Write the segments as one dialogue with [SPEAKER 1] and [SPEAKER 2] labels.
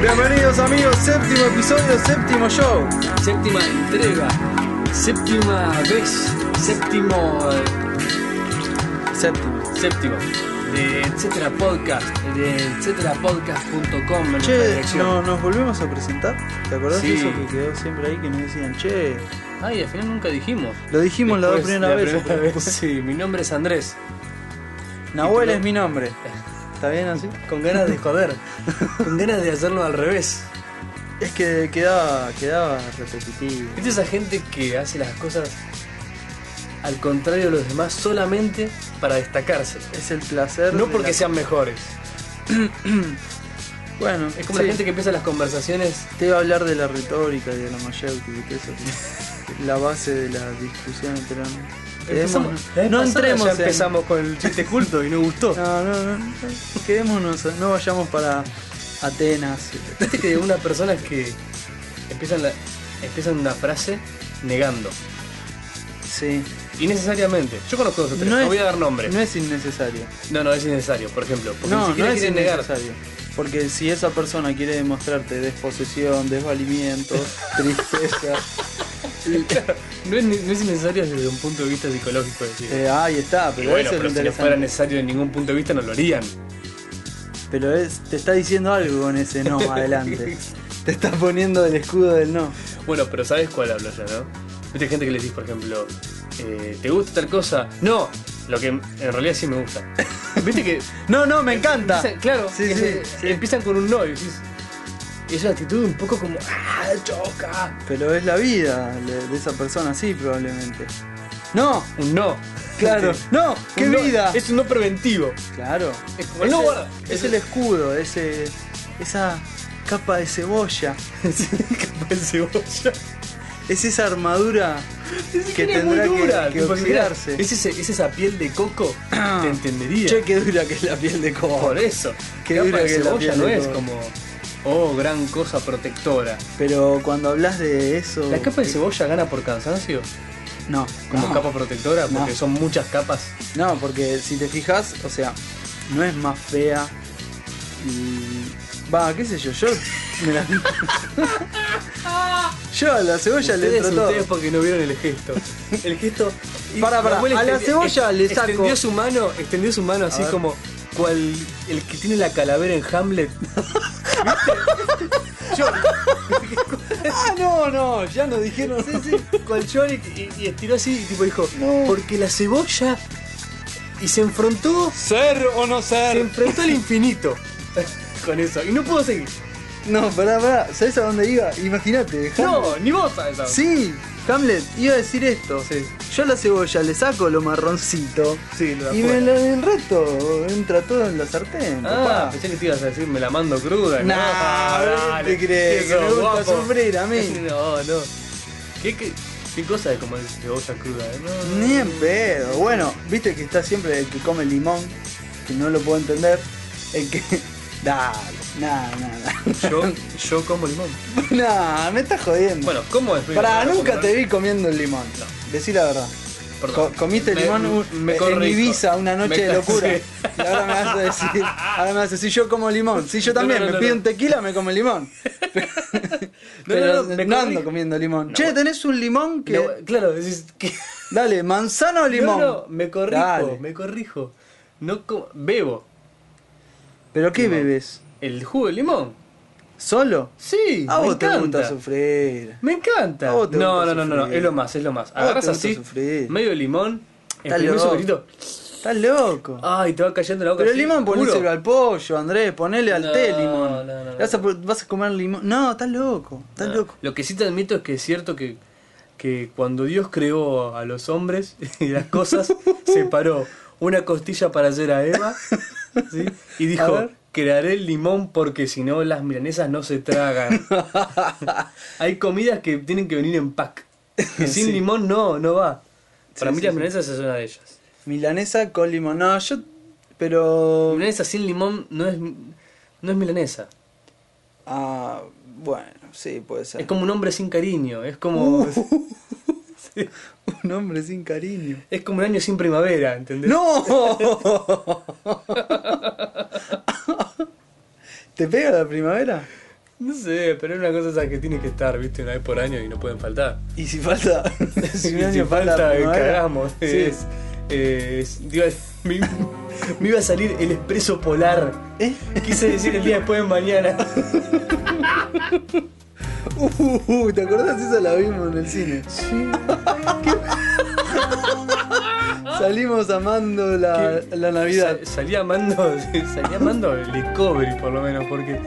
[SPEAKER 1] Bienvenidos amigos, séptimo episodio, séptimo show.
[SPEAKER 2] Séptima entrega, séptima vez, séptimo, eh,
[SPEAKER 1] Séptimo.
[SPEAKER 2] séptimo de etcétera podcast, de etcéterapodcast.com. en nuestra
[SPEAKER 1] Che,
[SPEAKER 2] dirección.
[SPEAKER 1] no- nos volvemos a presentar. ¿Te acordás
[SPEAKER 2] Sí.
[SPEAKER 1] de eso que quedó siempre ahí que nos decían, che?
[SPEAKER 2] Ay, al final nunca dijimos.
[SPEAKER 1] Lo dijimos la dos
[SPEAKER 2] Después,
[SPEAKER 1] primera vez.
[SPEAKER 2] primera vez, Sí, mi nombre es Andrés.
[SPEAKER 1] Nahuel es mi nombre. ¿Está bien así?
[SPEAKER 2] Con ganas de joder, con ganas de hacerlo al revés.
[SPEAKER 1] Es que quedaba, quedaba repetitivo.
[SPEAKER 2] ¿Viste esa gente que hace las cosas al contrario de los demás solamente para destacarse?
[SPEAKER 1] Es el placer.
[SPEAKER 2] No
[SPEAKER 1] de
[SPEAKER 2] porque
[SPEAKER 1] la-
[SPEAKER 2] sean mejores.
[SPEAKER 1] Bueno,
[SPEAKER 2] Es como la
[SPEAKER 1] sí.
[SPEAKER 2] gente que empieza las conversaciones
[SPEAKER 1] Te iba a hablar de la retórica, de la mayéutica, y que eso es la base de la discusión entre ambos.
[SPEAKER 2] Empezamos-
[SPEAKER 1] Quedémonos-
[SPEAKER 2] la vez
[SPEAKER 1] no
[SPEAKER 2] pasada
[SPEAKER 1] entremos
[SPEAKER 2] Ya
[SPEAKER 1] en-
[SPEAKER 2] empezamos con el chiste culto y no gustó.
[SPEAKER 1] No, no, no, no. Quedémonos, no vayamos para Atenas.
[SPEAKER 2] Viste que hay algunas personas que empiezan, la- empiezan una frase negando.
[SPEAKER 1] Sí.
[SPEAKER 2] Innecesariamente. Yo conozco dos o tres,
[SPEAKER 1] No
[SPEAKER 2] no,
[SPEAKER 1] es-
[SPEAKER 2] voy a dar nombres.
[SPEAKER 1] No es innecesario.
[SPEAKER 2] No, no, es innecesario, por ejemplo. Porque
[SPEAKER 1] No,
[SPEAKER 2] ni
[SPEAKER 1] no
[SPEAKER 2] siquiera
[SPEAKER 1] es
[SPEAKER 2] quieren negar.
[SPEAKER 1] innecesario. Porque si esa persona quiere demostrarte desposesión, desvalimiento, tristeza,
[SPEAKER 2] No es, no es innecesario desde un punto de vista psicológico decir.
[SPEAKER 1] eh, ahí está,
[SPEAKER 2] Y
[SPEAKER 1] pero
[SPEAKER 2] bueno,
[SPEAKER 1] eso
[SPEAKER 2] pero
[SPEAKER 1] es
[SPEAKER 2] si
[SPEAKER 1] lo
[SPEAKER 2] no fuera
[SPEAKER 1] interesante.
[SPEAKER 2] necesario de ningún punto de vista no lo harían.
[SPEAKER 1] Pero es, te está diciendo algo con ese no adelante. te está poniendo el escudo del no.
[SPEAKER 2] Bueno, pero sabes cuál hablo yo, ¿no? Viste gente que le decís, por ejemplo, eh, ¿te gusta tal cosa? No, lo que en realidad sí me gusta. Viste que
[SPEAKER 1] No, no, me encanta.
[SPEAKER 2] Empiezan- claro,
[SPEAKER 1] Sí,
[SPEAKER 2] que
[SPEAKER 1] sí,
[SPEAKER 2] se-
[SPEAKER 1] sí.
[SPEAKER 2] empiezan con un no y decís, es una actitud un poco como, ¡ah, choca!
[SPEAKER 1] Pero es la vida de de esa persona, sí, probablemente. No,
[SPEAKER 2] Un no.
[SPEAKER 1] claro,
[SPEAKER 2] Sí.
[SPEAKER 1] no,
[SPEAKER 2] Un
[SPEAKER 1] qué
[SPEAKER 2] no,
[SPEAKER 1] vida.
[SPEAKER 2] Es un no preventivo.
[SPEAKER 1] Claro.
[SPEAKER 2] Es como, no,
[SPEAKER 1] el-
[SPEAKER 2] guarda.
[SPEAKER 1] es el escudo, ese, esa capa de cebolla,
[SPEAKER 2] el cebolla.
[SPEAKER 1] es esa armadura que
[SPEAKER 2] es muy
[SPEAKER 1] tendrá que-
[SPEAKER 2] dura,
[SPEAKER 1] que,
[SPEAKER 2] tipo,
[SPEAKER 1] oxidarse.
[SPEAKER 2] es, ese- es esa piel de coco, te entendería.
[SPEAKER 1] Che, qué dura que es la piel de cobre.
[SPEAKER 2] Por eso.
[SPEAKER 1] Qué
[SPEAKER 2] Capa
[SPEAKER 1] dura
[SPEAKER 2] de
[SPEAKER 1] que es la
[SPEAKER 2] cebolla
[SPEAKER 1] piel
[SPEAKER 2] no
[SPEAKER 1] de
[SPEAKER 2] es
[SPEAKER 1] coco.
[SPEAKER 2] como, oh, gran cosa protectora.
[SPEAKER 1] Pero cuando hablas de eso. eh,
[SPEAKER 2] ¿La capa de cebolla gana por cansancio?
[SPEAKER 1] No,
[SPEAKER 2] Como
[SPEAKER 1] no.
[SPEAKER 2] capa protectora, porque
[SPEAKER 1] Ah. No.
[SPEAKER 2] son muchas capas.
[SPEAKER 1] No, porque si te fijas, o sea, no es más fea. Y. Va, qué sé yo, yo. me la- yo a la cebolla le
[SPEAKER 2] Ustedes,
[SPEAKER 1] entro todo.
[SPEAKER 2] ustedes porque no vieron el gesto. El gesto. y
[SPEAKER 1] Pará, pará,
[SPEAKER 2] Nahuel
[SPEAKER 1] a la
[SPEAKER 2] extendió-
[SPEAKER 1] cebolla
[SPEAKER 2] ex-
[SPEAKER 1] le saco.
[SPEAKER 2] Extendió su mano, extendió su mano así
[SPEAKER 1] ver.
[SPEAKER 2] como cual el que tiene la calavera en Hamlet. ¿Viste? Yo-
[SPEAKER 1] Ah, no, no, ya nos dijeron.
[SPEAKER 2] sí, sí, cual Yorick y, y estiró así y tipo dijo,
[SPEAKER 1] No.
[SPEAKER 2] porque la cebolla y se enfrentó,
[SPEAKER 1] ¿Ser o no
[SPEAKER 2] se
[SPEAKER 1] ser?
[SPEAKER 2] enfrentó al infinito con eso. Y no puedo seguir.
[SPEAKER 1] No, pará, pará, ¿sabes a dónde iba? Imagínate, Hamlet.
[SPEAKER 2] No, ni vos sabes. ahora.
[SPEAKER 1] Sí, Hamlet, iba a decir esto.
[SPEAKER 2] Sí.
[SPEAKER 1] Yo a la cebolla le saco lo marroncito
[SPEAKER 2] Sí, lo de
[SPEAKER 1] y me
[SPEAKER 2] afuera.
[SPEAKER 1] lo enreto, entra todo en la sartén.
[SPEAKER 2] Ah,
[SPEAKER 1] papá.
[SPEAKER 2] pensé que te ibas a decir, me la mando cruda.
[SPEAKER 1] Nah,
[SPEAKER 2] Ah,
[SPEAKER 1] ¿te crees?
[SPEAKER 2] que
[SPEAKER 1] Que me
[SPEAKER 2] sos
[SPEAKER 1] gusta
[SPEAKER 2] guapo.
[SPEAKER 1] sufrir a mí.
[SPEAKER 2] No, no. ¿Qué, qué, qué cosa de comer cebolla cruda? eh? No.
[SPEAKER 1] Ni en pedo. Bueno, viste que está siempre el que come limón, que no lo puedo entender. El que. Dale, nada, nada.
[SPEAKER 2] Yo, yo como limón.
[SPEAKER 1] Nah, me estás jodiendo.
[SPEAKER 2] Bueno, ¿cómo es?
[SPEAKER 1] Pará, nunca te
[SPEAKER 2] vi.
[SPEAKER 1] vi comiendo un limón. Decí la verdad.
[SPEAKER 2] Perdón.
[SPEAKER 1] Co- comiste
[SPEAKER 2] Me-
[SPEAKER 1] limón un-
[SPEAKER 2] me
[SPEAKER 1] eh, en
[SPEAKER 2] corrijo.
[SPEAKER 1] Ibiza una noche
[SPEAKER 2] Me-
[SPEAKER 1] de locura.
[SPEAKER 2] sí.
[SPEAKER 1] Y ahora me vas a decir, ahora me vas a decir, yo como limón. Si yo
[SPEAKER 2] No,
[SPEAKER 1] también
[SPEAKER 2] no,
[SPEAKER 1] me
[SPEAKER 2] no, no,
[SPEAKER 1] pido
[SPEAKER 2] no.
[SPEAKER 1] un tequila, me como limón.
[SPEAKER 2] no,
[SPEAKER 1] Pero
[SPEAKER 2] no, me
[SPEAKER 1] no
[SPEAKER 2] corrijo.
[SPEAKER 1] ando comiendo limón.
[SPEAKER 2] No,
[SPEAKER 1] che,
[SPEAKER 2] bueno.
[SPEAKER 1] tenés un limón que.
[SPEAKER 2] No, claro, decís que.
[SPEAKER 1] Dale, manzana o limón.
[SPEAKER 2] No, no, me corrijo,
[SPEAKER 1] Dale.
[SPEAKER 2] me corrijo. No co- bebo
[SPEAKER 1] ¿Pero qué
[SPEAKER 2] Limón.
[SPEAKER 1] bebes?
[SPEAKER 2] el jugo de limón.
[SPEAKER 1] ¿Solo?
[SPEAKER 2] Sí,
[SPEAKER 1] A
[SPEAKER 2] me
[SPEAKER 1] vos te gusta
[SPEAKER 2] encanta.
[SPEAKER 1] sufrir.
[SPEAKER 2] me encanta.
[SPEAKER 1] A vos te
[SPEAKER 2] No,
[SPEAKER 1] gusta
[SPEAKER 2] no, no, no, no,
[SPEAKER 1] sufrir.
[SPEAKER 2] es lo más, es lo más.
[SPEAKER 1] A vos te
[SPEAKER 2] Agarras
[SPEAKER 1] gusta
[SPEAKER 2] así,
[SPEAKER 1] sufrir.
[SPEAKER 2] medio limón,
[SPEAKER 1] Está
[SPEAKER 2] el
[SPEAKER 1] loco.
[SPEAKER 2] sobrito.
[SPEAKER 1] Estás loco.
[SPEAKER 2] Ay, te va cayendo la boca.
[SPEAKER 1] Pero el
[SPEAKER 2] así,
[SPEAKER 1] limón
[SPEAKER 2] puro.
[SPEAKER 1] ponéselo al pollo, Andrés. Ponele al
[SPEAKER 2] No,
[SPEAKER 1] té limón.
[SPEAKER 2] no, no, no.
[SPEAKER 1] Vas, a, po- vas a comer limón. No, estás loco. Estás
[SPEAKER 2] Ah,
[SPEAKER 1] loco.
[SPEAKER 2] Lo que sí te admito es que es cierto que, que cuando Dios creó a los hombres y las cosas, separó una costilla para hacer a Eva ¿sí? y
[SPEAKER 1] A
[SPEAKER 2] dijo,
[SPEAKER 1] ver.
[SPEAKER 2] crearé el limón porque si no las milanesas no se tragan. Hay comidas que tienen que venir en pack. Que sin
[SPEAKER 1] Sí.
[SPEAKER 2] limón no, no va. Para
[SPEAKER 1] Sí,
[SPEAKER 2] mí
[SPEAKER 1] sí,
[SPEAKER 2] las
[SPEAKER 1] sí.
[SPEAKER 2] milanesas es una de ellas.
[SPEAKER 1] Milanesa con limón. No, yo. Pero.
[SPEAKER 2] Milanesa sin limón no es, no es milanesa.
[SPEAKER 1] Ah, bueno, sí, puede ser.
[SPEAKER 2] Es como un hombre sin cariño. Es
[SPEAKER 1] Uh.
[SPEAKER 2] como,
[SPEAKER 1] Un hombre sin cariño.
[SPEAKER 2] es como un año sin primavera, ¿entendés?
[SPEAKER 1] ¡No! ¿Te pega la primavera?
[SPEAKER 2] No sé, pero es una cosa esa que tiene que estar, viste, una vez por año y no pueden faltar.
[SPEAKER 1] Y si falta.
[SPEAKER 2] Si,
[SPEAKER 1] un año
[SPEAKER 2] si falta,
[SPEAKER 1] primavera,
[SPEAKER 2] cagamos.
[SPEAKER 1] Sí.
[SPEAKER 2] Es, es- digo, me, me iba a salir el expreso polar.
[SPEAKER 1] ¿Eh?
[SPEAKER 2] Quise decir el día después de mañana.
[SPEAKER 1] Uh, uh, uh, ¿te acordás? Esa la vimos en el cine.
[SPEAKER 2] Sí.
[SPEAKER 1] Salimos amando la,
[SPEAKER 2] ¿Ah? ¿Qué?
[SPEAKER 1] Ah, la Navidad.
[SPEAKER 2] Sa- salía amando, salía amando el Discovery por lo menos, porque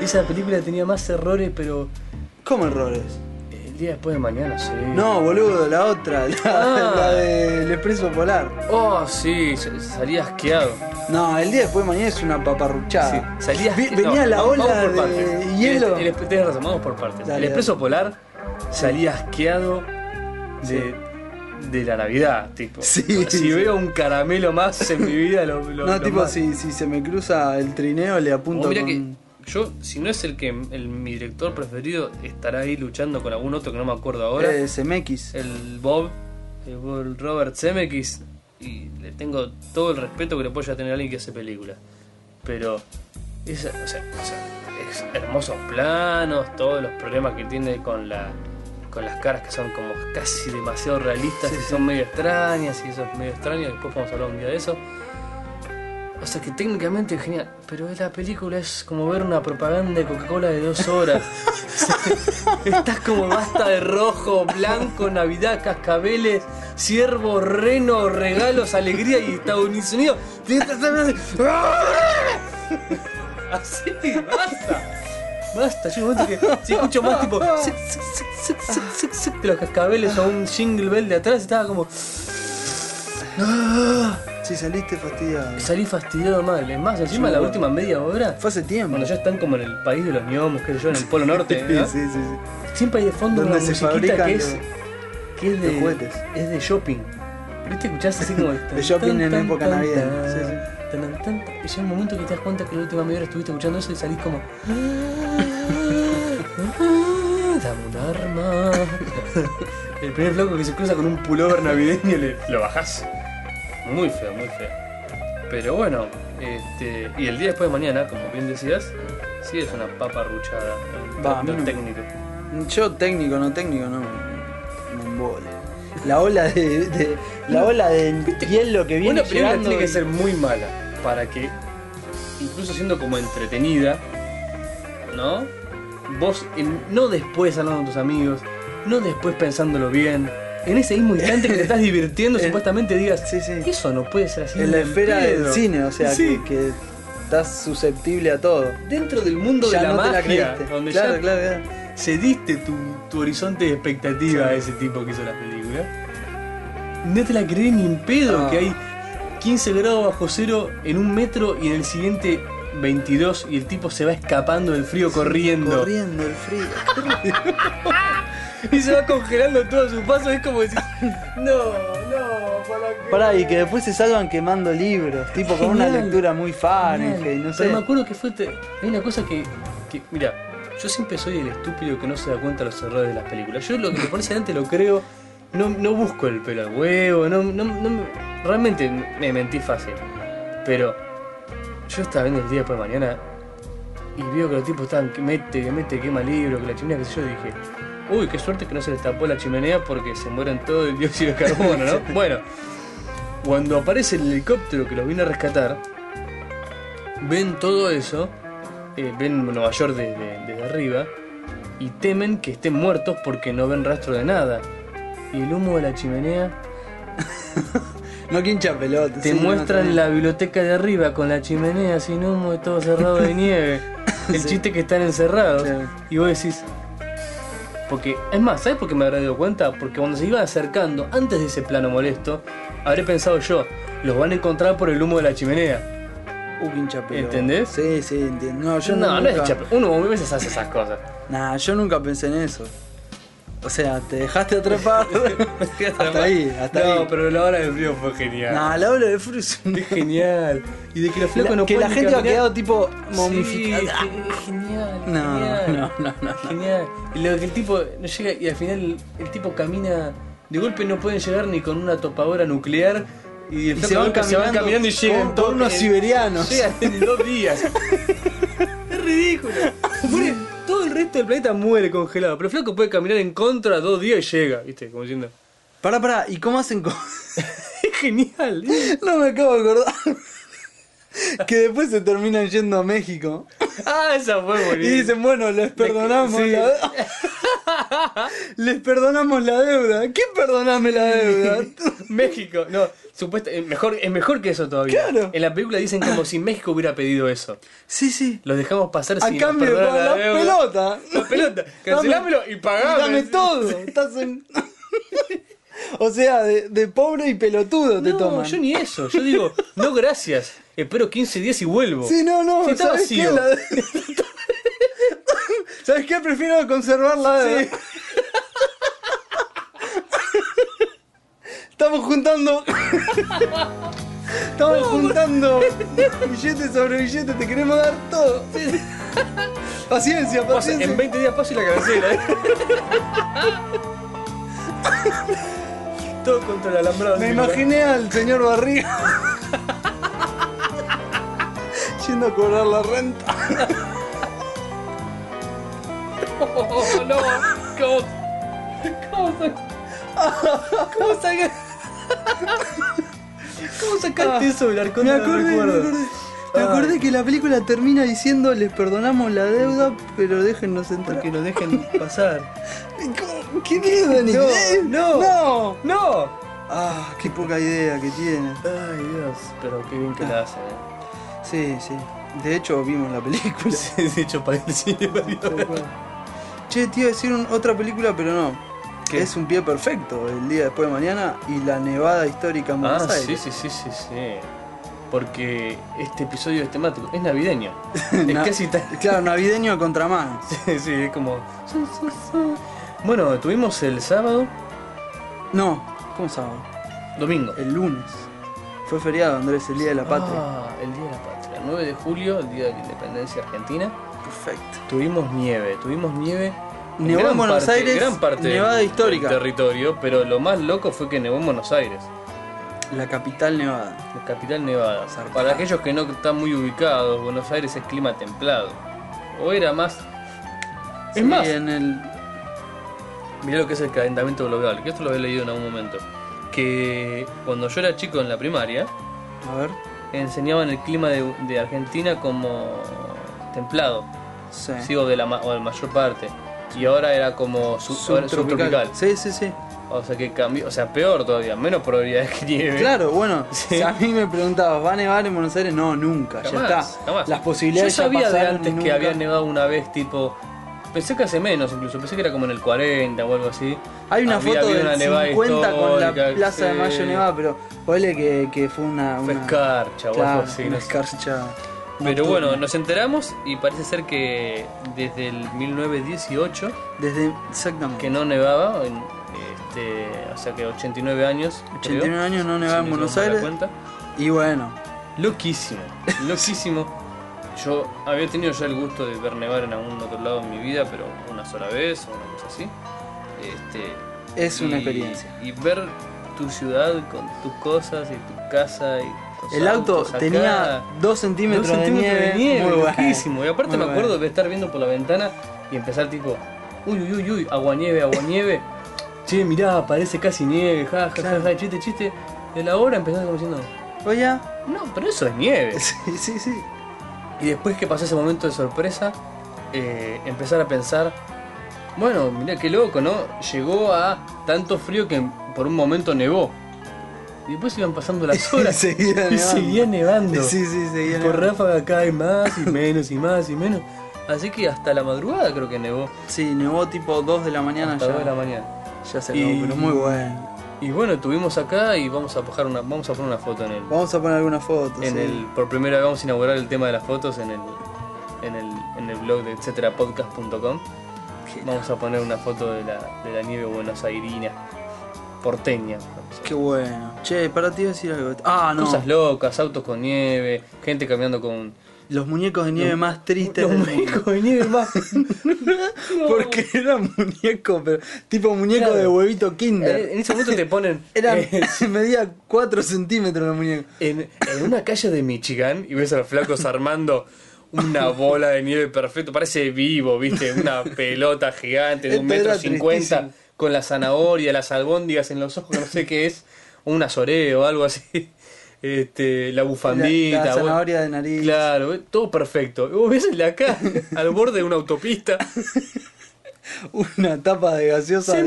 [SPEAKER 2] esa película tenía más errores, pero
[SPEAKER 1] ¿Cómo errores?
[SPEAKER 2] el día después de mañana, sí.
[SPEAKER 1] No, boludo, la otra, la,
[SPEAKER 2] Ah.
[SPEAKER 1] la del expreso polar.
[SPEAKER 2] Oh, sí, sa- salía asqueado.
[SPEAKER 1] No, el día después de mañana es una paparruchada.
[SPEAKER 2] Sí, salía
[SPEAKER 1] Vi-
[SPEAKER 2] asque-
[SPEAKER 1] venía
[SPEAKER 2] no,
[SPEAKER 1] la
[SPEAKER 2] vamos-
[SPEAKER 1] ola
[SPEAKER 2] vamos por
[SPEAKER 1] de
[SPEAKER 2] partes. este,
[SPEAKER 1] hielo.
[SPEAKER 2] El- el- tenés razón, vamos por partes.
[SPEAKER 1] Dale,
[SPEAKER 2] el expreso polar salía asqueado de, de la Navidad, tipo.
[SPEAKER 1] Sí,
[SPEAKER 2] si
[SPEAKER 1] sí.
[SPEAKER 2] veo un caramelo más en mi vida, lo, lo-
[SPEAKER 1] no,
[SPEAKER 2] lo
[SPEAKER 1] tipo,
[SPEAKER 2] mato.
[SPEAKER 1] si, si se me cruza el trineo, le apunto
[SPEAKER 2] Vos mirá
[SPEAKER 1] con...
[SPEAKER 2] que yo, si no es el que el- mi director preferido, estará ahí luchando con algún otro que no me acuerdo ahora.
[SPEAKER 1] eh, CMX.
[SPEAKER 2] El Bob, el Bob- Robert Zemeckis, y le tengo todo el respeto que le pueda tener a alguien que hace películas. Pero, esa- o sea, o sea, es- hermosos planos, todos los problemas que tiene con la con las caras que son como casi demasiado realistas
[SPEAKER 1] Sí,
[SPEAKER 2] y
[SPEAKER 1] sí.
[SPEAKER 2] son medio extrañas y eso es medio extraño, después vamos a hablar un día de eso. O sea que técnicamente es genial, pero la película es como ver una propaganda de Coca-Cola de dos horas. Estás como basta de rojo, blanco, navidad, cascabeles, ciervo, reno, regalos, alegría y Estados Unidos. Así, basta. Basta, yo que si escucho más tipo sic, sic, sic, sic, sic, sic, sic de los cascabeles o un jingle bell de atrás, estaba como
[SPEAKER 1] Si saliste fastidiado.
[SPEAKER 2] salí fastidiado mal. Es más, encima la última media hora,
[SPEAKER 1] Fue hace tiempo.
[SPEAKER 2] cuando ya están como en el país de los gnomos, que yo, en el Polo Norte,
[SPEAKER 1] sí,
[SPEAKER 2] ¿no?
[SPEAKER 1] sí, sí, sí.
[SPEAKER 2] siempre hay de fondo ¿eh? una
[SPEAKER 1] Donde se
[SPEAKER 2] musiquita
[SPEAKER 1] fabrican
[SPEAKER 2] que
[SPEAKER 1] los,
[SPEAKER 2] es que es
[SPEAKER 1] los
[SPEAKER 2] de
[SPEAKER 1] juguetes.
[SPEAKER 2] Es de shopping. ¿Viste? Escuchás así como.
[SPEAKER 1] De shopping en época navideña, sí,
[SPEAKER 2] tan, tan, tan. Y llega un momento que te das cuenta que la última media hora estuviste escuchando eso y salís como. "Ah, ah, Dame un arma. El primer flaco que se cruza con un pullover navideño le, lo bajás. Muy feo, muy feo. Pero bueno, este, y el día después de mañana, como bien decías, sí es una papa ruchada.
[SPEAKER 1] Va, a mí no.
[SPEAKER 2] técnico.
[SPEAKER 1] Yo técnico, no técnico, no. Me embole. La ola de, de- la ola de hielo que viene
[SPEAKER 2] Una película
[SPEAKER 1] llegando
[SPEAKER 2] tiene que
[SPEAKER 1] y-
[SPEAKER 2] ser muy mala para que, incluso siendo como entretenida, ¿no? Vos, en- no después hablando con tus amigos, no después pensándolo bien, en ese mismo instante que te estás divirtiendo,
[SPEAKER 1] El-
[SPEAKER 2] supuestamente digas,
[SPEAKER 1] Sí, sí.
[SPEAKER 2] eso no puede ser así.
[SPEAKER 1] en la
[SPEAKER 2] ni
[SPEAKER 1] esfera del
[SPEAKER 2] pedo".
[SPEAKER 1] cine, o sea,
[SPEAKER 2] Sí,
[SPEAKER 1] que, que estás susceptible a todo.
[SPEAKER 2] dentro del mundo
[SPEAKER 1] Ya
[SPEAKER 2] de la
[SPEAKER 1] no
[SPEAKER 2] magia,
[SPEAKER 1] te la creíste.
[SPEAKER 2] donde
[SPEAKER 1] claro,
[SPEAKER 2] ya
[SPEAKER 1] claro, claro.
[SPEAKER 2] cediste tu, tu horizonte de expectativa a ese tipo que hizo las películas. No te la crees ni en pedo
[SPEAKER 1] No.
[SPEAKER 2] que hay 15 grados bajo cero en un metro y en el siguiente 22 y el tipo se va escapando del frío corriendo.
[SPEAKER 1] Corriendo el frío.
[SPEAKER 2] Y se va congelando todo a su paso. Es como decir, no, no, para qué.
[SPEAKER 1] Pará, y que después se salvan quemando libros, tipo con una
[SPEAKER 2] Genial.
[SPEAKER 1] lectura muy Fahrenheit,
[SPEAKER 2] Genial.
[SPEAKER 1] no sé.
[SPEAKER 2] Pero me acuerdo que fue. te- Hay una cosa que. que mira, yo siempre soy el estúpido que no se da cuenta de los errores de las películas. Yo lo que me parece antes lo creo. No, no busco el pelo al huevo. No, no, no me- realmente me mentí fácil. Pero yo estaba viendo el día después de mañana y veo que los tipos estaban que mete, que mete, quema libro, que la chimenea, que sé yo, y dije, uy, qué suerte que no se les tapó la chimenea porque se mueren todo el dióxido de carbono, ¿no? bueno, cuando aparece el helicóptero que los viene a rescatar, ven todo eso, eh, ven Nueva York desde, desde arriba, y temen que estén muertos porque no ven rastro de nada. Y el humo de la chimenea
[SPEAKER 1] No quincha pelota.
[SPEAKER 2] te muestran la biblioteca de arriba con la chimenea sin humo y todo cerrado de nieve. El
[SPEAKER 1] Sí.
[SPEAKER 2] chiste que están encerrados.
[SPEAKER 1] Claro.
[SPEAKER 2] Y vos decís. Porque, es más, ¿sabes por qué me habré dado cuenta? Porque cuando se iban acercando, antes de ese plano molesto, habré pensado yo, los van a encontrar por el humo de la chimenea.
[SPEAKER 1] Uh, quincha pelota.
[SPEAKER 2] ¿Entendés?
[SPEAKER 1] Sí, sí, entiendo. No, yo
[SPEAKER 2] no, no es
[SPEAKER 1] nunca-
[SPEAKER 2] chape. Uno a veces hace esas cosas.
[SPEAKER 1] Nah, yo nunca pensé en eso. O sea, te dejaste atrapar. hasta ahí, hasta
[SPEAKER 2] no,
[SPEAKER 1] ahí.
[SPEAKER 2] pero la hora del frío fue genial.
[SPEAKER 1] Nah, la ola de frío es un-
[SPEAKER 2] Qué genial. Y de que los flacos
[SPEAKER 1] La-
[SPEAKER 2] no
[SPEAKER 1] que la
[SPEAKER 2] pueden ni
[SPEAKER 1] gente ha
[SPEAKER 2] caminar.
[SPEAKER 1] quedado tipo
[SPEAKER 2] Sí,
[SPEAKER 1] momificada.
[SPEAKER 2] ge- genial.
[SPEAKER 1] No,
[SPEAKER 2] genial.
[SPEAKER 1] no, no, no, no.
[SPEAKER 2] Genial. Y lo que el tipo no llega y al final el tipo camina. De golpe no pueden llegar ni con una topadora nuclear. Y, el
[SPEAKER 1] Y
[SPEAKER 2] flaco
[SPEAKER 1] se van
[SPEAKER 2] nunca- se van
[SPEAKER 1] caminando
[SPEAKER 2] caminando y llegan
[SPEAKER 1] por-
[SPEAKER 2] todos
[SPEAKER 1] por unos siberianos.
[SPEAKER 2] Llegan en dos días. es ridículo. Muere- Todo el resto del planeta muere congelado, pero Flaco puede caminar en contra dos días y llega, ¿viste? Como diciendo.
[SPEAKER 1] Pará, pará, ¿y cómo hacen con.?
[SPEAKER 2] Es genial.
[SPEAKER 1] no me acabo de acordar. que después se terminan yendo a México.
[SPEAKER 2] Ah, esa fue
[SPEAKER 1] Y
[SPEAKER 2] bonita.
[SPEAKER 1] dicen, bueno, les perdonamos
[SPEAKER 2] Sí.
[SPEAKER 1] la Les perdonamos la deuda. ¿Quién perdoname la deuda?
[SPEAKER 2] México, no, supuesta, es mejor, es mejor que eso todavía.
[SPEAKER 1] Claro.
[SPEAKER 2] En la película dicen como si México hubiera pedido eso.
[SPEAKER 1] sí, sí.
[SPEAKER 2] Los dejamos pasar
[SPEAKER 1] A
[SPEAKER 2] sin
[SPEAKER 1] cambio de la, pelota.
[SPEAKER 2] La pelota, cancelámelo y pagame.
[SPEAKER 1] Dame todo. Estás en- o sea, de, de pobre y pelotudo te
[SPEAKER 2] No,
[SPEAKER 1] toman.
[SPEAKER 2] yo ni eso. Yo digo, no gracias. Espero 15 días y vuelvo.
[SPEAKER 1] Sí, no, no.
[SPEAKER 2] Si está
[SPEAKER 1] ¿sabes
[SPEAKER 2] vacío.
[SPEAKER 1] qué? La- ¿Sabes qué? Prefiero conservar la deuda. Estamos juntando. Estamos juntando billete sobre billete, te queremos dar todo. Paciencia,
[SPEAKER 2] Pasa-
[SPEAKER 1] paciencia.
[SPEAKER 2] en 20 días paso y la cancela. ¿eh? todo contra el alambrado.
[SPEAKER 1] Me
[SPEAKER 2] encima.
[SPEAKER 1] imaginé al señor Barriga yendo a cobrar la renta.
[SPEAKER 2] Oh, no, ¿cómo? ¿Cómo, sa- cómo saca- ¿Cómo sacaste eso del arcón
[SPEAKER 1] Ah, Me
[SPEAKER 2] de los
[SPEAKER 1] acordé, me
[SPEAKER 2] recuerdos?
[SPEAKER 1] acordé. Me
[SPEAKER 2] Ay.
[SPEAKER 1] acordé que la película termina diciendo les perdonamos la deuda, pero déjennos entrar.
[SPEAKER 2] Que lo dejen pasar.
[SPEAKER 1] ¿Qué miedo, ni
[SPEAKER 2] No,
[SPEAKER 1] qué?
[SPEAKER 2] no.
[SPEAKER 1] no.
[SPEAKER 2] ¡No!
[SPEAKER 1] Ah, qué poca idea que tiene.
[SPEAKER 2] Ay, Dios, pero qué bien que la hacen. ¿eh?
[SPEAKER 1] Sí, sí. De hecho, vimos la película.
[SPEAKER 2] de hecho, para el cine,
[SPEAKER 1] Che, te iba a decir un- otra película, pero no.
[SPEAKER 2] ¿Qué?
[SPEAKER 1] Es un pie perfecto, el día después de mañana y la nevada histórica en
[SPEAKER 2] Ah,
[SPEAKER 1] Buenos
[SPEAKER 2] sí,
[SPEAKER 1] Aires.
[SPEAKER 2] sí, sí, sí, sí. Porque este episodio es temático, es navideño. es
[SPEAKER 1] Na-
[SPEAKER 2] casi tan.
[SPEAKER 1] Claro, navideño a contramano.
[SPEAKER 2] Sí, sí, es como. su, su, su. Bueno, tuvimos el sábado,
[SPEAKER 1] No, ¿cómo sábado?
[SPEAKER 2] domingo.
[SPEAKER 1] El lunes. Fue feriado, Andrés, el día de la patria.
[SPEAKER 2] Ah, el Día de la Patria. 9 de julio, el Día de la Independencia Argentina.
[SPEAKER 1] Perfecto.
[SPEAKER 2] Tuvimos nieve, tuvimos nieve. en
[SPEAKER 1] Nevó en Buenos
[SPEAKER 2] parte-
[SPEAKER 1] Aires,
[SPEAKER 2] gran parte
[SPEAKER 1] nevada
[SPEAKER 2] del-
[SPEAKER 1] histórica.
[SPEAKER 2] del territorio, pero lo más loco fue que nevó en Buenos Aires,
[SPEAKER 1] La capital nevada.
[SPEAKER 2] la capital nevada.
[SPEAKER 1] Zarpado.
[SPEAKER 2] Para aquellos que no están muy ubicados, Buenos Aires es clima templado. O era más. Es
[SPEAKER 1] Sí,
[SPEAKER 2] más,
[SPEAKER 1] En el...
[SPEAKER 2] mirá lo que es el calentamiento global, que esto lo había leído en algún momento. Que cuando yo era chico en la primaria,
[SPEAKER 1] A ver.
[SPEAKER 2] enseñaban el clima de, de Argentina como templado,
[SPEAKER 1] Sí.
[SPEAKER 2] sí, o de la, ma- o de la mayor parte. Y ahora era como su- ahora es subtropical.
[SPEAKER 1] Sí, sí, sí.
[SPEAKER 2] O sea que cambió, o sea, peor todavía, menos probabilidades que nieve.
[SPEAKER 1] Claro, bueno,
[SPEAKER 2] Sí.
[SPEAKER 1] si a mí me preguntabas, ¿va a nevar en Buenos Aires? No, nunca, ya
[SPEAKER 2] Jamás,
[SPEAKER 1] está.
[SPEAKER 2] jamás.
[SPEAKER 1] Las posibilidades
[SPEAKER 2] Yo sabía
[SPEAKER 1] ya
[SPEAKER 2] de
[SPEAKER 1] pasaron
[SPEAKER 2] antes
[SPEAKER 1] y
[SPEAKER 2] que
[SPEAKER 1] nunca-
[SPEAKER 2] había nevado una vez, tipo. Pensé que hace menos incluso, pensé que era como en el 40 o algo así.
[SPEAKER 1] Hay una
[SPEAKER 2] Había-
[SPEAKER 1] foto
[SPEAKER 2] había
[SPEAKER 1] del
[SPEAKER 2] una nevada
[SPEAKER 1] 50 con la
[SPEAKER 2] histórica,
[SPEAKER 1] Plaza de
[SPEAKER 2] sí.
[SPEAKER 1] Mayo nevada, pero ponele que, que fue una...
[SPEAKER 2] Fue
[SPEAKER 1] una
[SPEAKER 2] escarcha o
[SPEAKER 1] claro,
[SPEAKER 2] algo así.
[SPEAKER 1] una
[SPEAKER 2] no sé.
[SPEAKER 1] escarcha.
[SPEAKER 2] Pero
[SPEAKER 1] nocturna.
[SPEAKER 2] bueno, nos enteramos y parece ser que desde el 1918
[SPEAKER 1] Desde, exactamente.
[SPEAKER 2] que no nevaba, en, este, o sea que 89 años. creo,
[SPEAKER 1] 89 años no nevaba en
[SPEAKER 2] si le
[SPEAKER 1] Buenos
[SPEAKER 2] sumamos la
[SPEAKER 1] Aires.
[SPEAKER 2] cuenta.
[SPEAKER 1] Y bueno,
[SPEAKER 2] Loquísimo, loquísimo. Yo había tenido ya el gusto de ver nevar en algún otro lado en mi vida, pero una sola vez o una cosa así. Este,
[SPEAKER 1] es una
[SPEAKER 2] y-
[SPEAKER 1] experiencia.
[SPEAKER 2] Y ver tu ciudad con tus cosas y tu casa y tus
[SPEAKER 1] El auto
[SPEAKER 2] autos acá,
[SPEAKER 1] tenía 2 centímetros,
[SPEAKER 2] dos centímetros
[SPEAKER 1] de nieve. muy bueno.
[SPEAKER 2] loquísimo. Y aparte
[SPEAKER 1] Muy
[SPEAKER 2] me
[SPEAKER 1] bueno.
[SPEAKER 2] acuerdo de estar viendo por la ventana y empezar tipo, uy, uy, uy, uy, agua nieve, agua nieve. che, mirá, parece casi nieve, ja, ja,
[SPEAKER 1] Claro.
[SPEAKER 2] ja, ja, chiste, chiste. De la hora empezás como diciendo,
[SPEAKER 1] Oye, ah,
[SPEAKER 2] no, pero eso es nieve.
[SPEAKER 1] sí, sí, sí.
[SPEAKER 2] Y después que pasó ese momento de sorpresa, eh, empezar a pensar, bueno, mirá qué loco, ¿no? Llegó a tanto frío que por un momento nevó. Y después iban pasando las horas
[SPEAKER 1] Y seguía
[SPEAKER 2] y
[SPEAKER 1] nevando.
[SPEAKER 2] seguía nevando.
[SPEAKER 1] Sí, sí, seguía
[SPEAKER 2] Por
[SPEAKER 1] nevando.
[SPEAKER 2] ráfaga cae más y menos y más y menos. Así que hasta la madrugada creo que nevó.
[SPEAKER 1] Sí, nevó tipo 2 de la mañana
[SPEAKER 2] Hasta
[SPEAKER 1] ya.
[SPEAKER 2] 2 de la mañana.
[SPEAKER 1] Ya se
[SPEAKER 2] Y-
[SPEAKER 1] acabó, pero muy bueno.
[SPEAKER 2] Y bueno, estuvimos acá y vamos a bajar una, vamos a poner una foto en el.
[SPEAKER 1] Vamos a poner alguna foto.
[SPEAKER 2] En
[SPEAKER 1] sí.
[SPEAKER 2] el por primera vez vamos a inaugurar el tema de las fotos en el, en el, en el blog de etcéterapodcast.com.
[SPEAKER 1] Qué-
[SPEAKER 2] Vamos a poner una foto de la, de la nieve buenos airina, porteña.
[SPEAKER 1] Qué bueno. Che, para ti iba a decir algo. Ah, no.
[SPEAKER 2] Cosas locas, autos con nieve, gente caminando con.
[SPEAKER 1] Los muñecos de nieve más tristes
[SPEAKER 2] Los
[SPEAKER 1] del
[SPEAKER 2] muñecos de nieve más.
[SPEAKER 1] mundo. Porque eran muñecos, pero tipo muñeco
[SPEAKER 2] Claro.
[SPEAKER 1] de huevito
[SPEAKER 2] Eh,
[SPEAKER 1] kinder.
[SPEAKER 2] En ese momento te ponen.
[SPEAKER 1] Eran,
[SPEAKER 2] eh,
[SPEAKER 1] medía 4 centímetros los muñecos.
[SPEAKER 2] en, en una calle de Michigan y ves a los flacos armando una bola de nieve perfecto, parece vivo, viste, una pelota gigante de un
[SPEAKER 1] Esto era
[SPEAKER 2] metro cincuenta
[SPEAKER 1] tristísimo.
[SPEAKER 2] con la zanahoria, las albóndigas en los ojos, no sé qué es, o una soreo o algo así, este, la bufandita,
[SPEAKER 1] La, la
[SPEAKER 2] vos-
[SPEAKER 1] zanahoria de nariz.
[SPEAKER 2] claro, eh, todo perfecto. Y Vos ves el de acá, al borde de una autopista,
[SPEAKER 1] Una tapa de gaseosa de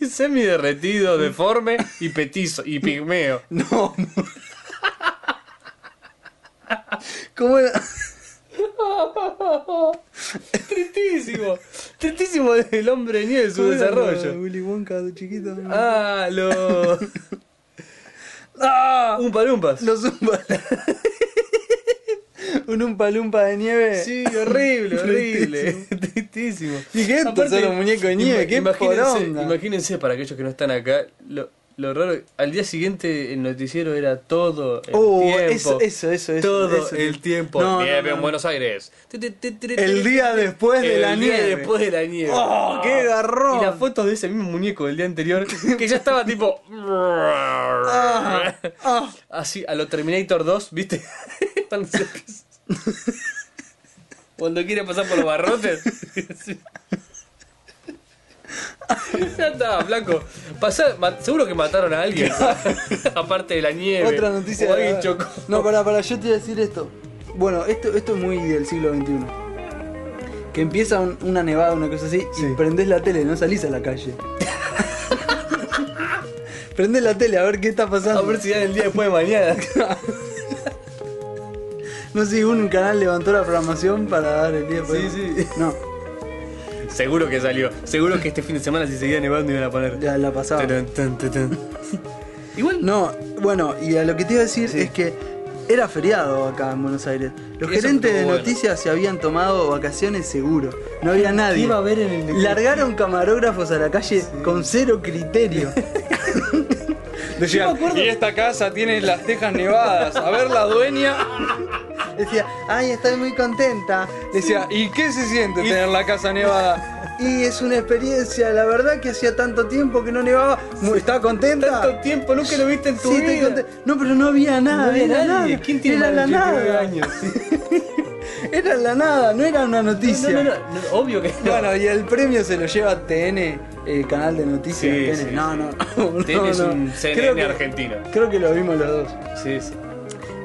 [SPEAKER 2] semi,
[SPEAKER 1] nariz.
[SPEAKER 2] derretido, deforme y petizo, y pigmeo.
[SPEAKER 1] No. ¿Cómo era?
[SPEAKER 2] Tristísimo, tristísimo el hombre de nieve de su
[SPEAKER 1] cómo era
[SPEAKER 2] desarrollo.
[SPEAKER 1] Willy Wonka de chiquito.
[SPEAKER 2] Ah, los.
[SPEAKER 1] ¡Ah!
[SPEAKER 2] Un palumpas.
[SPEAKER 1] Los Umpa. Un umpalumpa de nieve.
[SPEAKER 2] Sí, horrible, horrible. Tristísimo.
[SPEAKER 1] Y que estos
[SPEAKER 2] Aparte,
[SPEAKER 1] son los muñecos de nieve,
[SPEAKER 2] ima-
[SPEAKER 1] qué
[SPEAKER 2] imagínense,
[SPEAKER 1] poronga.
[SPEAKER 2] imagínense para aquellos que no están acá, lo, lo raro, al día siguiente el noticiero era todo el
[SPEAKER 1] Oh, eso,
[SPEAKER 2] tiempo.
[SPEAKER 1] eso, eso, eso.
[SPEAKER 2] todo
[SPEAKER 1] eso.
[SPEAKER 2] el tiempo.
[SPEAKER 1] No, no,
[SPEAKER 2] nieve
[SPEAKER 1] no,
[SPEAKER 2] en
[SPEAKER 1] no.
[SPEAKER 2] Buenos Aires.
[SPEAKER 1] El día después de
[SPEAKER 2] El
[SPEAKER 1] la
[SPEAKER 2] día
[SPEAKER 1] nieve.
[SPEAKER 2] Después de la nieve.
[SPEAKER 1] ¡Oh, qué garrón!
[SPEAKER 2] Y las fotos de ese mismo muñeco del día anterior que ya estaba tipo.
[SPEAKER 1] Ah, ah.
[SPEAKER 2] Así, a lo Terminator 2, ¿viste? Cuando, se- Cuando quiere pasar por los barrotes. Sí. ya está, blanco. Pasá- ma- seguro que mataron a alguien. Aparte de la nieve.
[SPEAKER 1] Otra noticia.
[SPEAKER 2] O
[SPEAKER 1] de
[SPEAKER 2] alguien
[SPEAKER 1] la-
[SPEAKER 2] chocó.
[SPEAKER 1] No, para, para, yo te voy a decir esto. Bueno, esto, esto es muy del siglo XXI. Que empieza un- una nevada, una cosa así,
[SPEAKER 2] Sí.
[SPEAKER 1] y prendés la tele, no salís a la calle. prendés la tele a ver qué está pasando.
[SPEAKER 2] A ver si dan el día después de mañana.
[SPEAKER 1] No sé, un canal levantó la programación para dar el día.
[SPEAKER 2] Sí, sí.
[SPEAKER 1] No,
[SPEAKER 2] seguro que salió. Seguro que este fin de semana, si seguía nevando, iban a poner.
[SPEAKER 1] ya la pasaba.
[SPEAKER 2] Tarán, tan, tan, tan. Igual
[SPEAKER 1] No, bueno, y a lo que te iba a decir
[SPEAKER 2] Sí.
[SPEAKER 1] es que era feriado acá en Buenos Aires. Los
[SPEAKER 2] Eso estuvo
[SPEAKER 1] gerentes de
[SPEAKER 2] bueno.
[SPEAKER 1] noticias se habían tomado vacaciones seguro. No había nadie.
[SPEAKER 2] iba a haber en el-
[SPEAKER 1] Largaron camarógrafos a la calle con cero criterio. Decían,
[SPEAKER 3] Y esta casa tiene las tejas nevadas. A ver la dueña.
[SPEAKER 1] decía, ay, estoy muy contenta. Decía,
[SPEAKER 3] ¿Y qué se siente tener la casa nevada?
[SPEAKER 1] y es una experiencia, la verdad que hacía tanto tiempo que no nevaba. Mu- ¿Está contenta?
[SPEAKER 2] tanto tiempo, nunca lo viste en tu
[SPEAKER 1] Sí,
[SPEAKER 2] vida.
[SPEAKER 1] estoy contenta. No, pero no había nada.
[SPEAKER 2] No había
[SPEAKER 1] era
[SPEAKER 2] nadie.
[SPEAKER 1] nada.
[SPEAKER 2] ¿Quién tiene
[SPEAKER 1] era la
[SPEAKER 2] más de 89
[SPEAKER 1] nada.
[SPEAKER 2] años?
[SPEAKER 1] Era la nada, no era una
[SPEAKER 2] No,
[SPEAKER 1] noticia.
[SPEAKER 2] no, no, no, obvio que no.
[SPEAKER 1] Bueno, y el premio se lo lleva TN, el canal de noticias.
[SPEAKER 2] Sí,
[SPEAKER 1] TN.
[SPEAKER 2] sí,
[SPEAKER 1] no,
[SPEAKER 2] sí.
[SPEAKER 1] no,
[SPEAKER 2] TN es
[SPEAKER 1] no, no.
[SPEAKER 2] un CNN
[SPEAKER 1] Creo que-
[SPEAKER 2] argentino.
[SPEAKER 1] Creo que lo vimos los dos.
[SPEAKER 2] Sí, sí.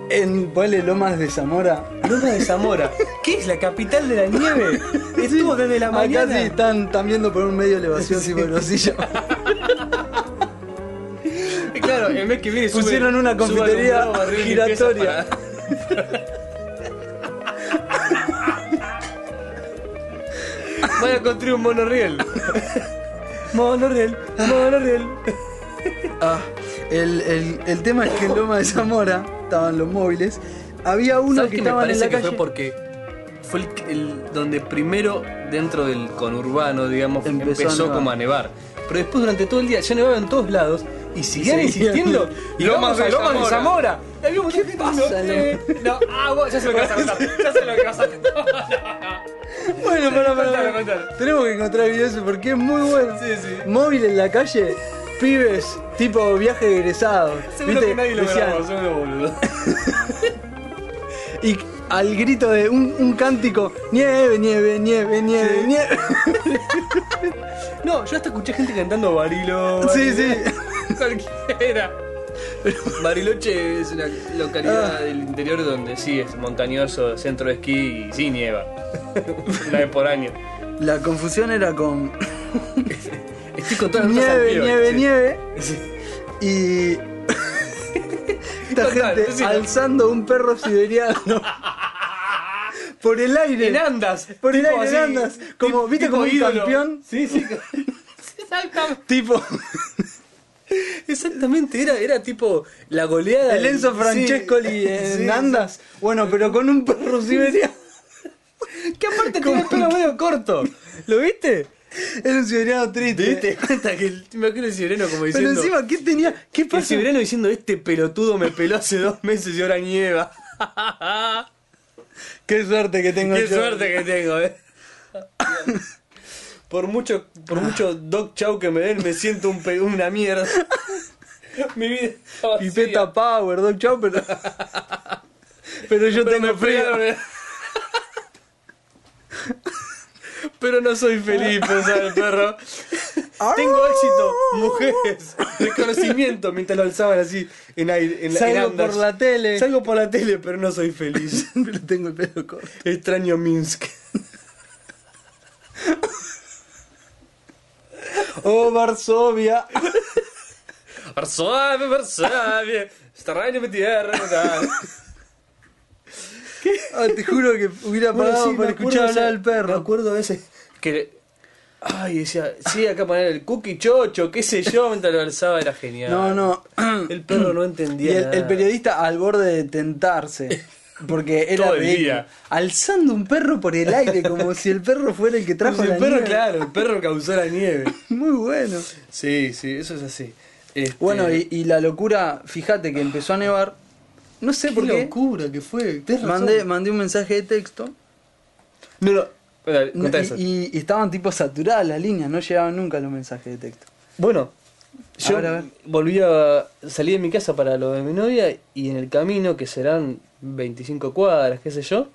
[SPEAKER 1] En Pueblo Lomas de Zamora.
[SPEAKER 2] Loma de Zamora. ¿Qué es la capital de la nieve? Estuvo desde la
[SPEAKER 1] Acá
[SPEAKER 2] mañana.
[SPEAKER 1] sí están, están viendo por un medio de elevación, tipo el osillo.
[SPEAKER 2] Claro, el mes que viene sube-
[SPEAKER 1] Pusieron una
[SPEAKER 2] sube
[SPEAKER 1] confitería
[SPEAKER 2] alumbrado, barril, limpieza
[SPEAKER 1] giratoria.
[SPEAKER 2] para- Van a construir un monorriel. monorriel, monorriel.
[SPEAKER 1] Ah, el, el- el tema es que en Loma de Zamora estaban los móviles. Había uno
[SPEAKER 2] ¿Sabes
[SPEAKER 1] que
[SPEAKER 2] qué me
[SPEAKER 1] estaban en
[SPEAKER 2] parece
[SPEAKER 1] la
[SPEAKER 2] que
[SPEAKER 1] calle.
[SPEAKER 2] fue porque fue el, el- donde primero dentro del conurbano, digamos,
[SPEAKER 1] Empezó
[SPEAKER 2] empezó,
[SPEAKER 1] a nevar.
[SPEAKER 2] como a nevar. Pero después durante todo el día ya nevaba en todos lados y
[SPEAKER 1] seguían.
[SPEAKER 2] seguían insistiendo. Y
[SPEAKER 3] Lomas
[SPEAKER 2] vamos a
[SPEAKER 3] de
[SPEAKER 2] Lomas de
[SPEAKER 3] Zamora.
[SPEAKER 2] Zamora. Y había un montón de gente
[SPEAKER 1] pasa,
[SPEAKER 2] diciendo, "Eh, no, ah, vos, ya se lo que vas a contar, Ya se lo que vas a contar.
[SPEAKER 1] Bueno, para, para,
[SPEAKER 2] Contalo,
[SPEAKER 1] para.
[SPEAKER 2] contalo.
[SPEAKER 1] Tenemos que encontrar el video ese porque es muy bueno. Móvil en la calle, pibes, tipo viaje de egresados.
[SPEAKER 2] Seguro
[SPEAKER 1] ¿viste?
[SPEAKER 2] que nadie lo
[SPEAKER 1] Decían,
[SPEAKER 2] grabó, seguro, boludo.
[SPEAKER 1] Y al grito de un, un cántico, nieve, nieve, nieve, nieve, nieve.
[SPEAKER 2] No, yo hasta escuché gente cantando Barilo.
[SPEAKER 1] Sí,
[SPEAKER 2] Barilo, Cualquiera. Bariloche es una
[SPEAKER 1] Ah.
[SPEAKER 2] localidad del interior donde sí es montañoso, centro de esquí y sí nieva. una vez por año.
[SPEAKER 1] La confusión era con
[SPEAKER 2] Estoy con todas las notas al
[SPEAKER 1] nieve,
[SPEAKER 2] piola,
[SPEAKER 1] nieve,
[SPEAKER 2] sí.
[SPEAKER 1] nieve.
[SPEAKER 2] Sí.
[SPEAKER 1] Y. Esta
[SPEAKER 2] Total,
[SPEAKER 1] gente
[SPEAKER 2] decilo.
[SPEAKER 1] alzando un perro siberiano. Por el aire.
[SPEAKER 2] En andas.
[SPEAKER 1] Por el
[SPEAKER 2] tipo
[SPEAKER 1] aire, en
[SPEAKER 2] así,
[SPEAKER 1] andas. Como,
[SPEAKER 2] tip-
[SPEAKER 1] ¿viste
[SPEAKER 2] tipo
[SPEAKER 1] como un
[SPEAKER 2] ídolo.
[SPEAKER 1] campeón?
[SPEAKER 2] Sí, sí. Exactamente.
[SPEAKER 1] Tipo,
[SPEAKER 2] Exactamente, era, era tipo la goleada.
[SPEAKER 1] el Enzo
[SPEAKER 2] Sí.
[SPEAKER 1] Francescoli en
[SPEAKER 2] Sí, sí.
[SPEAKER 1] andas. Bueno, pero con un perro siberiano.
[SPEAKER 2] Que aparte tenía el pelo medio corto. ¿Lo viste?
[SPEAKER 1] Era un siberiano
[SPEAKER 2] ¿Te
[SPEAKER 1] triste.
[SPEAKER 2] diste cuenta que el, me imagino el sireno como
[SPEAKER 1] Pero
[SPEAKER 2] diciendo.
[SPEAKER 1] encima, ¿qué tenía? ¿Qué
[SPEAKER 2] el
[SPEAKER 1] pasó?
[SPEAKER 2] sireno diciendo, este pelotudo me peló hace dos meses y ahora nieva.
[SPEAKER 1] Qué suerte que tengo
[SPEAKER 2] Qué
[SPEAKER 1] yo.
[SPEAKER 2] suerte que tengo, eh. Por mucho, por mucho dog chow que me den, me siento un pe- una mierda. Oh, Mi vida. está vacía.
[SPEAKER 1] Pipeta Power, Doc Chau, pero. pero yo
[SPEAKER 2] Pero
[SPEAKER 1] tengo
[SPEAKER 2] me eh.
[SPEAKER 1] frío.
[SPEAKER 2] fregaron. pero no soy feliz, pensaba el perro. Tengo éxito, mujeres, reconocimiento, mientras lo alzaban así en aire, en, la- en
[SPEAKER 1] Salgo
[SPEAKER 2] andas.
[SPEAKER 1] por la tele.
[SPEAKER 2] Salgo por la tele, pero no soy feliz.
[SPEAKER 1] Pero tengo el pelo corto.
[SPEAKER 2] Extraño Minsk.
[SPEAKER 1] Oh, Varsovia.
[SPEAKER 2] Varsovia, Varsovia, extraño mi tierra.
[SPEAKER 1] Ah, te juro que hubiera
[SPEAKER 2] Bueno,
[SPEAKER 1] parado
[SPEAKER 2] sí,
[SPEAKER 1] para
[SPEAKER 2] me acuerdo
[SPEAKER 1] escuchar
[SPEAKER 2] de
[SPEAKER 1] hablar
[SPEAKER 2] esa-
[SPEAKER 1] al perro.
[SPEAKER 2] Me acuerdo a veces que. Ay, decía, sí, acá poner el cookie chocho, qué sé yo, mientras lo alzaba era genial.
[SPEAKER 1] No, no.
[SPEAKER 2] El perro no
[SPEAKER 1] Y
[SPEAKER 2] entendía.
[SPEAKER 1] el,
[SPEAKER 2] nada.
[SPEAKER 1] el periodista al borde de tentarse. Porque era
[SPEAKER 2] Todo el
[SPEAKER 1] ridículo.
[SPEAKER 2] día.
[SPEAKER 1] Alzando un perro por el aire, como si el perro fuera el que trajo
[SPEAKER 2] Pues el
[SPEAKER 1] la
[SPEAKER 2] perro,
[SPEAKER 1] nieve.
[SPEAKER 2] claro, el perro causó la nieve.
[SPEAKER 1] Muy bueno.
[SPEAKER 2] Sí, sí, eso es así. Este,
[SPEAKER 1] Bueno, y, y la locura, fíjate que empezó a nevar. No sé
[SPEAKER 2] qué
[SPEAKER 1] por qué.
[SPEAKER 2] locura que fue. tenés razón.
[SPEAKER 1] Mandé, mandé un mensaje de texto.
[SPEAKER 2] No, no. Dale, contá
[SPEAKER 1] y-
[SPEAKER 2] eso.
[SPEAKER 1] Y, y estaban tipo saturadas las líneas, no llegaban nunca los mensajes de texto.
[SPEAKER 2] Bueno, yo
[SPEAKER 1] ver, a ver.
[SPEAKER 2] volví a salí de mi casa para lo de mi novia y en el camino, que serán 25 cuadras, qué sé yo,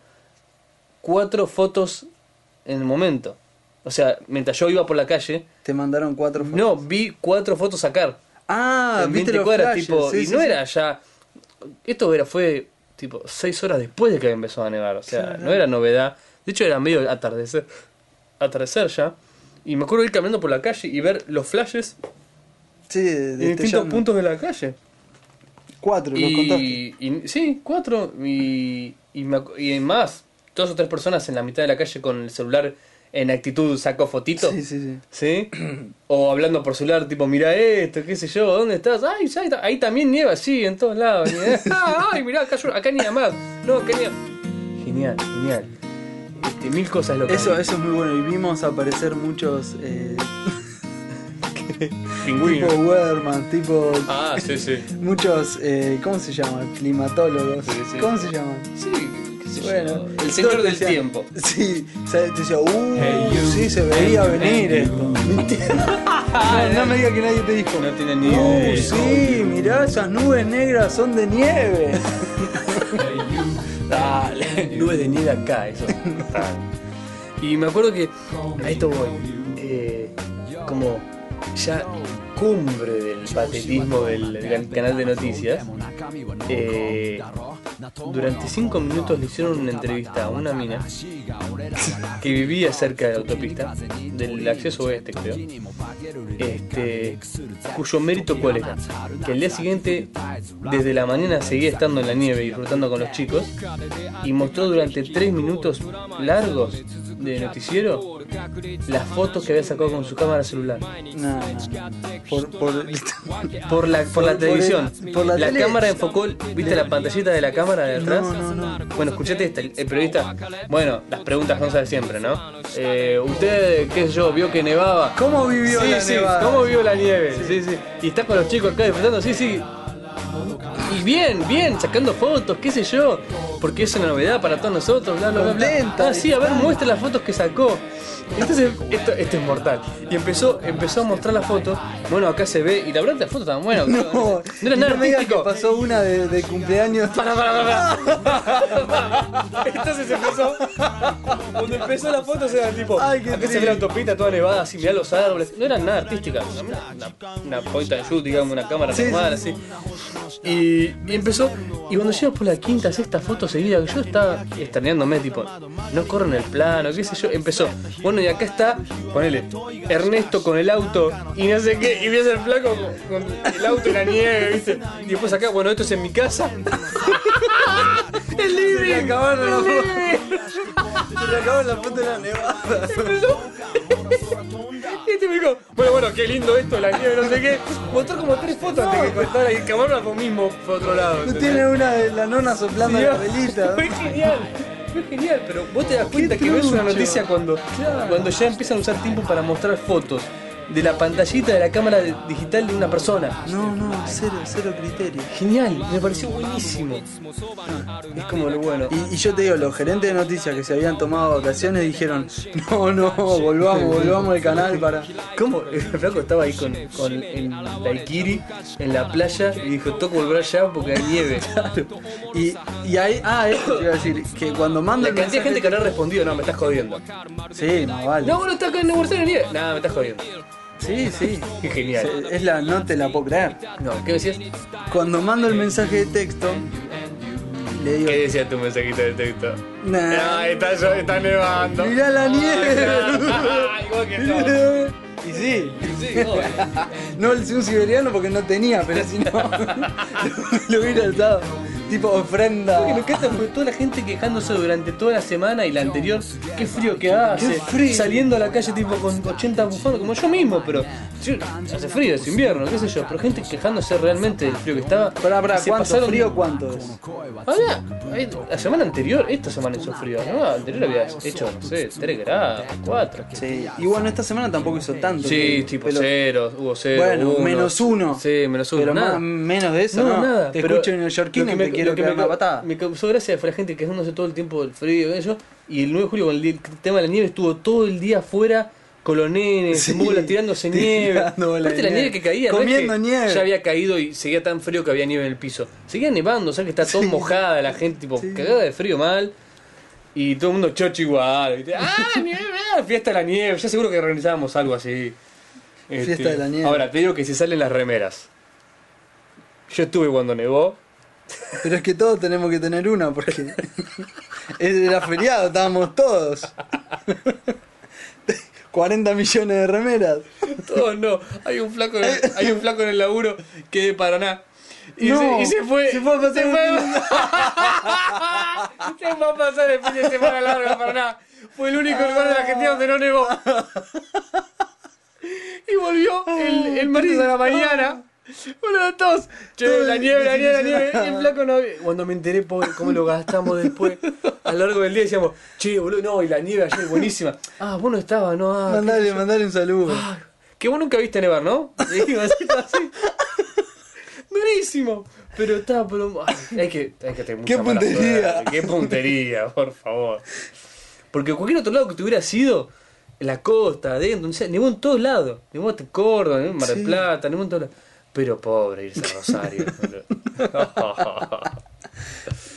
[SPEAKER 2] cuatro fotos en el momento. O sea, mientras yo iba por la calle,
[SPEAKER 1] Te mandaron cuatro fotos.
[SPEAKER 2] no, vi cuatro fotos sacar.
[SPEAKER 1] Ah,
[SPEAKER 2] en
[SPEAKER 1] viste
[SPEAKER 2] 20
[SPEAKER 1] los
[SPEAKER 2] cuadras,
[SPEAKER 1] flashes,
[SPEAKER 2] tipo,
[SPEAKER 1] sí,
[SPEAKER 2] y
[SPEAKER 1] sí,
[SPEAKER 2] no
[SPEAKER 1] sí.
[SPEAKER 2] era ya... Esto era fue, tipo, seis horas después de que empezó a nevar. O sea,
[SPEAKER 1] Claro.
[SPEAKER 2] no era novedad. De hecho, era medio atardecer. Atardecer ya. Y me acuerdo ir caminando por la calle y ver los flashes
[SPEAKER 1] Sí, de-
[SPEAKER 2] en
[SPEAKER 1] de
[SPEAKER 2] distintos
[SPEAKER 1] Tellano.
[SPEAKER 2] puntos de la calle.
[SPEAKER 1] Cuatro, nos contaste.
[SPEAKER 2] Y, y- sí, cuatro. Y, y, me acu- y más, dos o tres personas en la mitad de la calle con el celular en actitud saco fotito.
[SPEAKER 1] Sí,
[SPEAKER 2] Sí.
[SPEAKER 1] sí, sí.
[SPEAKER 2] o hablando por celular, tipo, mira esto, qué sé yo, ¿dónde estás? Ay, ya está- ahí también nieva, sí, en todos lados. ni- Ah, Ay, mirá, acá, llueve, acá nieva más. No, acá nieva. Genial, genial. Este, mil cosas locas.
[SPEAKER 1] Eso, eso es muy bueno. Y vimos aparecer muchos eh, tipo
[SPEAKER 2] Pingüino.
[SPEAKER 1] Weatherman, tipo.
[SPEAKER 2] Ah, sí, sí.
[SPEAKER 1] Muchos, eh, ¿cómo se llaman? Climatólogos.
[SPEAKER 2] Sí, sí.
[SPEAKER 1] ¿Cómo se llaman?
[SPEAKER 2] Sí, qué sé yo.
[SPEAKER 1] Bueno,
[SPEAKER 2] el señor
[SPEAKER 1] todos
[SPEAKER 2] del
[SPEAKER 1] decían-
[SPEAKER 2] tiempo.
[SPEAKER 1] Sí, se, te decía, uh,
[SPEAKER 2] Hey, you.
[SPEAKER 1] sí, se veía
[SPEAKER 2] Hey, you.
[SPEAKER 1] venir
[SPEAKER 2] Hey,
[SPEAKER 1] esto. no, no me digas que nadie te dijo.
[SPEAKER 2] No tiene ni
[SPEAKER 1] Uh,
[SPEAKER 2] idea.
[SPEAKER 1] sí, mirá, esas nubes negras son de nieve.
[SPEAKER 2] Dale. Nubes de nieve acá, eso. y me acuerdo que. A esto voy. eh, como ya cumbre del patetismo del, del canal de noticias. eh, durante cinco minutos le hicieron una entrevista a una mina que vivía cerca de la autopista, del acceso oeste creo, este, cuyo mérito cuál era, que al día siguiente, desde la mañana seguía estando en la nieve y disfrutando con los chicos, y mostró durante tres minutos largos de noticiero las fotos que había sacado con su cámara celular.
[SPEAKER 1] No, por, por
[SPEAKER 2] Por la, por la
[SPEAKER 1] Por- por
[SPEAKER 2] televisión.
[SPEAKER 1] el- por la
[SPEAKER 2] la
[SPEAKER 1] tele.
[SPEAKER 2] cámara enfocó, ¿viste la pantallita de la cámara de atrás?
[SPEAKER 1] No, no,
[SPEAKER 2] Bueno, escuchate esta, el periodista. Bueno, las preguntas no sabes siempre, ¿no? Eh, usted, qué sé yo, vio que nevaba.
[SPEAKER 1] ¿Cómo vivió
[SPEAKER 2] sí,
[SPEAKER 1] la
[SPEAKER 2] sí,
[SPEAKER 1] nevada?
[SPEAKER 2] ¿cómo vio la nieve? Sí. sí, Y estás con los chicos acá disfrutando, sí, sí. Y bien, bien, sacando fotos, qué sé yo, porque es una novedad para todos nosotros, bla, bla, bla, bla.
[SPEAKER 1] Contenta,
[SPEAKER 2] Ah, sí, a ver,
[SPEAKER 1] está.
[SPEAKER 2] muestra las fotos que sacó. Entonces, esto, esto es mortal. Y empezó, empezó a mostrar las fotos. Bueno, acá se ve, y la verdad, las fotos estaban buenas.
[SPEAKER 1] eh. No,
[SPEAKER 2] no era
[SPEAKER 1] y
[SPEAKER 2] nada
[SPEAKER 1] me digas que
[SPEAKER 2] artístico.
[SPEAKER 1] pasó una de, de cumpleaños.
[SPEAKER 2] Para, para, para, Entonces empezó. Cuando empezó la foto se tipo.
[SPEAKER 1] Ay, qué
[SPEAKER 2] acá se
[SPEAKER 1] triste.
[SPEAKER 2] ve la autopista toda nevada, así mirá los árboles. No era nada artística, una, una, una point and shoot, digamos, una cámara
[SPEAKER 1] Sí,
[SPEAKER 2] normal, así. Y, y empezó. Y cuando llego por la quinta, sexta foto seguida, que yo estaba externándome, tipo, no corren el plano, qué sé yo. Empezó. Bueno, y acá está, ponele, Ernesto con el auto y no sé qué. Y ves el flaco con, con el auto y la nieve, ¿viste? Y después acá, bueno, esto es en mi casa. ¡El living!
[SPEAKER 1] Se le acabaron
[SPEAKER 2] ¡El
[SPEAKER 1] los-
[SPEAKER 2] living!
[SPEAKER 1] Se le acabó la foto de la nevada.
[SPEAKER 2] Y este me dijo, bueno, bueno, qué lindo esto, la nieve, no sé qué. Mostró como tres fotos antes que cortara y el camarógrafo mismo fue a otro lado.
[SPEAKER 1] Tú
[SPEAKER 2] ¿entendés?
[SPEAKER 1] tienes una de la nona soplando la velita.
[SPEAKER 2] Fue genial, fue genial, pero vos te das cuenta que ves una
[SPEAKER 1] trucho.
[SPEAKER 2] noticia cuando, cuando ya empiezan a usar tiempo para mostrar fotos. de la pantallita de la cámara de- digital de una persona.
[SPEAKER 1] No, no, cero, cero criterio.
[SPEAKER 2] Genial, me pareció buenísimo. Es como lo bueno.
[SPEAKER 1] Y, y yo te digo, los gerentes de noticias que se habían tomado vacaciones dijeron, no, no, volvamos, volvamos al canal para...
[SPEAKER 2] ¿Cómo? El flaco estaba ahí con, con el daiquiri en la playa y dijo, toco volver allá porque hay nieve.
[SPEAKER 1] Y, y ahí, ah, esto te iba a decir, que cuando manda
[SPEAKER 2] La
[SPEAKER 1] el
[SPEAKER 2] cantidad de
[SPEAKER 1] mensaje-
[SPEAKER 2] gente que habrá respondido, no, me estás jodiendo.
[SPEAKER 1] Sí, más vale.
[SPEAKER 2] No, bueno, estás acá en Buenos Aires, nieve. No, me estás jodiendo.
[SPEAKER 1] Sí, sí.
[SPEAKER 2] Qué genial.
[SPEAKER 1] Se- Es la, no te la puedo creer.
[SPEAKER 2] No, ¿qué decías?
[SPEAKER 1] Cuando mando el mensaje de texto, le digo,
[SPEAKER 2] ¿Qué decía tu mensajito de texto?
[SPEAKER 1] nah,
[SPEAKER 2] Ay, está, llo- está nevando.
[SPEAKER 1] mirá la nieve.
[SPEAKER 2] Ah, Igual que todo.
[SPEAKER 1] y sí,
[SPEAKER 2] Sí,
[SPEAKER 1] no
[SPEAKER 2] no.
[SPEAKER 1] el un siberiano porque no tenía, pero si no, lo- lo hubiera usado. Tipo ofrenda.
[SPEAKER 2] Lo que me encanta fue toda la gente quejándose durante toda la semana y la anterior. Qué frío que hace.
[SPEAKER 1] Qué frío.
[SPEAKER 2] Saliendo a la calle tipo con 80 bufandas, como yo mismo, pero yo- hace frío, es invierno, qué sé yo. Pero gente quejándose realmente del frío que estaba.
[SPEAKER 1] Pará, pará,
[SPEAKER 2] Se
[SPEAKER 1] ¿cuánto
[SPEAKER 2] pasaron-
[SPEAKER 1] frío cuánto es?
[SPEAKER 2] Había, eh, la semana anterior, esta semana hizo frío, ¿no? La anterior había hecho, no sé, 3 grados, 4.
[SPEAKER 1] Sí. Y bueno, esta semana tampoco hizo tanto.
[SPEAKER 2] Sí,
[SPEAKER 1] que-
[SPEAKER 2] tipo
[SPEAKER 1] pero-
[SPEAKER 2] cero, hubo cero.
[SPEAKER 1] Bueno,
[SPEAKER 2] uno.
[SPEAKER 1] menos uno.
[SPEAKER 2] Sí, menos uno.
[SPEAKER 1] Pero
[SPEAKER 2] nada.
[SPEAKER 1] más- menos de eso,
[SPEAKER 2] no,
[SPEAKER 1] no.
[SPEAKER 2] nada.
[SPEAKER 1] Te
[SPEAKER 2] pero
[SPEAKER 1] escucho en
[SPEAKER 2] lo
[SPEAKER 1] neoyorquino y
[SPEAKER 2] que
[SPEAKER 1] te quiero
[SPEAKER 2] lo que
[SPEAKER 1] pegar
[SPEAKER 2] me-
[SPEAKER 1] una patada.
[SPEAKER 2] Me causó gracia fue la gente quejándose todo el tiempo del frío y eso. Y el 9 de julio con el, di- el tema de la nieve estuvo todo el día afuera con los nenes,
[SPEAKER 1] Sí,
[SPEAKER 2] en bolas, tirándose nieve.
[SPEAKER 1] tirando bola
[SPEAKER 2] Aparte
[SPEAKER 1] de
[SPEAKER 2] la nieve
[SPEAKER 1] nieve.
[SPEAKER 2] que caía, no es
[SPEAKER 1] Comiendo
[SPEAKER 2] que
[SPEAKER 1] nieve.
[SPEAKER 2] Ya había caído y seguía tan frío que había nieve en el piso. Seguía nevando, o sea que está todo mojada la gente, tipo, cagada de frío mal. Y todo el mundo chocho igual. ¿viste? ¡Ah, nieve! ah, Fiesta de la nieve. Ya seguro que organizábamos algo así. Este,
[SPEAKER 1] Fiesta de la nieve.
[SPEAKER 2] Ahora, te digo que se salen las remeras. Yo estuve cuando nevó.
[SPEAKER 1] Pero es que todos tenemos que tener una porque era feriado, estábamos todos. 40 millones de remeras.
[SPEAKER 2] Todos Oh, no. Hay un flaco en el, hay un flaco en el laburo que es de Paraná. Y,
[SPEAKER 1] No,
[SPEAKER 2] se, y se fue.
[SPEAKER 1] se fue a pasar
[SPEAKER 2] se
[SPEAKER 1] el fin
[SPEAKER 2] se fue a pasar el fin de semana largo a Paraná. Fue el único lugar de la Argentina donde no nevó. Y volvió el, el martes a la mañana. Bueno, los dos. Che,
[SPEAKER 1] Todo
[SPEAKER 2] la nieve, la nieve, la nieve.
[SPEAKER 1] desilusionado.
[SPEAKER 2] Y el flaco no había- Cuando me enteré, pobre, cómo lo gastamos después. A lo largo del día decíamos, che, boludo, no, y la nieve ayer buenísima. Ah, vos no estabas, no, ah, qué
[SPEAKER 1] Mandale, mandale un saludo.
[SPEAKER 2] Ah, Que vos nunca viste nevar, ¿no? Le digo así, así. Durísimo. Pero está, pero. ay, hay que, hay que tener mucha
[SPEAKER 1] Qué
[SPEAKER 2] mala
[SPEAKER 1] puntería.
[SPEAKER 2] suerte, Qué puntería, por favor. Porque cualquier otro lado que te hubiera sido, en la costa, adentro, no sé, nevó en todos lados. Nevó en Córdoba, nevó en Mar del
[SPEAKER 1] Sí.
[SPEAKER 2] Plata, nevó en todos lados. Pero pobre irse a Rosario. boludo.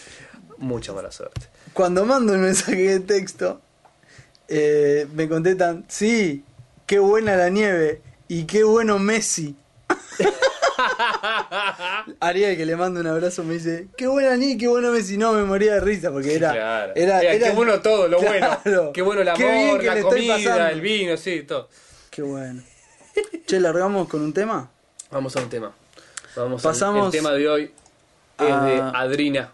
[SPEAKER 2] Mucha mala suerte.
[SPEAKER 1] Cuando mando un mensaje de texto, eh, me contestan, sí, qué buena la nieve y qué bueno Messi. Ariel, que le mando un abrazo, me dice, qué buena nieve y qué bueno Messi. No, me moría de risa porque era...
[SPEAKER 2] Claro.
[SPEAKER 1] era,
[SPEAKER 2] Era, qué
[SPEAKER 1] era-
[SPEAKER 2] bueno todo, lo bueno.
[SPEAKER 1] Claro.
[SPEAKER 2] Qué bueno el
[SPEAKER 1] Qué bien
[SPEAKER 2] amor,
[SPEAKER 1] que
[SPEAKER 2] la
[SPEAKER 1] le estoy pasando.
[SPEAKER 2] comida, el vino, sí, todo.
[SPEAKER 1] Qué bueno. Che, largamos con un tema.
[SPEAKER 2] Vamos a un tema. Vamos
[SPEAKER 1] Pasamos
[SPEAKER 2] al el tema de hoy. Es
[SPEAKER 1] a-
[SPEAKER 2] de Adrina.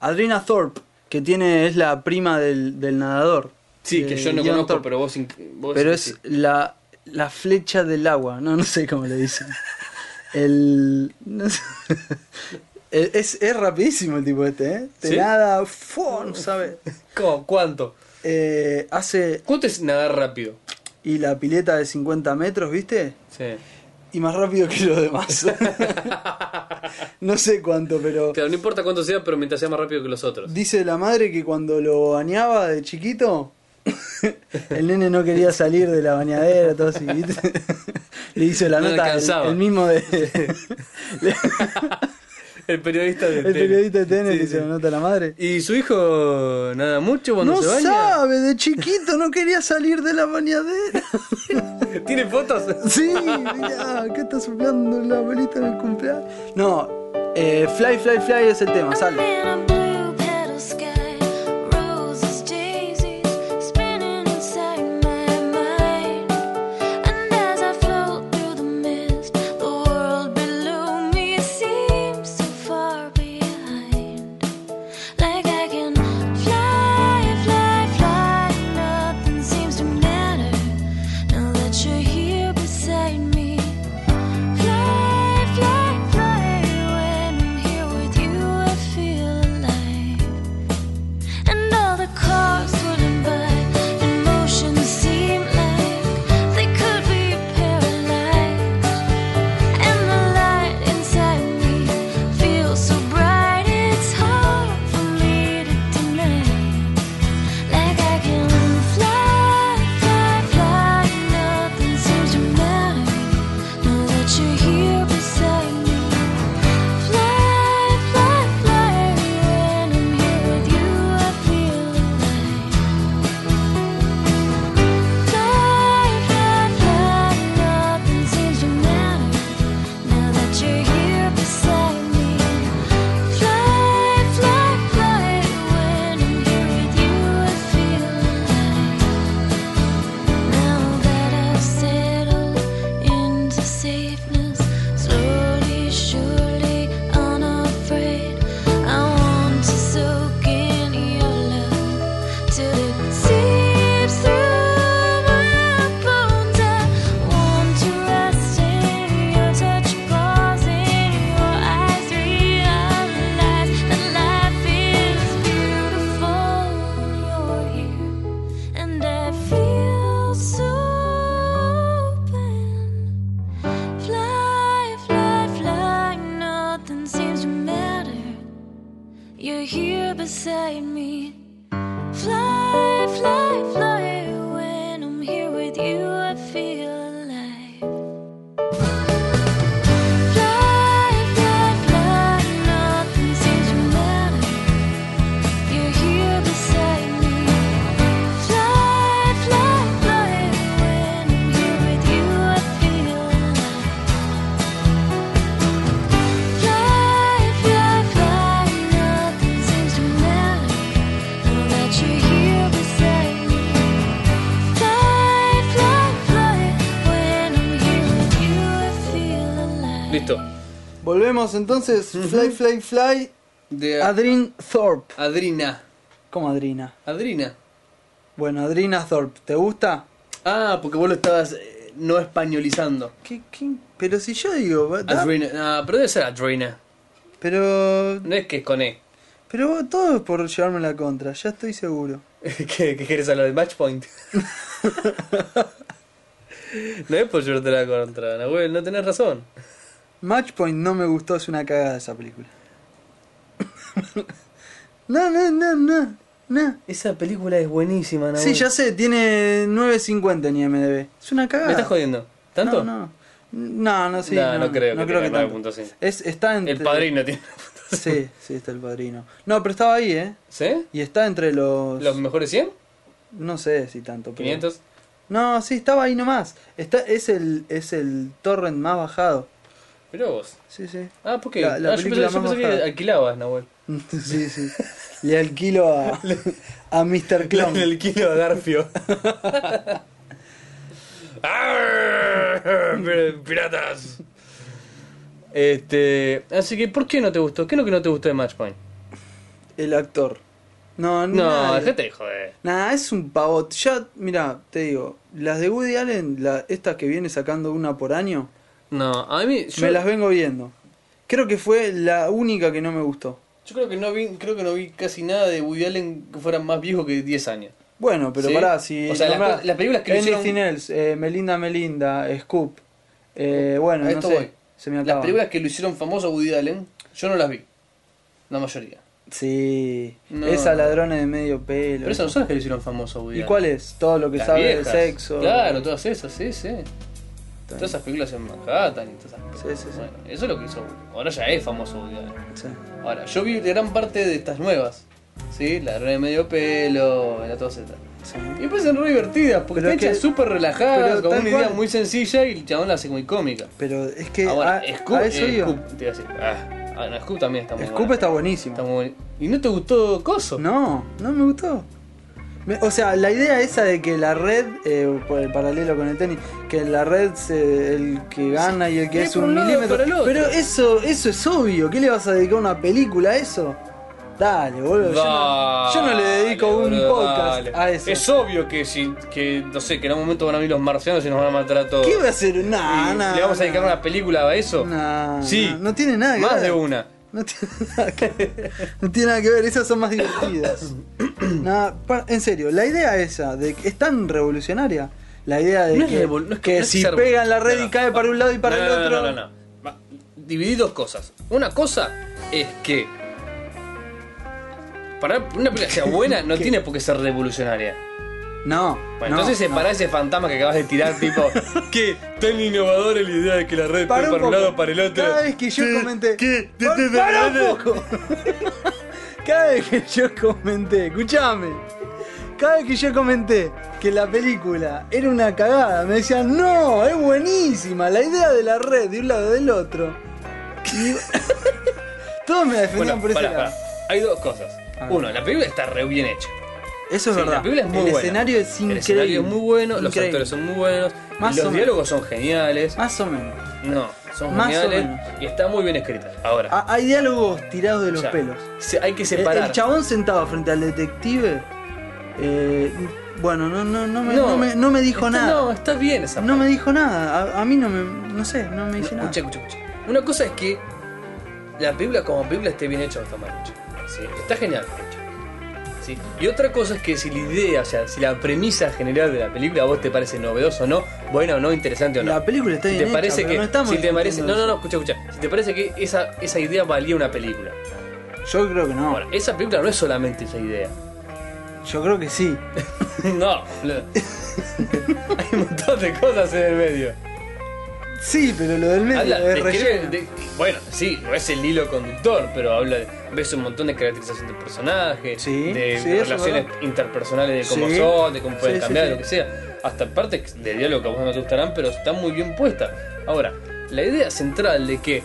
[SPEAKER 1] Adrina Thorpe, que tiene es la prima del, del nadador.
[SPEAKER 2] Sí,
[SPEAKER 1] De
[SPEAKER 2] que yo no
[SPEAKER 1] Ian
[SPEAKER 2] conozco,
[SPEAKER 1] Thorpe.
[SPEAKER 2] pero vos, in- vos
[SPEAKER 1] Pero
[SPEAKER 2] sí.
[SPEAKER 1] es la, la flecha del agua, no, no sé cómo le dicen. El, no sé. El- es, es rapidísimo el tipo este, ¿eh? Te
[SPEAKER 2] ¿Sí?
[SPEAKER 1] nada, ¡fua! no sabe.
[SPEAKER 2] ¿Cómo? ¿Cuánto?
[SPEAKER 1] Eh, hace.
[SPEAKER 2] ¿Cuánto es nadar rápido?
[SPEAKER 1] Y la pileta de 50 metros, ¿viste?
[SPEAKER 2] Sí.
[SPEAKER 1] Y más rápido que los demás. no sé cuánto, pero.
[SPEAKER 2] Claro, no importa cuánto sea, pero mientras sea más rápido que los otros.
[SPEAKER 1] Dice la madre que cuando lo bañaba de chiquito, el nene no quería salir de la bañadera, todo así. ¿viste? Le hizo la
[SPEAKER 2] No
[SPEAKER 1] nota el,
[SPEAKER 2] alcanzaba.
[SPEAKER 1] el mismo de.
[SPEAKER 2] El periodista de
[SPEAKER 1] el periodista de TN
[SPEAKER 2] Sí,
[SPEAKER 1] le hizo
[SPEAKER 2] sí.
[SPEAKER 1] la nota a la madre.
[SPEAKER 2] ¿Y su hijo nada mucho cuando
[SPEAKER 1] No
[SPEAKER 2] se baña?
[SPEAKER 1] sabe, de chiquito no quería salir de la bañadera.
[SPEAKER 2] ¿Tiene fotos?
[SPEAKER 1] Sí, mirá, ¿qué está soplando la abuelita en el cumpleaños? No, eh, Fly, Fly, Fly es el tema, sale.
[SPEAKER 4] In a blue petal sky, roses, daisies, spinning inside my mind. And as I float through the mist, the world below me seems so far behind. Like I can fly, fly, fly, nothing seems to matter now that you're here beside me. Fly, fly, fly. When I'm here with you, I feel alive. You're here beside me. Fly, fly, fly. When I'm here with you, I feel alive. Fly, fly, fly. Nothing seems to matter. You're here beside me. Fly, fly, fly. When I'm here with you, I feel alive. Fly, fly, fly. Nothing seems to matter. Know that you're here beside me. Fly, fly, fly. When I'm here with you, I feel alive.
[SPEAKER 5] Listo.
[SPEAKER 1] Volvemos entonces, Fly Fly Fly,
[SPEAKER 2] De
[SPEAKER 1] Adrin Thorpe.
[SPEAKER 5] Adrina.
[SPEAKER 1] ¿Cómo Adrina?
[SPEAKER 5] Adrina.
[SPEAKER 1] Bueno, Adrina Thorpe, ¿te gusta?
[SPEAKER 5] Ah, porque vos lo estabas eh, no españolizando.
[SPEAKER 1] ¿Qué, qué? Pero si yo digo, va- da-
[SPEAKER 5] Adrina. Ah, pero debe ser Adrina.
[SPEAKER 1] pero
[SPEAKER 5] No es que es con E.
[SPEAKER 1] pero vos- todo es por llevarme la contra, ya estoy seguro.
[SPEAKER 5] ¿Qué, qué querés hablar de Match Point? no es por llevarte la contra, Nahuel, no tenés razón.
[SPEAKER 1] Matchpoint no me gustó, es una cagada esa película. no, no, no, no, no.
[SPEAKER 5] Esa película es buenísima, Nahuel.
[SPEAKER 1] Sí, ya sé, tiene 9.50 en IMDb. Es una cagada.
[SPEAKER 5] ¿Me estás jodiendo? ¿Tanto?
[SPEAKER 1] No, no. No, no, sí,
[SPEAKER 5] No, no creo que tenga
[SPEAKER 1] tanto.
[SPEAKER 5] 9.5.
[SPEAKER 1] Es, está entre...
[SPEAKER 5] El padrino tiene.
[SPEAKER 1] Sí, sí, está el padrino. No, pero estaba ahí, ¿eh?
[SPEAKER 5] ¿Sí?
[SPEAKER 1] Y está entre los.
[SPEAKER 5] ¿Los mejores 100?
[SPEAKER 1] No sé si tanto. Pero...
[SPEAKER 5] ¿500?
[SPEAKER 1] No, sí, estaba ahí nomás. Está, es, el, es el torrent más bajado.
[SPEAKER 5] Mirá vos.
[SPEAKER 1] Sí, sí.
[SPEAKER 5] Ah, ¿por qué?
[SPEAKER 1] La- la
[SPEAKER 5] ah, yo pensé,
[SPEAKER 1] película más
[SPEAKER 5] yo pensé que
[SPEAKER 1] bajada.
[SPEAKER 5] alquilabas, Nahuel.
[SPEAKER 1] sí, sí. Le alquilo a, a Mr. Clown.
[SPEAKER 5] El kilo de Garfio. ¡Arr! ¡Piratas! Este, así que, ¿por qué no te gustó? ¿Qué es lo que no te gustó de Matchpoint?
[SPEAKER 1] El actor. No,
[SPEAKER 5] No,
[SPEAKER 1] nadie.
[SPEAKER 5] dejate de joder.
[SPEAKER 1] Nah, es un pavot. Ya, mira, te digo, las de Woody Allen, la, estas que viene sacando una por año,
[SPEAKER 5] No, a mí. Yo,
[SPEAKER 1] me las vengo viendo. Creo que fue la única que no me gustó.
[SPEAKER 5] yo creo que no vi creo que no vi casi nada de Woody Allen que fuera más viejo que 10 años.
[SPEAKER 1] Bueno, pero
[SPEAKER 5] Sí.
[SPEAKER 1] pará, si.
[SPEAKER 5] O sea, las
[SPEAKER 1] nombrás
[SPEAKER 5] cosas- las películas que le
[SPEAKER 1] Anything
[SPEAKER 5] hicieron-
[SPEAKER 1] Else, eh, Melinda Melinda, Scoop. eh, bueno,
[SPEAKER 5] Oh, A
[SPEAKER 1] no
[SPEAKER 5] esto
[SPEAKER 1] sé.
[SPEAKER 5] voy.
[SPEAKER 1] Se me
[SPEAKER 5] Las
[SPEAKER 1] acaban.
[SPEAKER 5] películas que lo hicieron famoso a Woody Allen, yo no las vi. La mayoría.
[SPEAKER 1] Sí.
[SPEAKER 5] No.
[SPEAKER 1] Esa ladrones de medio pelo.
[SPEAKER 5] Pero esas no son las que lo hicieron famoso a Woody
[SPEAKER 1] ¿Y
[SPEAKER 5] Allen.
[SPEAKER 1] cuál es? Todo lo que
[SPEAKER 5] Las
[SPEAKER 1] sabe
[SPEAKER 5] viejas.
[SPEAKER 1] de sexo.
[SPEAKER 5] Claro, todas esas, sí, sí.
[SPEAKER 1] Está
[SPEAKER 5] Todas esas películas en Manhattan y todas esas cosas.
[SPEAKER 1] Sí, sí, sí.
[SPEAKER 5] Bueno, eso es lo que hizo. Ahora ya es famoso Woody Allen.
[SPEAKER 1] Sí.
[SPEAKER 5] Ahora, yo vi gran parte de estas nuevas. ¿Sí? La de medio pelo, la todas estas.
[SPEAKER 1] Sí.
[SPEAKER 5] Y me parecen re divertidas, porque
[SPEAKER 1] Pero
[SPEAKER 5] están
[SPEAKER 1] es que-
[SPEAKER 5] hechas súper relajadas,
[SPEAKER 1] pero
[SPEAKER 5] con
[SPEAKER 1] tal
[SPEAKER 5] una idea
[SPEAKER 1] cual.
[SPEAKER 5] muy sencilla y el chabón la hace muy cómica.
[SPEAKER 1] Pero es que.
[SPEAKER 5] Ahora,
[SPEAKER 1] a-
[SPEAKER 5] Scoop,
[SPEAKER 1] a eso
[SPEAKER 5] eh,
[SPEAKER 1] iba.
[SPEAKER 5] Scoop, te iba a decir. Ah, ah, no, Scoop también está muy
[SPEAKER 1] Scoop
[SPEAKER 5] buena.
[SPEAKER 1] está buenísimo.
[SPEAKER 5] Está muy buena. ¿Y no te gustó Coso?
[SPEAKER 1] No, no me gustó. Me- o sea, la idea esa de que la red, eh, por el paralelo con el tenis, que la red se, el que gana y el que
[SPEAKER 5] Sí,
[SPEAKER 1] es
[SPEAKER 5] por
[SPEAKER 1] un
[SPEAKER 5] un lado,
[SPEAKER 1] milímetro.
[SPEAKER 5] para el otro.
[SPEAKER 1] Pero eso, eso es obvio. ¿Qué le vas a dedicar a una película a eso? Dale, boludo. yo no- yo, no, le dedico
[SPEAKER 5] Dale,
[SPEAKER 1] un
[SPEAKER 5] boludo,
[SPEAKER 1] podcast
[SPEAKER 5] dale.
[SPEAKER 1] a eso.
[SPEAKER 5] Es obvio que si, que, no sé, que en algún momento van a venir los marcianos y nos van a matar a todos.
[SPEAKER 1] ¿Qué voy a hacer? Nah,
[SPEAKER 5] ¿Y
[SPEAKER 1] nah,
[SPEAKER 5] ¿Le vamos a
[SPEAKER 1] nah.
[SPEAKER 5] dedicar una película a eso?
[SPEAKER 1] Nah,
[SPEAKER 5] Sí.
[SPEAKER 1] nah, Ah, No tiene nada que
[SPEAKER 5] Más
[SPEAKER 1] ver.
[SPEAKER 5] de una.
[SPEAKER 1] No tiene nada que ver. No tiene nada que ver, esas son más divertidas. Nada, pa- en serio, la idea esa de que es tan revolucionaria. La idea de
[SPEAKER 5] No es
[SPEAKER 1] que,
[SPEAKER 5] revol- no es que-
[SPEAKER 1] que
[SPEAKER 5] no es
[SPEAKER 1] si
[SPEAKER 5] ser-
[SPEAKER 1] pegan la red
[SPEAKER 5] no,
[SPEAKER 1] y
[SPEAKER 5] no.
[SPEAKER 1] cae para un lado y para
[SPEAKER 5] No,
[SPEAKER 1] el
[SPEAKER 5] no, no,
[SPEAKER 1] otro.
[SPEAKER 5] No, no, no. Va, Dividí dos cosas. Una cosa es que. Para una película que sea buena, no tiene por qué ser revolucionaria.
[SPEAKER 1] No,
[SPEAKER 5] Bueno,
[SPEAKER 1] no,
[SPEAKER 5] entonces
[SPEAKER 1] no.
[SPEAKER 5] separá ese fantasma que acabas de tirar, tipo, que tan innovador es la idea de que la red
[SPEAKER 1] Pará un
[SPEAKER 5] esté para
[SPEAKER 1] poco.
[SPEAKER 5] un lado, para el otro.
[SPEAKER 1] Cada vez que yo
[SPEAKER 5] ¿Qué?
[SPEAKER 1] comenté.
[SPEAKER 5] ¿Qué?
[SPEAKER 1] Pa- ¡Para un poco! Cada vez que yo comenté, escuchame. Cada vez que yo comenté que la película era una cagada, me decían, no, es buenísima, la idea de la red de un lado del otro. Y- Todos me defendían
[SPEAKER 5] Bueno,
[SPEAKER 1] por ese
[SPEAKER 5] pará,
[SPEAKER 1] lado.
[SPEAKER 5] pará. Hay dos cosas.
[SPEAKER 1] A ver.
[SPEAKER 5] Uno, la película está re bien hecha.
[SPEAKER 1] Eso es
[SPEAKER 5] Sí,
[SPEAKER 1] verdad.
[SPEAKER 5] La película es muy
[SPEAKER 1] el
[SPEAKER 5] buena.
[SPEAKER 1] escenario es increíble.
[SPEAKER 5] El escenario es muy bueno, los
[SPEAKER 1] Increíble.
[SPEAKER 5] actores son muy buenos,
[SPEAKER 1] Más o
[SPEAKER 5] los
[SPEAKER 1] menos.
[SPEAKER 5] diálogos son geniales.
[SPEAKER 1] Más o menos.
[SPEAKER 5] No, son
[SPEAKER 1] Más o
[SPEAKER 5] geniales
[SPEAKER 1] menos.
[SPEAKER 5] y está muy bien escrita. Ahora,
[SPEAKER 1] Ah, hay diálogos tirados de los
[SPEAKER 5] o sea,
[SPEAKER 1] pelos.
[SPEAKER 5] se- hay que
[SPEAKER 1] El-
[SPEAKER 5] separar.
[SPEAKER 1] El chabón sentado frente al detective. eh, bueno, no, no, no, me,
[SPEAKER 5] No.
[SPEAKER 1] no me, no me dijo
[SPEAKER 5] Está-
[SPEAKER 1] nada.
[SPEAKER 5] No, está bien esa
[SPEAKER 1] No me dijo nada. A, a mí no me. No sé, no me dice
[SPEAKER 5] No,
[SPEAKER 1] nada.
[SPEAKER 5] escucha, escucha, escucha. Una cosa es que la película como película esté bien hecha o está mal hecha. ¿sí? Está genial hecha. ¿sí? Y otra cosa es que si la idea, o sea, si la premisa general de la película a vos te parece novedosa o no, buena o no, interesante o no.
[SPEAKER 1] La película está
[SPEAKER 5] Si
[SPEAKER 1] bien
[SPEAKER 5] te
[SPEAKER 1] hecha,
[SPEAKER 5] parece
[SPEAKER 1] pero
[SPEAKER 5] que
[SPEAKER 1] no estamos
[SPEAKER 5] si te parece
[SPEAKER 1] discutiendo
[SPEAKER 5] no no
[SPEAKER 1] eso.
[SPEAKER 5] no escucha escucha si te parece que esa, esa idea valía una película
[SPEAKER 1] Yo creo que no.
[SPEAKER 5] Ahora, esa película no es solamente esa idea.
[SPEAKER 1] Yo creo que sí.
[SPEAKER 5] No, no. hay un montón de cosas en el medio.
[SPEAKER 1] Sí, pero lo del medio
[SPEAKER 5] Habla-
[SPEAKER 1] es
[SPEAKER 5] describe-
[SPEAKER 1] relleno.
[SPEAKER 5] de- bueno, sí, no es el hilo conductor, pero habla de- ves un montón de caracterización de personajes,
[SPEAKER 1] Sí,
[SPEAKER 5] de
[SPEAKER 1] sí,
[SPEAKER 5] de
[SPEAKER 1] eso es
[SPEAKER 5] relaciones
[SPEAKER 1] verdad.
[SPEAKER 5] interpersonales de cómo
[SPEAKER 1] Sí.
[SPEAKER 5] son, de cómo pueden
[SPEAKER 1] Sí, sí,
[SPEAKER 5] cambiar,
[SPEAKER 1] sí.
[SPEAKER 5] lo que sea. Hasta partes de diálogo que a vos no te gustarán, pero está muy bien puesta. Ahora, la idea central de que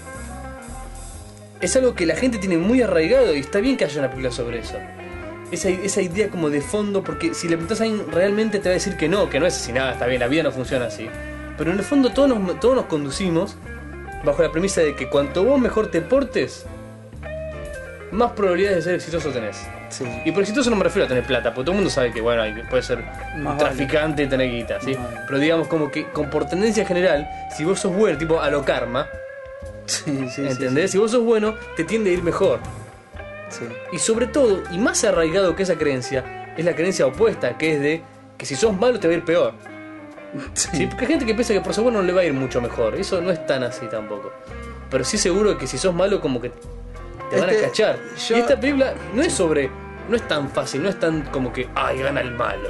[SPEAKER 5] es algo que la gente tiene muy arraigado y está bien que haya una película sobre eso. Esa, esa idea como de fondo, porque si le preguntas a alguien realmente te va a decir que no, que no es así, nada, está bien, la vida no funciona así. Pero en el fondo todos nos, todos nos conducimos bajo la premisa de que cuanto vos mejor te portes, más probabilidades de ser exitoso tenés.
[SPEAKER 1] Sí.
[SPEAKER 5] Y por exitoso no me refiero a tener plata, porque todo el mundo sabe que bueno, hay que- puede ser un
[SPEAKER 1] vale.
[SPEAKER 5] traficante y tener guita, ¿sí?
[SPEAKER 1] Más vale.
[SPEAKER 5] Pero digamos como que con, por tendencia general, si vos sos bueno, tipo a lo karma,
[SPEAKER 1] Sí, sí,
[SPEAKER 5] ¿entendés? Si vos sos bueno, te tiende a ir mejor.
[SPEAKER 1] Sí, sí.
[SPEAKER 5] Y sobre todo, y más arraigado que esa creencia, es la creencia opuesta, que es de que si sos malo te va a ir peor. Sí, porque hay gente que piensa que por ser bueno no le va a ir mucho mejor. Eso no es tan así tampoco. Pero sí seguro que si sos malo como que te van a
[SPEAKER 1] Este,
[SPEAKER 5] cachar.
[SPEAKER 1] yo-
[SPEAKER 5] Y esta película no es sobre... No es tan fácil, no es tan como que, ay, gana el malo.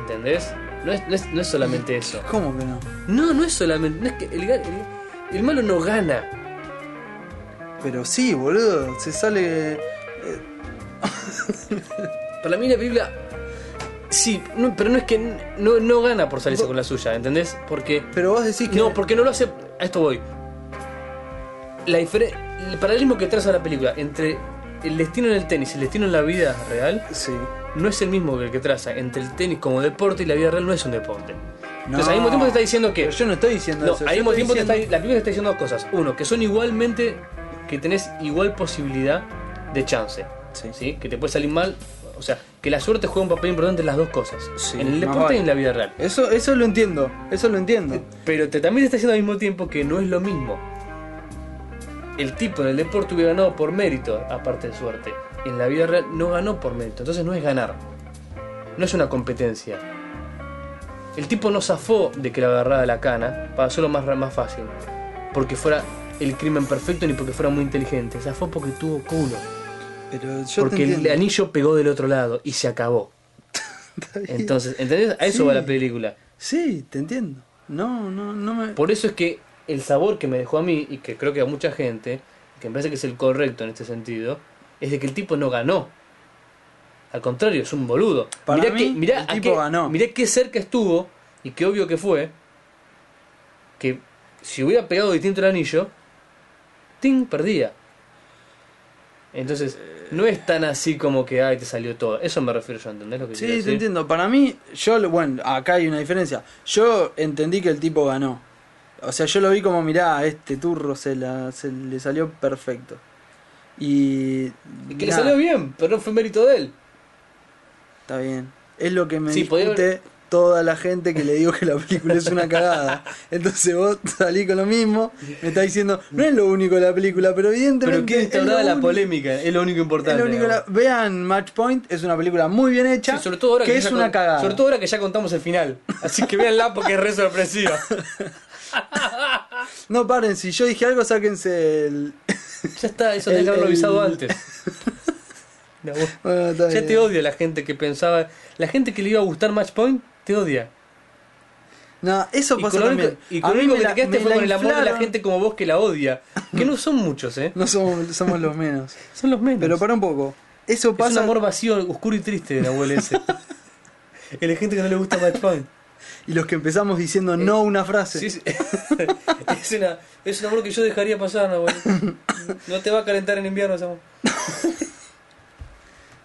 [SPEAKER 5] ¿Entendés? No es, no es- no es solamente eso.
[SPEAKER 1] ¿Cómo que no?
[SPEAKER 5] No, no es solamente... No es que el, ga- el- el malo no gana.
[SPEAKER 1] Pero sí, boludo. Se sale.
[SPEAKER 5] Para mí la película... Sí, no- pero no es que n- no, no gana por salirse con la suya, ¿entendés? Porque
[SPEAKER 1] Pero vos decís que.
[SPEAKER 5] No, porque no lo hace. A esto voy. La difere- el paralelismo que traza la película entre el destino en el tenis y el destino en la vida real
[SPEAKER 1] Sí.
[SPEAKER 5] no es el mismo que el que traza entre el tenis como deporte y la vida real no es un deporte. Entonces,
[SPEAKER 1] No.
[SPEAKER 5] al mismo tiempo te está diciendo que.
[SPEAKER 1] Pero yo no estoy diciendo
[SPEAKER 5] No,
[SPEAKER 1] eso.
[SPEAKER 5] al
[SPEAKER 1] yo
[SPEAKER 5] mismo
[SPEAKER 1] estoy
[SPEAKER 5] tiempo te está,
[SPEAKER 1] diciendo-
[SPEAKER 5] la película te está diciendo dos cosas. Uno, que son igualmente. que tenés igual posibilidad de chance.
[SPEAKER 1] Sí.
[SPEAKER 5] ¿sí? Que te puede salir mal. O sea, que la suerte juega un papel importante en las dos cosas.
[SPEAKER 1] Sí,
[SPEAKER 5] en el
[SPEAKER 1] más
[SPEAKER 5] deporte
[SPEAKER 1] vale.
[SPEAKER 5] y en la vida real.
[SPEAKER 1] Eso, eso lo entiendo. Eso lo
[SPEAKER 5] Eh,
[SPEAKER 1] entiendo.
[SPEAKER 5] Pero te, también te está diciendo al mismo tiempo que no es lo mismo. El tipo en el deporte hubiera ganado por mérito, aparte de suerte. En la vida real no ganó por mérito, entonces no es ganar. No es una competencia. El tipo no zafó de que la agarrada la cana para hacerlo más, más fácil. Porque fuera el crimen perfecto ni porque fuera muy inteligente. Zafó porque tuvo culo.
[SPEAKER 1] Pero yo
[SPEAKER 5] porque
[SPEAKER 1] te
[SPEAKER 5] el
[SPEAKER 1] entiendo.
[SPEAKER 5] anillo pegó del otro lado y se acabó. Entonces, ¿entendés? A eso
[SPEAKER 1] Sí.
[SPEAKER 5] va la película.
[SPEAKER 1] Sí, te entiendo. No, no, no me.
[SPEAKER 5] Por eso es que el sabor que me dejó a mí, y que creo que a mucha gente, que me parece que es el correcto en este sentido, es de que el tipo no ganó. Al contrario, es un boludo.
[SPEAKER 1] Para
[SPEAKER 5] mirá
[SPEAKER 1] mí,
[SPEAKER 5] que, mirá
[SPEAKER 1] el
[SPEAKER 5] a
[SPEAKER 1] tipo
[SPEAKER 5] qué-
[SPEAKER 1] ganó.
[SPEAKER 5] mirá qué cerca estuvo y qué obvio que fue que si hubiera pegado distinto el anillo, Ting perdía. Entonces,
[SPEAKER 1] Eh.
[SPEAKER 5] no es tan así como que, ay, te salió todo. Eso me refiero yo, ¿entendés lo que quiero
[SPEAKER 1] Sí,
[SPEAKER 5] decir?
[SPEAKER 1] te entiendo. Para mí, yo, lo- bueno, acá hay una diferencia. Yo entendí que el tipo ganó. O sea, yo lo vi como, mirá, este turro se, la, se le salió perfecto. Y.
[SPEAKER 5] Y que le
[SPEAKER 1] nada,
[SPEAKER 5] salió bien, pero no fue mérito de él.
[SPEAKER 1] Está bien. Es lo que me
[SPEAKER 5] Sí, podía
[SPEAKER 1] discute toda la gente que le digo que la película es una cagada. Entonces vos salís con lo mismo, me estás diciendo, no es lo único de la película, pero evidentemente.
[SPEAKER 5] Pero queda
[SPEAKER 1] es lo
[SPEAKER 5] instaurada la
[SPEAKER 1] único-
[SPEAKER 5] polémica, es lo único
[SPEAKER 1] es
[SPEAKER 5] importante.
[SPEAKER 1] lo único de la-
[SPEAKER 5] digamos.
[SPEAKER 1] Vean Match Point, es una película muy bien hecha,
[SPEAKER 5] Sí, sobre todo ahora
[SPEAKER 1] que,
[SPEAKER 5] que,
[SPEAKER 1] es
[SPEAKER 5] ya
[SPEAKER 1] una
[SPEAKER 5] con-
[SPEAKER 1] cagada.
[SPEAKER 5] Sobre todo ahora que ya contamos el final. Así que véanla porque es re sorpresiva.
[SPEAKER 1] No paren, si yo dije algo, sáquense el.
[SPEAKER 5] ya está, eso
[SPEAKER 1] El-
[SPEAKER 5] de haberlo
[SPEAKER 1] el-
[SPEAKER 5] avisado antes. No, vos-
[SPEAKER 1] Bueno, está
[SPEAKER 5] ya
[SPEAKER 1] bien.
[SPEAKER 5] te odia la gente que pensaba. La gente que le iba a gustar Match Point, te odia.
[SPEAKER 1] No, eso
[SPEAKER 5] Y
[SPEAKER 1] pasa
[SPEAKER 5] con lo único,
[SPEAKER 1] también.
[SPEAKER 5] y
[SPEAKER 1] A
[SPEAKER 5] con lo
[SPEAKER 1] mí
[SPEAKER 5] único
[SPEAKER 1] me
[SPEAKER 5] que
[SPEAKER 1] la-
[SPEAKER 5] te quedaste
[SPEAKER 1] me
[SPEAKER 5] fue
[SPEAKER 1] la
[SPEAKER 5] con el amor de la
[SPEAKER 1] inflaron.
[SPEAKER 5] gente como vos que la odia. Que no son muchos, ¿eh?
[SPEAKER 1] No somos, somos los menos.
[SPEAKER 5] Son los menos.
[SPEAKER 1] Pero para un poco. Eso
[SPEAKER 5] es un
[SPEAKER 1] pasa.
[SPEAKER 5] amor vacío, oscuro y triste de Nahuel ese. El gente que no le gusta Match Point.
[SPEAKER 1] Y los que empezamos diciendo no una frase.
[SPEAKER 5] Eh, Sí, sí. es, una, es un amor que yo dejaría pasar, Nahuel. No te va a calentar en invierno ese amor.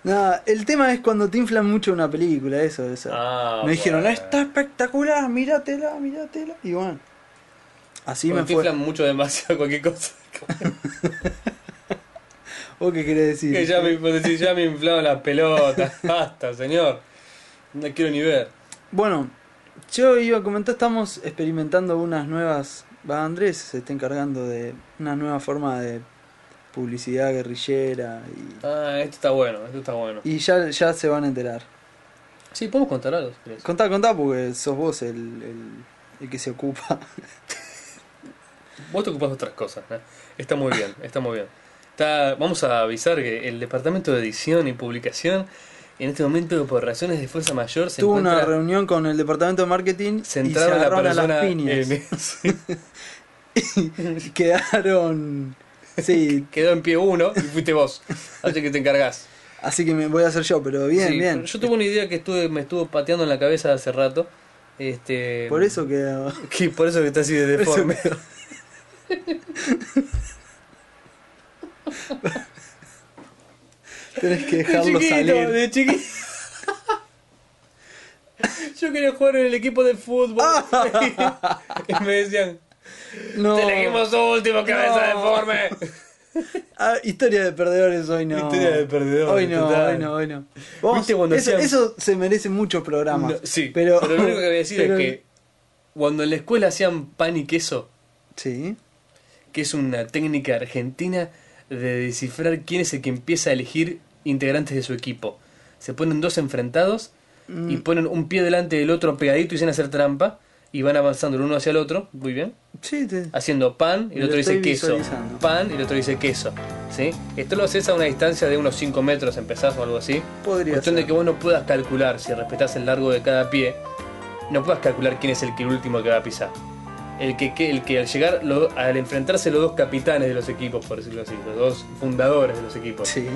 [SPEAKER 1] Nada, el tema es cuando te inflan mucho una película, eso, eso.
[SPEAKER 5] Ah,
[SPEAKER 1] me dijeron,
[SPEAKER 5] bueno.
[SPEAKER 1] está espectacular, míratela, míratela. Y bueno. Así
[SPEAKER 5] Cuando
[SPEAKER 1] me
[SPEAKER 5] te
[SPEAKER 1] fue.
[SPEAKER 5] inflan mucho demasiado cualquier cosa.
[SPEAKER 1] ¿O qué querés decir?
[SPEAKER 5] Que ya me, vos decís, ya me inflaron las pelotas. Basta, señor. No quiero ni ver.
[SPEAKER 1] Bueno, yo iba a comentar, estamos experimentando unas nuevas. Va Andrés se está encargando de una nueva forma de publicidad guerrillera y,
[SPEAKER 5] Ah, esto está bueno, esto está bueno.
[SPEAKER 1] y ya, ya se van a enterar.
[SPEAKER 5] Sí, podemos contar algo. si querés.
[SPEAKER 1] Contá, contá, porque sos vos el, el- el que se ocupa.
[SPEAKER 5] Vos te ocupás de otras cosas. ¿eh? Está muy bien, está muy bien. Está, vamos a avisar que el departamento de edición y publicación en este momento por razones de fuerza mayor se
[SPEAKER 1] Tuvo una
[SPEAKER 5] encuentra
[SPEAKER 1] reunión con el departamento de marketing y se
[SPEAKER 5] centrado en la
[SPEAKER 1] agarraron a
[SPEAKER 5] persona
[SPEAKER 1] las piñas.
[SPEAKER 5] en- sí,
[SPEAKER 1] Y quedaron. Sí,
[SPEAKER 5] quedó en pie uno y fuiste vos. Así que te encargás.
[SPEAKER 1] así que me voy a hacer yo, pero bien,
[SPEAKER 5] Sí,
[SPEAKER 1] bien.
[SPEAKER 5] Yo tuve una idea que estuve, me estuvo pateando en la cabeza hace rato. Este,
[SPEAKER 1] Por eso que.
[SPEAKER 5] que por eso que está así de
[SPEAKER 1] por eso
[SPEAKER 5] deforme.
[SPEAKER 1] que- Tenés que dejarlo salir.
[SPEAKER 5] de chiquito. Yo quería jugar en el equipo de fútbol.
[SPEAKER 1] Ah.
[SPEAKER 5] y me decían,
[SPEAKER 1] No.
[SPEAKER 5] te elegimos último, cabeza deforme.
[SPEAKER 1] Ah, historia de perdedores hoy no.
[SPEAKER 5] Historia de perdedores,
[SPEAKER 1] Hoy no,
[SPEAKER 5] total.
[SPEAKER 1] hoy no, hoy no. Vos,
[SPEAKER 5] ¿Viste cuando
[SPEAKER 1] eso,
[SPEAKER 5] hacían-
[SPEAKER 1] eso se merece muchos programas.
[SPEAKER 5] No, sí,
[SPEAKER 1] pero,
[SPEAKER 5] pero, lo único que voy a decir
[SPEAKER 1] pero-
[SPEAKER 5] es que cuando en la escuela hacían pan y queso,
[SPEAKER 1] Sí.
[SPEAKER 5] que es una técnica argentina de descifrar quién es el que empieza a elegir integrantes de su equipo. Se ponen dos enfrentados y ponen un pie delante del otro pegadito y sin hacer trampa y van avanzando el uno hacia el otro, muy bien,
[SPEAKER 1] Sí, te-
[SPEAKER 5] haciendo pan y el
[SPEAKER 1] Lo
[SPEAKER 5] otro dice
[SPEAKER 1] estoy
[SPEAKER 5] queso,
[SPEAKER 1] visualizando.
[SPEAKER 5] pan y el otro dice queso, ¿sí? Esto lo haces a una distancia de unos 5 metros, empezás o algo así.
[SPEAKER 1] podría
[SPEAKER 5] Cuestión de
[SPEAKER 1] ser.
[SPEAKER 5] que vos no puedas calcular, si respetás el largo de cada pie, no puedas calcular quién es el que último que va a pisar. El que, que- el que al llegar, lo- al enfrentarse los dos capitanes de los equipos, por decirlo así, los dos fundadores de los equipos,
[SPEAKER 1] Sí.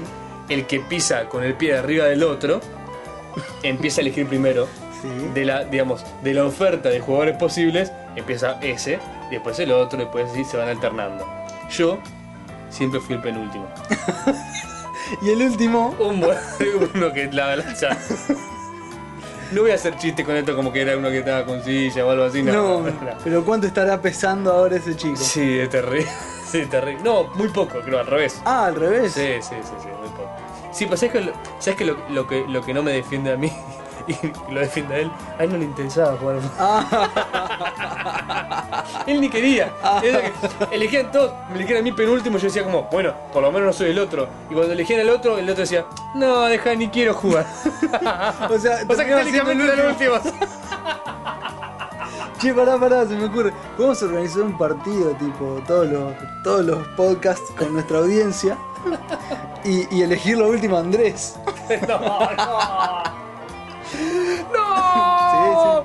[SPEAKER 5] el que pisa con el pie de arriba del otro, empieza a elegir primero
[SPEAKER 1] Sí.
[SPEAKER 5] de la, digamos, de la oferta de jugadores posibles, empieza ese, después el otro, después así se van alternando. Yo siempre fui el penúltimo.
[SPEAKER 1] Y el último.
[SPEAKER 5] Un buen- uno que la balanza. No voy a hacer chistes con esto como que era uno que estaba con silla o algo así. No,
[SPEAKER 1] No, pero ¿cuánto estará pesando ahora ese chico?
[SPEAKER 5] Sí, es terrible. Sí, es terrible. No, muy poco, creo, al revés.
[SPEAKER 1] Ah, al revés.
[SPEAKER 5] Sí, sí, sí, sí, muy poco. Sí, pero ¿sabes que, lo, sabes que, lo, lo que lo que no me defiende a mí y lo defiende a él? A él no le interesaba jugar. al fútbol.
[SPEAKER 1] Ah,
[SPEAKER 5] Él ni quería. Era que elegían todos, me elegían a mí penúltimo. Yo decía, como, bueno, por lo menos no soy el otro. Y cuando elegían al otro, el otro decía, no, deja, ni quiero jugar.
[SPEAKER 1] o sea,
[SPEAKER 5] O sea que
[SPEAKER 1] terminaba siendo
[SPEAKER 5] técnicamente
[SPEAKER 1] el
[SPEAKER 5] era el
[SPEAKER 1] último.
[SPEAKER 5] último.
[SPEAKER 1] Che, pará, pará, se me ocurre. Podemos organizar un partido, tipo, todos los, todos los podcasts con nuestra audiencia y, y elegir lo último a Andrés.
[SPEAKER 5] ¡No!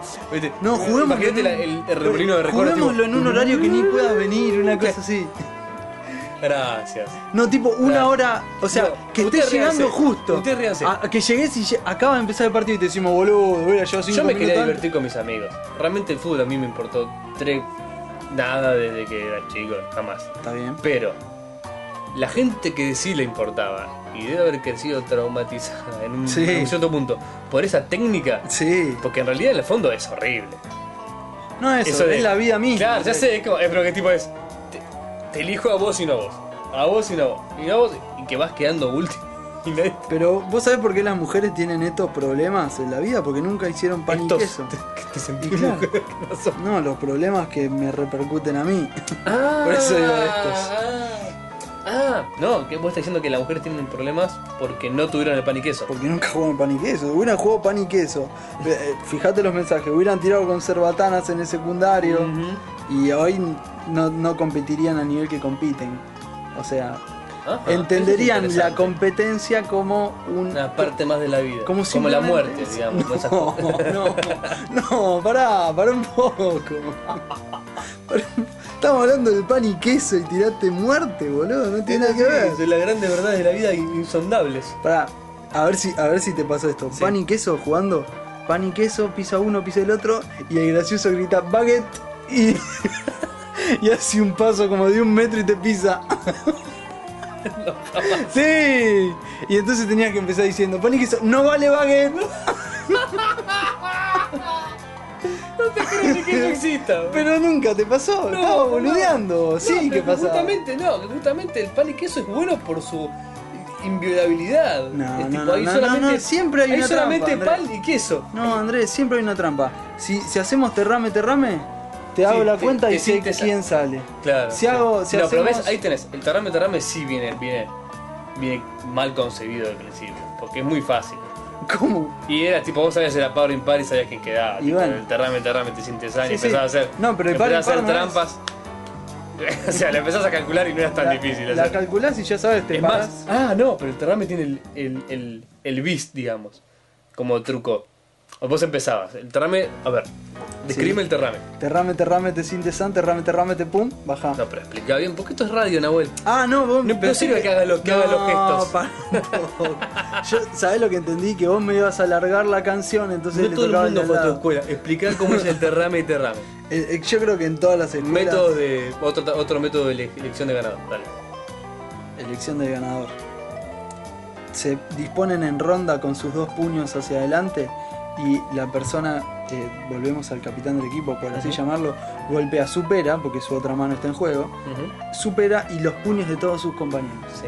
[SPEAKER 5] Viste,
[SPEAKER 1] No, juguemos.
[SPEAKER 5] Imagínate
[SPEAKER 1] en
[SPEAKER 5] la-
[SPEAKER 1] un-
[SPEAKER 5] el, el remolino de recuerdos.
[SPEAKER 1] Juguémoslo en un horario que ni puedas venir, una cosa así.
[SPEAKER 5] tipo, Gracias.
[SPEAKER 1] No, tipo, una
[SPEAKER 5] Claro.
[SPEAKER 1] hora. O sea,
[SPEAKER 5] No,
[SPEAKER 1] que
[SPEAKER 5] usted
[SPEAKER 1] estés
[SPEAKER 5] ríase,
[SPEAKER 1] llegando justo.
[SPEAKER 5] usted ríase.
[SPEAKER 1] A- a que llegues y lle- acaba de empezar el partido y te decimos, boludo, hubiera llegado cinco
[SPEAKER 5] Yo me
[SPEAKER 1] minutos
[SPEAKER 5] quería
[SPEAKER 1] antes.
[SPEAKER 5] divertir con mis amigos. Realmente el fútbol a mí me importó tres nada desde que era chico, jamás.
[SPEAKER 1] Está bien.
[SPEAKER 5] Pero la gente que sí le importaba y debe haber crecido traumatizada en un,
[SPEAKER 1] Sí.
[SPEAKER 5] en un cierto punto por esa técnica,
[SPEAKER 1] Sí.
[SPEAKER 5] porque en realidad en el fondo es horrible.
[SPEAKER 1] No eso,
[SPEAKER 5] Eso de-
[SPEAKER 1] es la vida misma.
[SPEAKER 5] Claro, ya sé, es, como, es pero que tipo es. Te, te elijo a vos y no a vos. A vos y no a vos. Y no a vos. Y que vas quedando último. Y nadie
[SPEAKER 1] Pero vos sabés por qué las mujeres tienen estos problemas en la vida, porque nunca hicieron pan
[SPEAKER 5] Estos-
[SPEAKER 1] y queso.
[SPEAKER 5] que te sentís
[SPEAKER 1] Y claro.
[SPEAKER 5] mujer, ¿qué pasó?
[SPEAKER 1] No, los problemas que me repercuten a mí. Por eso digo estos.
[SPEAKER 5] Ah, ah. no, que vos estás diciendo que las mujeres tienen problemas porque no tuvieron el pan y queso.
[SPEAKER 1] Porque nunca jugaron pan y queso. Hubieran jugado pan y queso. Eh, Fijate los mensajes. Hubieran tirado con cerbatanas en el secundario.
[SPEAKER 5] Ujú.
[SPEAKER 1] Y hoy no, no competirían al nivel que compiten. O sea,
[SPEAKER 5] Ajá,
[SPEAKER 1] entenderían
[SPEAKER 5] Ah, eso es
[SPEAKER 1] la
[SPEAKER 5] interesante.
[SPEAKER 1] competencia como un...
[SPEAKER 5] Una parte más de la vida.
[SPEAKER 1] como
[SPEAKER 5] Como, la
[SPEAKER 1] simplemente-
[SPEAKER 5] muerte, digamos. con esas
[SPEAKER 1] No,
[SPEAKER 5] cosas.
[SPEAKER 1] no, no, pará, pará un poco. Pará un- Estamos hablando del pan y queso y tiraste muerte, boludo. No tiene nada que ver.
[SPEAKER 5] Sí, Las grandes verdades de la vida insondables.
[SPEAKER 1] Pará, a ver si, a ver si te pasó esto.
[SPEAKER 5] Sí.
[SPEAKER 1] Pan y queso jugando. Pan y queso, pisa uno, pisa el otro. Y el gracioso grita baguette y, y hace un paso como de un metro y te pisa. Sí, y entonces tenías que empezar diciendo, pan y queso, no vale baguette,
[SPEAKER 5] que eso exista.
[SPEAKER 1] pero nunca te pasó, estaba
[SPEAKER 5] no.
[SPEAKER 1] boludeando, sí
[SPEAKER 5] pero
[SPEAKER 1] que pasaba.
[SPEAKER 5] Justamente no, que justamente el pan y queso es bueno por su inviolabilidad.
[SPEAKER 1] No,
[SPEAKER 5] Es
[SPEAKER 1] no, no, no, no, no, siempre hay una
[SPEAKER 5] solamente
[SPEAKER 1] trampa,
[SPEAKER 5] pan y queso.
[SPEAKER 1] No, Andrés, siempre hay una trampa. Si, si hacemos terrame, terrame, te hago la
[SPEAKER 5] te-
[SPEAKER 1] cuenta y
[SPEAKER 5] te
[SPEAKER 1] sé
[SPEAKER 5] sintesa.
[SPEAKER 1] quién sale.
[SPEAKER 5] Claro.
[SPEAKER 1] Si hago- si
[SPEAKER 5] no, pero
[SPEAKER 1] hacemos-
[SPEAKER 5] ves, ahí tenés. El tarrame tarrame sí viene, viene, viene mal concebido al principio. Porque es muy fácil.
[SPEAKER 1] ¿Cómo?
[SPEAKER 5] Y era tipo, vos sabías era par o impar y sabías quién quedaba.
[SPEAKER 1] Y
[SPEAKER 5] tipo,
[SPEAKER 1] bueno.
[SPEAKER 5] El tarrame tarrame te sientes
[SPEAKER 1] Sí,
[SPEAKER 5] y empezás
[SPEAKER 1] sí.
[SPEAKER 5] a hacer.
[SPEAKER 1] No, pero el par
[SPEAKER 5] empezás a
[SPEAKER 1] impar no
[SPEAKER 5] hacer
[SPEAKER 1] es.
[SPEAKER 5] trampas. o sea, la empezás a calcular y no es tan
[SPEAKER 1] la,
[SPEAKER 5] difícil.
[SPEAKER 1] La
[SPEAKER 5] hacer.
[SPEAKER 1] calculás y ya sabes, te
[SPEAKER 5] es
[SPEAKER 1] parás.
[SPEAKER 5] más, ah, no, pero el Terrame tiene el, el, el, el bis, digamos, como truco. O vos empezabas, el Terrame, a ver, describime el Terrame.
[SPEAKER 1] Terrame, terrame, te sin san, terrame, terrame, te pum, baja.
[SPEAKER 5] No, pero explica bien, porque esto es radio, Nahuel.
[SPEAKER 1] Ah, no, vos
[SPEAKER 5] No, no sirve que haga lo- que haga los gestos.
[SPEAKER 1] pará un poco. Yo, ¿sabés lo que entendí? Que vos me ibas a alargar la canción, entonces
[SPEAKER 5] no
[SPEAKER 1] le
[SPEAKER 5] todo el
[SPEAKER 1] tocaba
[SPEAKER 5] mundo
[SPEAKER 1] de
[SPEAKER 5] fue a tu
[SPEAKER 1] lado.
[SPEAKER 5] escuela. Explicá cómo es el Terrame y Terrame.
[SPEAKER 1] Eh, eh, Yo creo que en todas las escuelas.
[SPEAKER 5] Métodos de. Otro, otro método de ele- elección de ganado. Dale.
[SPEAKER 1] Elección del ganador. Se disponen en ronda con sus dos puños hacia adelante y la persona, eh, volvemos al capitán del equipo, por así
[SPEAKER 5] Ujú.
[SPEAKER 1] llamarlo, golpea, supera, porque su otra mano está en juego,
[SPEAKER 5] Ujú,
[SPEAKER 1] supera y los puños de todos sus compañeros.
[SPEAKER 5] Sí.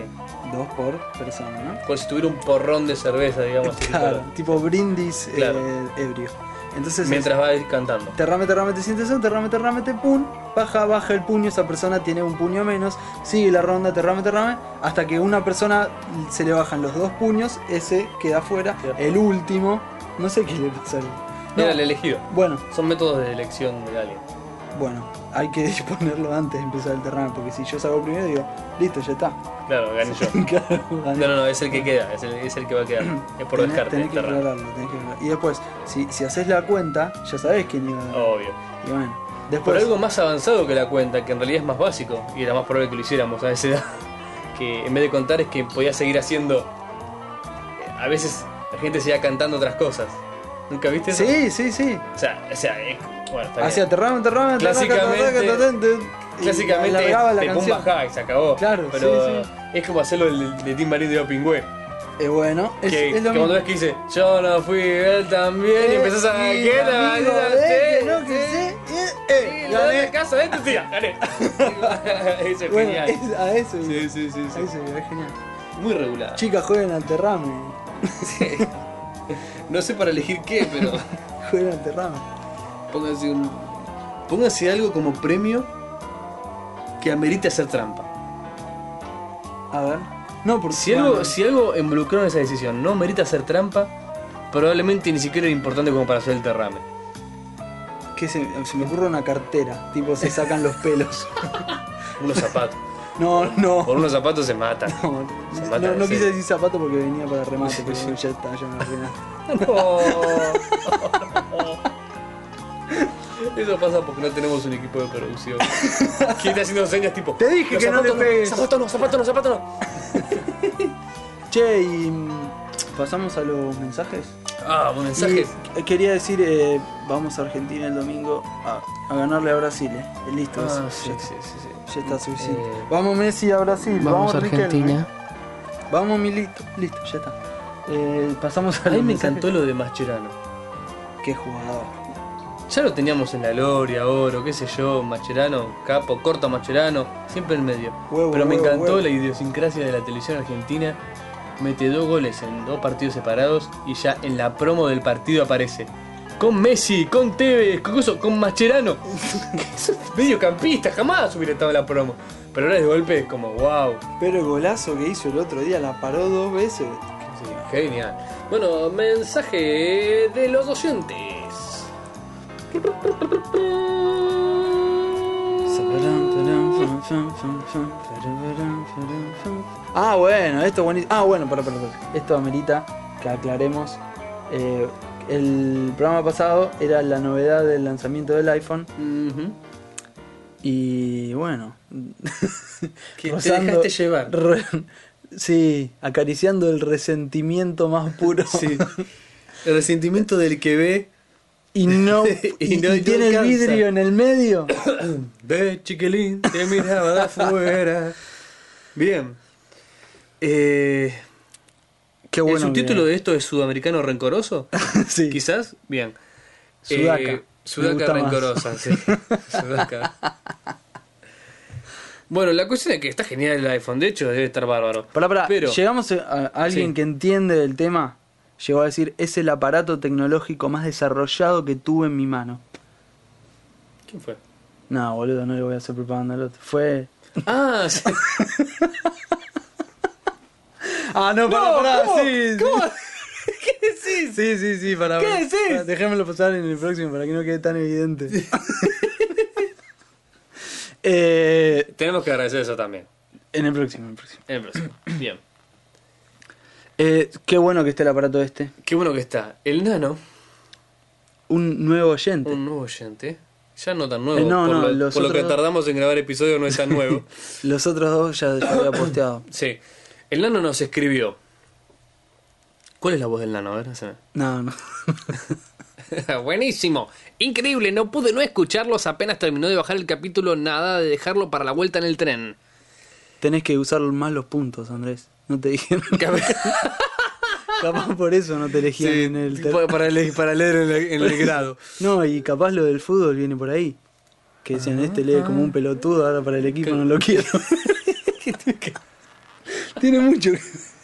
[SPEAKER 1] Dos por persona, ¿no?
[SPEAKER 5] Como si tuviera un porrón de cerveza, digamos. así,
[SPEAKER 1] Claro,
[SPEAKER 5] claro.
[SPEAKER 1] tipo brindis eh,
[SPEAKER 5] Claro.
[SPEAKER 1] ebrio. Entonces,
[SPEAKER 5] Mientras va a ir cantando.
[SPEAKER 1] es, terrame, terrame, te sientes son, terrame, terrame, te pum, baja, baja el puño, esa persona tiene un puño menos, sigue la ronda, terrame, terrame, hasta que una persona se le bajan los dos puños, ese queda fuera,
[SPEAKER 5] Queda fuera.
[SPEAKER 1] el último, no sé qué le pasa. al- No,
[SPEAKER 5] Era el elegido.
[SPEAKER 1] bueno,
[SPEAKER 5] Son métodos de elección de alguien.
[SPEAKER 1] bueno, hay que disponerlo antes de empezar el terrame, porque si yo salgo primero digo, listo, ya está.
[SPEAKER 5] Claro, gané yo.
[SPEAKER 1] Claro, gané.
[SPEAKER 5] No, no, no, es el que queda, es el, es el que va a quedar. Es por
[SPEAKER 1] Tenés-
[SPEAKER 5] descarte,
[SPEAKER 1] tenés que
[SPEAKER 5] Terrame.
[SPEAKER 1] aclararlo, tenés que aclararlo. Y después, si, si haces la cuenta, ya sabés quién iba a ganar.
[SPEAKER 5] Obvio.
[SPEAKER 1] Y bueno,
[SPEAKER 5] Oh. Por
[SPEAKER 1] después.
[SPEAKER 5] algo más avanzado que la cuenta, que en realidad es más básico, y era más probable que lo hiciéramos a esa edad, que en vez de contar es que podías seguir haciendo. eh, A veces la gente seguía cantando otras cosas. ¿Nunca viste eso?
[SPEAKER 1] Sí, sí, sí.
[SPEAKER 5] O sea, o sea es- bueno, está
[SPEAKER 1] Hacia
[SPEAKER 5] bien.
[SPEAKER 1] terrame, terrame,
[SPEAKER 5] Clásicamente- Clásicamente
[SPEAKER 1] alargaba
[SPEAKER 5] es,
[SPEAKER 1] la
[SPEAKER 5] te pum
[SPEAKER 1] canción.
[SPEAKER 5] bajá y se acabó.
[SPEAKER 1] Claro, sí,
[SPEAKER 5] pero es como hacerlo de, de Tim Marín de Opingüe.
[SPEAKER 1] Eh, bueno, es,
[SPEAKER 5] que
[SPEAKER 1] es lo
[SPEAKER 5] que
[SPEAKER 1] mismo.
[SPEAKER 5] cuando ves que dice, yo no fui, él también, y empezás a.
[SPEAKER 1] Sí,
[SPEAKER 5] ¿Qué
[SPEAKER 1] amigo,
[SPEAKER 5] la-
[SPEAKER 1] eh, que
[SPEAKER 5] sí,
[SPEAKER 1] no, que
[SPEAKER 5] sí,
[SPEAKER 1] sí, eh,
[SPEAKER 5] Sí,
[SPEAKER 1] eh,
[SPEAKER 5] la
[SPEAKER 1] gané.
[SPEAKER 5] de casa de tu tía, gané. Eso es
[SPEAKER 1] Bueno,
[SPEAKER 5] genial.
[SPEAKER 1] es- a eso iba,
[SPEAKER 5] Sí, sí, sí,
[SPEAKER 1] a
[SPEAKER 5] sí.
[SPEAKER 1] eso iba, es genial.
[SPEAKER 5] Muy regular.
[SPEAKER 1] Chicas, jueguen al terrame.
[SPEAKER 5] Sí. No sé para elegir qué, pero
[SPEAKER 1] Jueguen al terrame.
[SPEAKER 5] pónganse un. Pónganse algo como premio que amerite hacer trampa.
[SPEAKER 1] A ver. No, porque.
[SPEAKER 5] Si algo, si algo involucró en esa decisión no amerita hacer trampa, probablemente ni siquiera era importante como para hacer el derrame.
[SPEAKER 1] Que se, se me ocurre una cartera. Tipo, se sacan los pelos.
[SPEAKER 5] Unos zapatos.
[SPEAKER 1] No, no.
[SPEAKER 5] Por unos zapatos se matan.
[SPEAKER 1] No,
[SPEAKER 5] Zapata,
[SPEAKER 1] no, no
[SPEAKER 5] sí.
[SPEAKER 1] quise decir zapato porque venía para remate, pero ya está, ya me arruinaste.
[SPEAKER 5] No. Eso pasa porque no tenemos un equipo de producción. ¿Quién está haciendo señas tipo?
[SPEAKER 1] Te dije que no le pegues".
[SPEAKER 5] Zapato no, zapato no, zapato no.
[SPEAKER 1] Che, y mm, pasamos a los mensajes.
[SPEAKER 5] Ah, un mensaje.
[SPEAKER 1] Y, eh, quería decir, eh, vamos a Argentina el domingo a, a ganarle a Brasil. eh. Eh, Listo, eso,
[SPEAKER 5] Ah, sí,
[SPEAKER 1] ya,
[SPEAKER 5] sí, sí, sí.
[SPEAKER 1] ya está suficiente.
[SPEAKER 5] Eh,
[SPEAKER 1] vamos Messi a Brasil. Vamos, Argentina. Vamos Milito. Listo, ya está. Eh, pasamos a
[SPEAKER 5] A mí
[SPEAKER 1] los
[SPEAKER 5] me
[SPEAKER 1] mensajes.
[SPEAKER 5] encantó lo de Mascherano.
[SPEAKER 1] Qué jugador.
[SPEAKER 5] Ya lo teníamos en la Gloria, Oro, qué sé yo, Mascherano, Capo, corto Mascherano, siempre en medio.
[SPEAKER 1] Huevo,
[SPEAKER 5] Pero me
[SPEAKER 1] huevo,
[SPEAKER 5] encantó
[SPEAKER 1] huevo.
[SPEAKER 5] la idiosincrasia de la televisión argentina. Mete dos goles en dos partidos separados y ya en la promo del partido aparece. Con Messi, con Tevez, con, coso, con Mascherano. Mediocampista, jamás hubiera estado en la promo. Pero ahora de golpe es como, wow,
[SPEAKER 1] Pero el golazo que hizo el otro día la paró dos veces.
[SPEAKER 5] genial. Bueno, mensaje de los docentes.
[SPEAKER 1] Ah, bueno, esto es buenísimo. Ah, bueno, para, para, Esto amerita que aclaremos. Eh, el programa pasado era la novedad del lanzamiento del iPhone. Y bueno.
[SPEAKER 5] Que te
[SPEAKER 1] rozando-
[SPEAKER 5] dejaste llevar.
[SPEAKER 1] re- sí, acariciando el resentimiento más puro.
[SPEAKER 5] Sí. El resentimiento del que ve
[SPEAKER 1] Y no.
[SPEAKER 5] Y
[SPEAKER 1] y-
[SPEAKER 5] no-
[SPEAKER 1] y
[SPEAKER 5] no
[SPEAKER 1] tiene el
[SPEAKER 5] alcanza.
[SPEAKER 1] vidrio en el medio.
[SPEAKER 5] De chiquilín, te miraba de afuera. Bien. Eh,
[SPEAKER 1] Qué
[SPEAKER 5] ¿El
[SPEAKER 1] bueno.
[SPEAKER 5] subtítulo de esto es Sudamericano Rencoroso?
[SPEAKER 1] de. sí.
[SPEAKER 5] Quizás. Bien. Eh,
[SPEAKER 1] Sudaca. Me
[SPEAKER 5] sudaca
[SPEAKER 1] gusta más.
[SPEAKER 5] Rencorosa, sí. Sudaca. Bueno, la cuestión es que está genial el iPhone. De hecho, debe estar bárbaro.
[SPEAKER 1] Pará, pará.
[SPEAKER 5] Pero,
[SPEAKER 1] Llegamos a, a alguien
[SPEAKER 5] Sí.
[SPEAKER 1] que entiende del tema. Llegó a decir, es el aparato tecnológico más desarrollado que tuve en mi mano.
[SPEAKER 5] ¿quién fue?
[SPEAKER 1] No, boludo, no le voy a hacer propaganda al otro. Fue.
[SPEAKER 5] Ah, sí.
[SPEAKER 1] Ah, no, pará, pará,
[SPEAKER 5] ¿cómo?
[SPEAKER 1] sí.
[SPEAKER 5] ¿Cómo?
[SPEAKER 1] ¿Qué decís? Sí, sí, sí, pará.
[SPEAKER 5] ¿Qué
[SPEAKER 1] pará.
[SPEAKER 5] decís?
[SPEAKER 1] Pará, Dejémelo pasar en el próximo para que no quede tan evidente. Eh,
[SPEAKER 5] tenemos que agradecer eso también.
[SPEAKER 1] En el próximo, en el próximo.
[SPEAKER 5] En el próximo. Bien.
[SPEAKER 1] Eh, qué bueno que está el aparato este.
[SPEAKER 5] Qué bueno que está. El nano,
[SPEAKER 1] Un nuevo oyente.
[SPEAKER 5] un nuevo oyente. Ya no tan nuevo.
[SPEAKER 1] Eh, no,
[SPEAKER 5] por
[SPEAKER 1] no,
[SPEAKER 5] lo,
[SPEAKER 1] los
[SPEAKER 5] por lo que
[SPEAKER 1] otros-
[SPEAKER 5] tardamos en grabar episodio no es tan nuevo.
[SPEAKER 1] Los otros dos ya, ya había posteado.
[SPEAKER 5] sí. El nano nos escribió. ¿Cuál es la voz del nano? A ver, haceme.
[SPEAKER 1] No, no.
[SPEAKER 5] Buenísimo, increíble, no pude no escucharlos apenas terminó de bajar el capítulo, nada de dejarlo para la vuelta en el tren.
[SPEAKER 1] Tenés que usar más los puntos, Andrés. No te dijeron. capaz por eso no te elegían en el ter-
[SPEAKER 5] para, para leer, para leer en el, en el grado.
[SPEAKER 1] No, y capaz lo del fútbol viene por ahí. Que decían,
[SPEAKER 5] Ah,
[SPEAKER 1] este lee como un pelotudo, ahora para el equipo no lo quiero. Tiene mucho. que-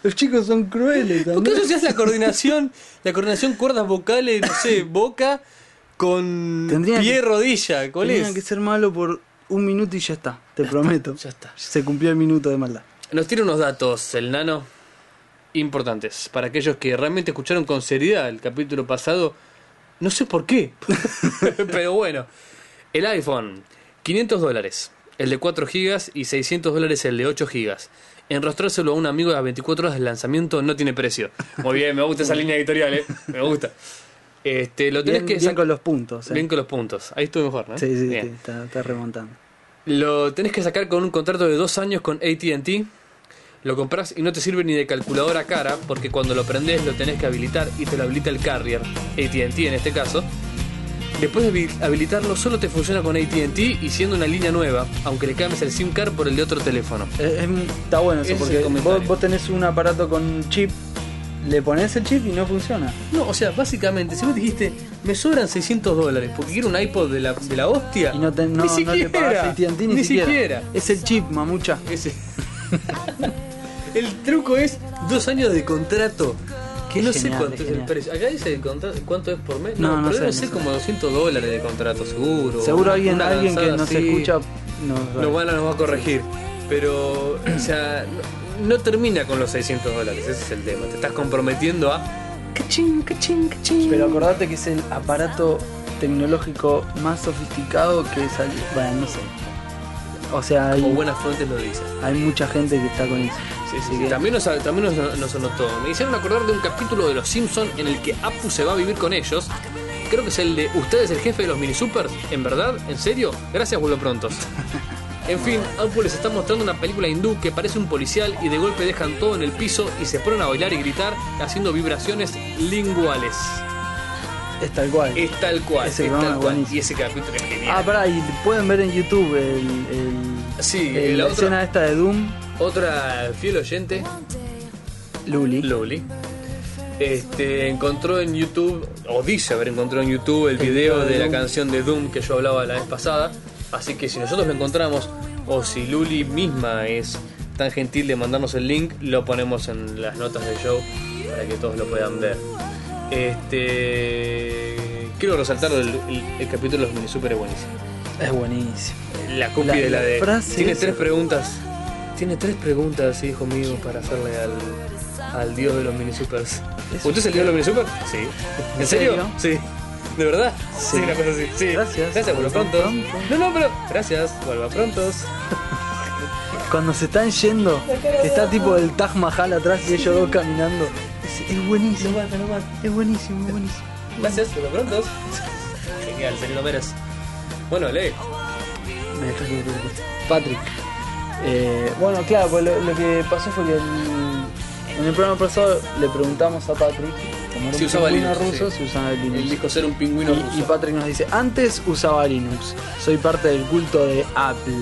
[SPEAKER 1] Los chicos son crueles
[SPEAKER 5] ¿Por qué
[SPEAKER 1] también.
[SPEAKER 5] asocias la coordinación, la coordinación cuerdas vocales, no sé, boca con
[SPEAKER 1] Tendrían
[SPEAKER 5] pie
[SPEAKER 1] que-
[SPEAKER 5] rodilla? ¿Cuál
[SPEAKER 1] Tenían
[SPEAKER 5] es?
[SPEAKER 1] que ser malo por un minuto y ya está, te prometo.
[SPEAKER 5] ya está.
[SPEAKER 1] Se cumplió el minuto de maldad.
[SPEAKER 5] Nos tiene unos datos, el nano, importantes. Para aquellos que realmente escucharon con seriedad el capítulo pasado, no sé por qué. Pero bueno, el iPhone, 500 dólares. El de 4 gigas y 600 dólares el de 8 gigas. Enrostrárselo a un amigo a 24 horas del lanzamiento no tiene precio. Muy bien, me gusta esa línea editorial, ¿eh? Me gusta. Este, lo tenés
[SPEAKER 1] Bien,
[SPEAKER 5] que
[SPEAKER 1] bien
[SPEAKER 5] sac-
[SPEAKER 1] con los puntos. eh.
[SPEAKER 5] bien con los puntos. Ahí estuvo mejor, ¿no?
[SPEAKER 1] Sí, sí,
[SPEAKER 5] Bien.
[SPEAKER 1] sí, está, está remontando.
[SPEAKER 5] Lo tenés que sacar con un contrato de dos años con ATT. Lo compras y no te sirve ni de calculadora cara, porque cuando lo prendés lo tenés que habilitar y te lo habilita el carrier, ATT en este caso. Después de habil- habilitarlo, solo te funciona con ATT y siendo una línea nueva, aunque le cambies el SIM card por el de otro teléfono.
[SPEAKER 1] Eh, es- está bueno eso,
[SPEAKER 5] Ese es
[SPEAKER 1] porque
[SPEAKER 5] el comentario.
[SPEAKER 1] vos, vos tenés un aparato con chip, le ponés el chip y no funciona.
[SPEAKER 5] No, o sea, básicamente, si vos dijiste, me sobran 600 dólares porque quiero un iPod de la, de la hostia,
[SPEAKER 1] Y no, te, no, no
[SPEAKER 5] ni siquiera,
[SPEAKER 1] te pagás AT&T ni, siquiera.
[SPEAKER 5] siquiera.
[SPEAKER 1] Es el chip, mamucha.
[SPEAKER 5] Ese. el truco es dos años de contrato. Que
[SPEAKER 1] Es
[SPEAKER 5] no sé
[SPEAKER 1] genial,
[SPEAKER 5] cuánto
[SPEAKER 1] es
[SPEAKER 5] es, el
[SPEAKER 1] genial.
[SPEAKER 5] precio. Acá dice el contrato, cuánto es por mes.
[SPEAKER 1] No,
[SPEAKER 5] No,
[SPEAKER 1] no
[SPEAKER 5] pero
[SPEAKER 1] sé,
[SPEAKER 5] debe
[SPEAKER 1] no
[SPEAKER 5] ser
[SPEAKER 1] sé.
[SPEAKER 5] como 200 dólares de contrato, seguro.
[SPEAKER 1] Seguro
[SPEAKER 5] Una-
[SPEAKER 1] alguien,
[SPEAKER 5] una
[SPEAKER 1] alguien que
[SPEAKER 5] lanzada
[SPEAKER 1] nos
[SPEAKER 5] así.
[SPEAKER 1] escucha nos va.
[SPEAKER 5] Nos van a- nos va a corregir. Pero, o sea, no, no termina con los 600 dólares. Ese es el tema. Te estás comprometiendo a. Cachín, cachín, cachín.
[SPEAKER 1] Pero acordate que es el aparato tecnológico más sofisticado que salió. Bueno, no sé. O sea, hay,
[SPEAKER 5] Como buenas fuentes lo dicen.
[SPEAKER 1] hay mucha gente que está con eso.
[SPEAKER 5] Sí,
[SPEAKER 1] Así
[SPEAKER 5] sí, sí.
[SPEAKER 1] que-
[SPEAKER 5] También, nos, también nos, nos anotó. Me hicieron acordar de un capítulo de Los Simpson en el que Apu se va a vivir con ellos. Creo que es el de Ustedes el jefe de los mini supers. ¿En verdad? ¿En serio? Gracias, vuelo prontos. En fin, Apu les está mostrando una película hindú que parece un policial y de golpe dejan todo en el piso y se ponen a bailar y gritar haciendo vibraciones linguales.
[SPEAKER 1] es tal cual.
[SPEAKER 5] Es tal cual,
[SPEAKER 1] Ese
[SPEAKER 5] es
[SPEAKER 1] programa
[SPEAKER 5] tal
[SPEAKER 1] es
[SPEAKER 5] cual.
[SPEAKER 1] buenísimo.
[SPEAKER 5] Y ese capítulo es genial.
[SPEAKER 1] Ah, pará, y pueden ver en YouTube el, el-
[SPEAKER 5] Sí,
[SPEAKER 1] el- la
[SPEAKER 5] la otra-
[SPEAKER 1] escena esta de Doom,
[SPEAKER 5] Otra fiel oyente
[SPEAKER 1] Luli.
[SPEAKER 5] Lowly. Este, encontró en YouTube, o dice haber encontrado en YouTube el video de la canción de Doom que yo hablaba la vez pasada. Así que si nosotros lo encontramos, o si Luli misma es tan gentil de mandarnos el link, lo ponemos en las notas del show para que todos lo puedan ver. Este, quiero resaltar el, el- el capítulo de los mini super es buenísimo.
[SPEAKER 1] Es buenísimo.
[SPEAKER 5] La copia
[SPEAKER 1] La-
[SPEAKER 5] de la
[SPEAKER 1] la
[SPEAKER 5] de.
[SPEAKER 1] frase
[SPEAKER 5] tiene
[SPEAKER 1] esa.
[SPEAKER 5] tres preguntas. Tiene tres preguntas, hijo mío, para hacerle al, al dios de los minisupers.
[SPEAKER 1] Es
[SPEAKER 5] ¿Usted es el dios de los minisupers? Sí. ¿En serio?
[SPEAKER 1] serio?
[SPEAKER 5] Sí. ¿De verdad?
[SPEAKER 1] Sí.
[SPEAKER 5] una cosa así. Sí.
[SPEAKER 1] Gracias.
[SPEAKER 5] Gracias,
[SPEAKER 1] Vuelva
[SPEAKER 5] vuelva pronto.
[SPEAKER 1] pronto.
[SPEAKER 5] No, no, pero. Gracias, vuelva pronto.
[SPEAKER 1] Cuando se están yendo, que está tipo el Taj Mahal atrás y ellos dos caminando. Es, es buenísimo. Es buenísimo, es buenísimo.
[SPEAKER 5] Gracias, vuelva pronto. Genial, señor Pérez. Bueno, lee.
[SPEAKER 1] Me dejaste de preguntar. Patrick. Eh, bueno, claro, pues lo, lo que pasó fue que el- en el programa pasado le preguntamos a Patrick, como era
[SPEAKER 5] Si
[SPEAKER 1] un
[SPEAKER 5] usaba
[SPEAKER 1] pingüino
[SPEAKER 5] Linux,
[SPEAKER 1] ruso,
[SPEAKER 5] sí.
[SPEAKER 1] si usaba Linux.
[SPEAKER 5] Él dijo ser un pingüino
[SPEAKER 1] Y, y
[SPEAKER 5] ruso.
[SPEAKER 1] Patrick nos dice, antes usaba Linux, soy parte del culto de Apple.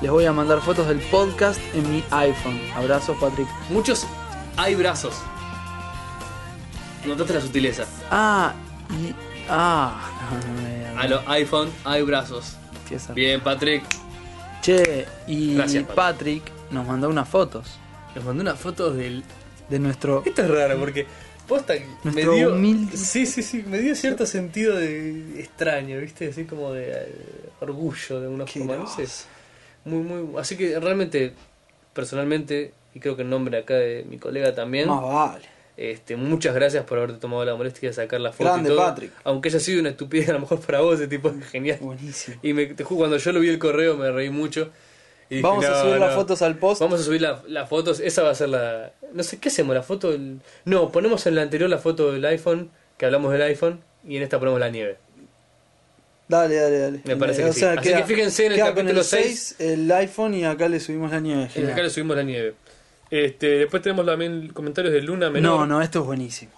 [SPEAKER 1] Les voy a mandar fotos del podcast en mi iPhone. Abrazos, Patrick.
[SPEAKER 5] Muchos hay brazos. Notaste la sutileza.
[SPEAKER 1] Ah, y... Ah, no, no, no, no,
[SPEAKER 5] A los iPhone hay brazos.
[SPEAKER 1] qué zarpa.
[SPEAKER 5] Bien, Patrick.
[SPEAKER 1] Che, y
[SPEAKER 5] Gracias,
[SPEAKER 1] Patrick nos mandó unas fotos
[SPEAKER 5] Nos mandó unas fotos del.
[SPEAKER 1] de nuestro...
[SPEAKER 5] Esto es raro porque. Posta, que me
[SPEAKER 1] Nuestro
[SPEAKER 5] dio.
[SPEAKER 1] humilde-
[SPEAKER 5] Sí, sí, sí. Me dio cierto sentido de extraño, ¿viste? Así como de eh, orgullo de una forma. No sé. Muy, muy. Así que realmente, personalmente, y creo que en nombre acá de mi colega también.
[SPEAKER 6] Más vale.
[SPEAKER 5] Este, muchas gracias por haberte tomado la molestia de sacar la foto.
[SPEAKER 6] Grande,
[SPEAKER 5] y todo.
[SPEAKER 6] Patrick.
[SPEAKER 5] Aunque haya sido una estupidez a lo mejor para vos, ese tipo es genial.
[SPEAKER 1] Buenísimo.
[SPEAKER 5] Y me, te juro, cuando yo lo vi el correo me reí mucho. Y
[SPEAKER 2] Vamos
[SPEAKER 5] dije,
[SPEAKER 2] a
[SPEAKER 5] "No,
[SPEAKER 2] subir las
[SPEAKER 5] no".
[SPEAKER 2] fotos al post.
[SPEAKER 5] Vamos a subir la- las fotos. Esa va a ser la. No sé, ¿qué hacemos? ¿La foto? del- No, ponemos en la anterior la foto del iPhone, que hablamos del iPhone, y en esta ponemos la nieve.
[SPEAKER 1] Dale, dale, dale.
[SPEAKER 5] Me parece que sí. Así que fíjense en el
[SPEAKER 1] queda con
[SPEAKER 5] capítulo
[SPEAKER 1] el
[SPEAKER 5] seis.
[SPEAKER 1] el iPhone y acá le subimos la nieve.
[SPEAKER 5] Y
[SPEAKER 1] genial.
[SPEAKER 5] acá le subimos la nieve.
[SPEAKER 7] Este, después tenemos también comentarios de Luna Menor.
[SPEAKER 1] No, no, esto es buenísimo.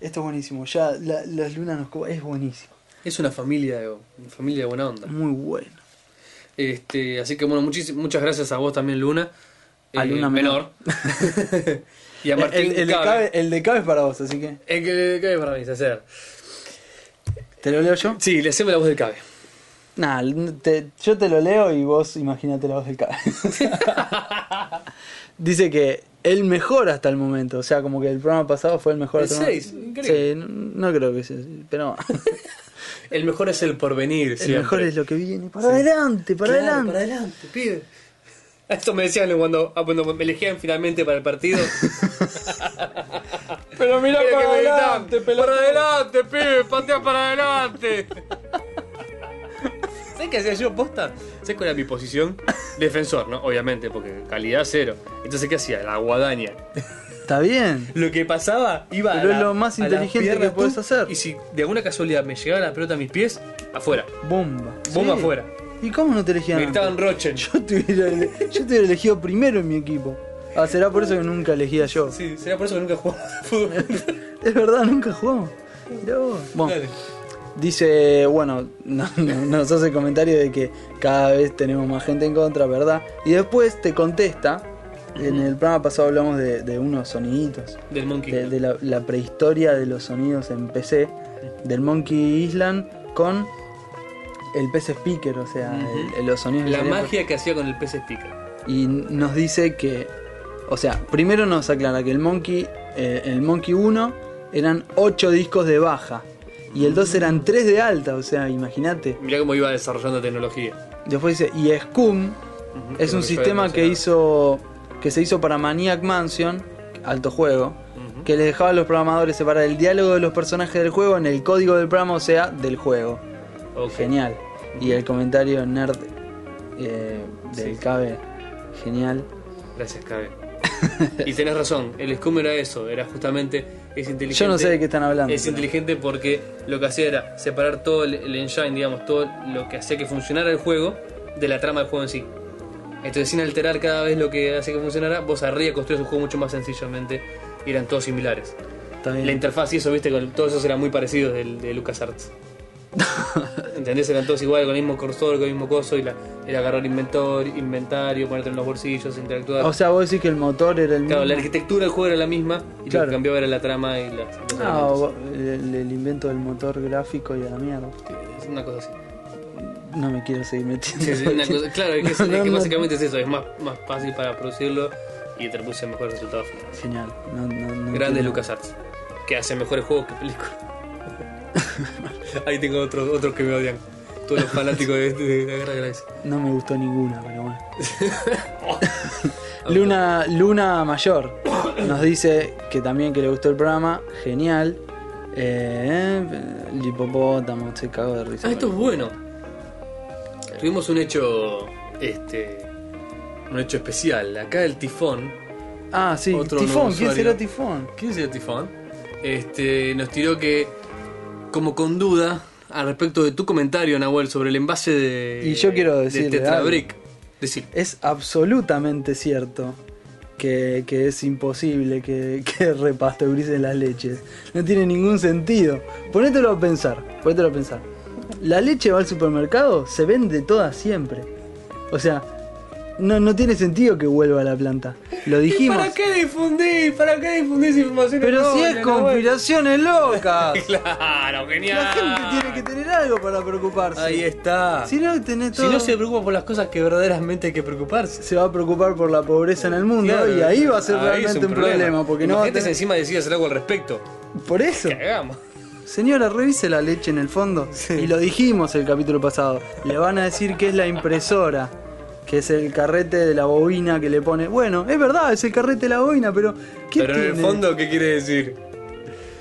[SPEAKER 1] Esto es buenísimo. Ya la- las lunas nos co- es buenísimo.
[SPEAKER 5] Es una familia, una familia de buena onda.
[SPEAKER 1] Muy bueno.
[SPEAKER 5] Este, así que bueno, muchis- muchas gracias a vos también, Luna. Eh,
[SPEAKER 1] A Luna
[SPEAKER 5] y a
[SPEAKER 1] el,
[SPEAKER 5] Martín
[SPEAKER 1] el de
[SPEAKER 5] Cabe.
[SPEAKER 1] Cabe, el de Cabe es para vos, así que.
[SPEAKER 5] El que cabe para mí, hacer.
[SPEAKER 1] ¿Te lo leo yo?
[SPEAKER 5] Sí, le hacemos la voz del cabe.
[SPEAKER 1] Nah, te- yo te lo leo y vos imagínate la voz del Cabe. Dice que el mejor hasta el momento. O sea, como que el programa pasado fue el mejor
[SPEAKER 5] El
[SPEAKER 1] hasta el
[SPEAKER 5] seis,
[SPEAKER 1] momento.
[SPEAKER 5] increíble.
[SPEAKER 1] Sí, no, no creo que sea así, pero.
[SPEAKER 5] El mejor es el porvenir,
[SPEAKER 1] El mejor es lo que viene. Para adelante, para adelante.
[SPEAKER 5] Para adelante, pibe. Esto me decían cuando, ah, cuando me elegían finalmente para el partido.
[SPEAKER 2] Pero mira
[SPEAKER 5] Mira que
[SPEAKER 2] para
[SPEAKER 5] me gritaban,
[SPEAKER 2] adelante, pelotudo.
[SPEAKER 5] para adelante, pibe, patea para adelante. ¿Sabes qué hacía yo posta? ¿Sabes cuál era mi posición? Defensor, ¿no? Obviamente, porque calidad cero. Entonces, ¿qué hacía? La guadaña.
[SPEAKER 1] Está bien.
[SPEAKER 5] Lo que pasaba iba a
[SPEAKER 1] Pero es
[SPEAKER 5] la-
[SPEAKER 1] lo más
[SPEAKER 5] a las
[SPEAKER 1] inteligente que
[SPEAKER 5] piernas,
[SPEAKER 1] podés
[SPEAKER 5] pum,
[SPEAKER 1] hacer.
[SPEAKER 5] Y si de alguna casualidad me llegaba la pelota a mis pies, afuera.
[SPEAKER 1] Bomba.
[SPEAKER 5] Bomba
[SPEAKER 1] Sí.
[SPEAKER 5] afuera.
[SPEAKER 1] ¿Y cómo no te elegían?
[SPEAKER 5] Me
[SPEAKER 1] antes?
[SPEAKER 5] gritaban Rochen.
[SPEAKER 1] Yo te, hubiera, ele- yo te hubiera elegido primero en mi equipo. Ah, será por eso que nunca elegía yo.
[SPEAKER 5] Sí, será por eso que nunca jugamos al fútbol.
[SPEAKER 1] Es verdad, nunca jugamos. Mirá vos. Bueno,
[SPEAKER 5] Dale.
[SPEAKER 1] dice, bueno, no- no- nos hace el comentario de que cada vez tenemos más gente en contra, ¿verdad? Y después te contesta. En el programa pasado hablamos de, de unos soniditos,
[SPEAKER 5] Del Monkey.
[SPEAKER 1] de, de la, la prehistoria de los sonidos en PC, del Monkey Island con el PC Speaker, o sea,
[SPEAKER 5] Ujú.
[SPEAKER 1] el- los sonidos que
[SPEAKER 5] La
[SPEAKER 1] salían por-
[SPEAKER 5] magia que hacía con el PC Sticker.
[SPEAKER 1] y nos dice que, o sea, primero nos aclara que el Monkey, eh, el Monkey 1 eran 8 discos de baja y el 2 eran 3 de alta, o sea, imagínate.
[SPEAKER 5] Mirá cómo iba desarrollando tecnología.
[SPEAKER 1] Después dice, y Scum
[SPEAKER 5] Ujú,
[SPEAKER 1] es un
[SPEAKER 5] lo que yo
[SPEAKER 1] sistema
[SPEAKER 5] había
[SPEAKER 1] que
[SPEAKER 5] mencionado.
[SPEAKER 1] hizo que se hizo para Maniac Mansion, alto juego, que les dejaba a los programadores separar el diálogo de los personajes del juego en el código del programa, o sea, del juego.
[SPEAKER 5] Ok.
[SPEAKER 1] Genial. Y el comentario nerd eh, del
[SPEAKER 5] Sí.
[SPEAKER 1] cabe, genial.
[SPEAKER 5] Gracias, Cabe. y tenés razón, el Scum era eso, era justamente. Es inteligente.
[SPEAKER 1] Yo no sé de qué están hablando.
[SPEAKER 5] Es
[SPEAKER 1] pero-
[SPEAKER 5] inteligente porque lo que hacía era separar todo el, el engine, digamos, todo lo que hacía que funcionara el juego de la trama del juego en sí. Entonces, sin alterar cada vez lo que hacía que funcionara, vos arriba construías un juego mucho más sencillamente y eran todos similares.
[SPEAKER 1] Está bien.
[SPEAKER 5] La interfaz y eso, viste, con todos esos eran muy parecidos del, de LucasArts. ¿Entendés? Eran todos iguales, con el mismo cursor, con el mismo coso, y la, el agarrar inventor, inventario, ponerte en los bolsillos, interactuar.
[SPEAKER 1] Ah, O sea, vos decís que el motor era el
[SPEAKER 5] claro, la
[SPEAKER 1] mismo.
[SPEAKER 5] arquitectura del juego era la misma, y lo
[SPEAKER 1] Claro.
[SPEAKER 5] que cambiaba era la trama y las... los
[SPEAKER 1] Ah,
[SPEAKER 5] elementos.
[SPEAKER 1] o- el, el invento del motor gráfico y a la mierda.
[SPEAKER 5] Es una cosa así.
[SPEAKER 1] No me quiero seguir metiendo.
[SPEAKER 5] Sí, sí, una cosa- claro, es que, es-
[SPEAKER 1] No,
[SPEAKER 5] es que
[SPEAKER 1] no, no.
[SPEAKER 5] básicamente es eso, es más, más fácil para producirlo y te produce mejores resultados finales.
[SPEAKER 1] Genial. No, no, no
[SPEAKER 5] Grande
[SPEAKER 1] entiendo.
[SPEAKER 5] LucasArts, que hace mejores juegos que películas. Ahí tengo otros otros que me odian. Todos los fanáticos de, de la guerra de Galaxias.
[SPEAKER 1] No me gustó ninguna, pero bueno. Luna, Luna Mayor nos dice que también que le gustó el programa. Genial. Eh, el hipopótamo se cagó de risa.
[SPEAKER 5] Ah, esto es bueno. Tuvimos un hecho. Este. Un hecho especial. Acá el tifón.
[SPEAKER 1] Ah, sí.
[SPEAKER 5] Otro
[SPEAKER 1] tifón,
[SPEAKER 5] nuevo
[SPEAKER 1] ¿quién
[SPEAKER 5] usuario.
[SPEAKER 1] será Tifón?
[SPEAKER 5] ¿Quién es el tifón? Este. Nos tiró que. Como con duda. Al respecto de tu comentario, Nahuel, sobre el envase de.
[SPEAKER 1] Y yo quiero decirle
[SPEAKER 5] De Tetra
[SPEAKER 1] algo.
[SPEAKER 5] Brick. Decir.
[SPEAKER 1] Es absolutamente cierto que, que es imposible que, que repasteuricen las leches. No tiene ningún sentido. Ponételo a pensar, ponételo a pensar. La leche va al supermercado, se vende toda siempre. O sea, no, no tiene sentido que vuelva a la planta. Lo dijimos.
[SPEAKER 5] ¿Para qué difundís? ¿Para qué difundís información?
[SPEAKER 1] Pero si
[SPEAKER 5] errónea,
[SPEAKER 1] es
[SPEAKER 5] Nahuel?
[SPEAKER 1] conspiraciones locas.
[SPEAKER 5] Claro, genial.
[SPEAKER 1] La gente tiene que tener algo para preocuparse.
[SPEAKER 5] Ahí está.
[SPEAKER 1] Si no, tenés
[SPEAKER 5] Si
[SPEAKER 1] todo-
[SPEAKER 5] no se preocupa por las cosas que verdaderamente hay que preocuparse.
[SPEAKER 1] se va a preocupar por la pobreza en el mundo y ahí va a ser
[SPEAKER 5] Ahí es
[SPEAKER 1] realmente un, problema. porque no va a
[SPEAKER 5] Imagínate si
[SPEAKER 1] tener-
[SPEAKER 5] encima decide hacer algo al respecto.
[SPEAKER 1] Por eso.
[SPEAKER 5] Cagamos.
[SPEAKER 1] Señora, revise la leche en el fondo. Y lo dijimos el capítulo pasado. Le van a decir que es la impresora. Que es el carrete de la bobina que le pone. Bueno, es verdad, es el carrete de la bobina, pero. ¿Qué
[SPEAKER 5] Pero en el
[SPEAKER 1] tiene?
[SPEAKER 5] fondo, ¿qué quiere decir?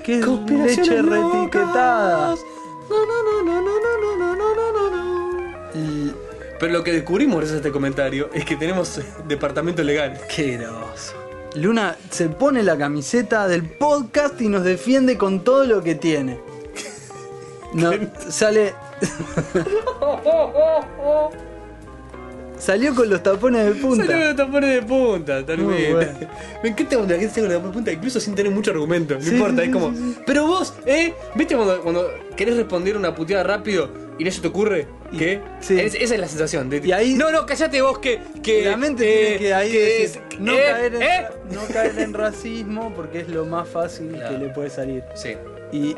[SPEAKER 1] Que es leche reetiquetada.
[SPEAKER 5] No, no, no, no, no, no, no, no, no, no, no.
[SPEAKER 1] Y-
[SPEAKER 5] Pero lo que descubrimos gracias a este comentario es que tenemos departamento legal.
[SPEAKER 1] Qué groso. Luna se pone la camiseta del podcast y nos defiende con todo lo que tiene. No, sale. Salió con los tapones de punta.
[SPEAKER 5] Salió con los tapones de punta, tal
[SPEAKER 1] Muy
[SPEAKER 5] vez.
[SPEAKER 1] bueno.
[SPEAKER 5] Me encanta cuando la gente sale con los tapones de punta, incluso sin tener mucho argumento. No
[SPEAKER 1] Sí,
[SPEAKER 5] importa,
[SPEAKER 1] sí,
[SPEAKER 5] es como.
[SPEAKER 1] sí,
[SPEAKER 5] Pero vos, ¿eh? ¿Viste cuando, cuando querés responder una puteada rápido y no se te ocurre? ¿Qué?
[SPEAKER 1] sí.
[SPEAKER 5] Es- esa es la sensación. de-
[SPEAKER 1] Y ahí-
[SPEAKER 5] No, no, callate vos que. que
[SPEAKER 1] la mente
[SPEAKER 5] eh,
[SPEAKER 1] tiene que ahí
[SPEAKER 5] que
[SPEAKER 1] decir,
[SPEAKER 5] es-
[SPEAKER 1] no,
[SPEAKER 5] eh,
[SPEAKER 1] caer en,
[SPEAKER 5] ¿eh?
[SPEAKER 1] no caer en racismo porque es lo más fácil
[SPEAKER 5] Claro.
[SPEAKER 1] que le puede salir.
[SPEAKER 5] Sí,
[SPEAKER 1] Y,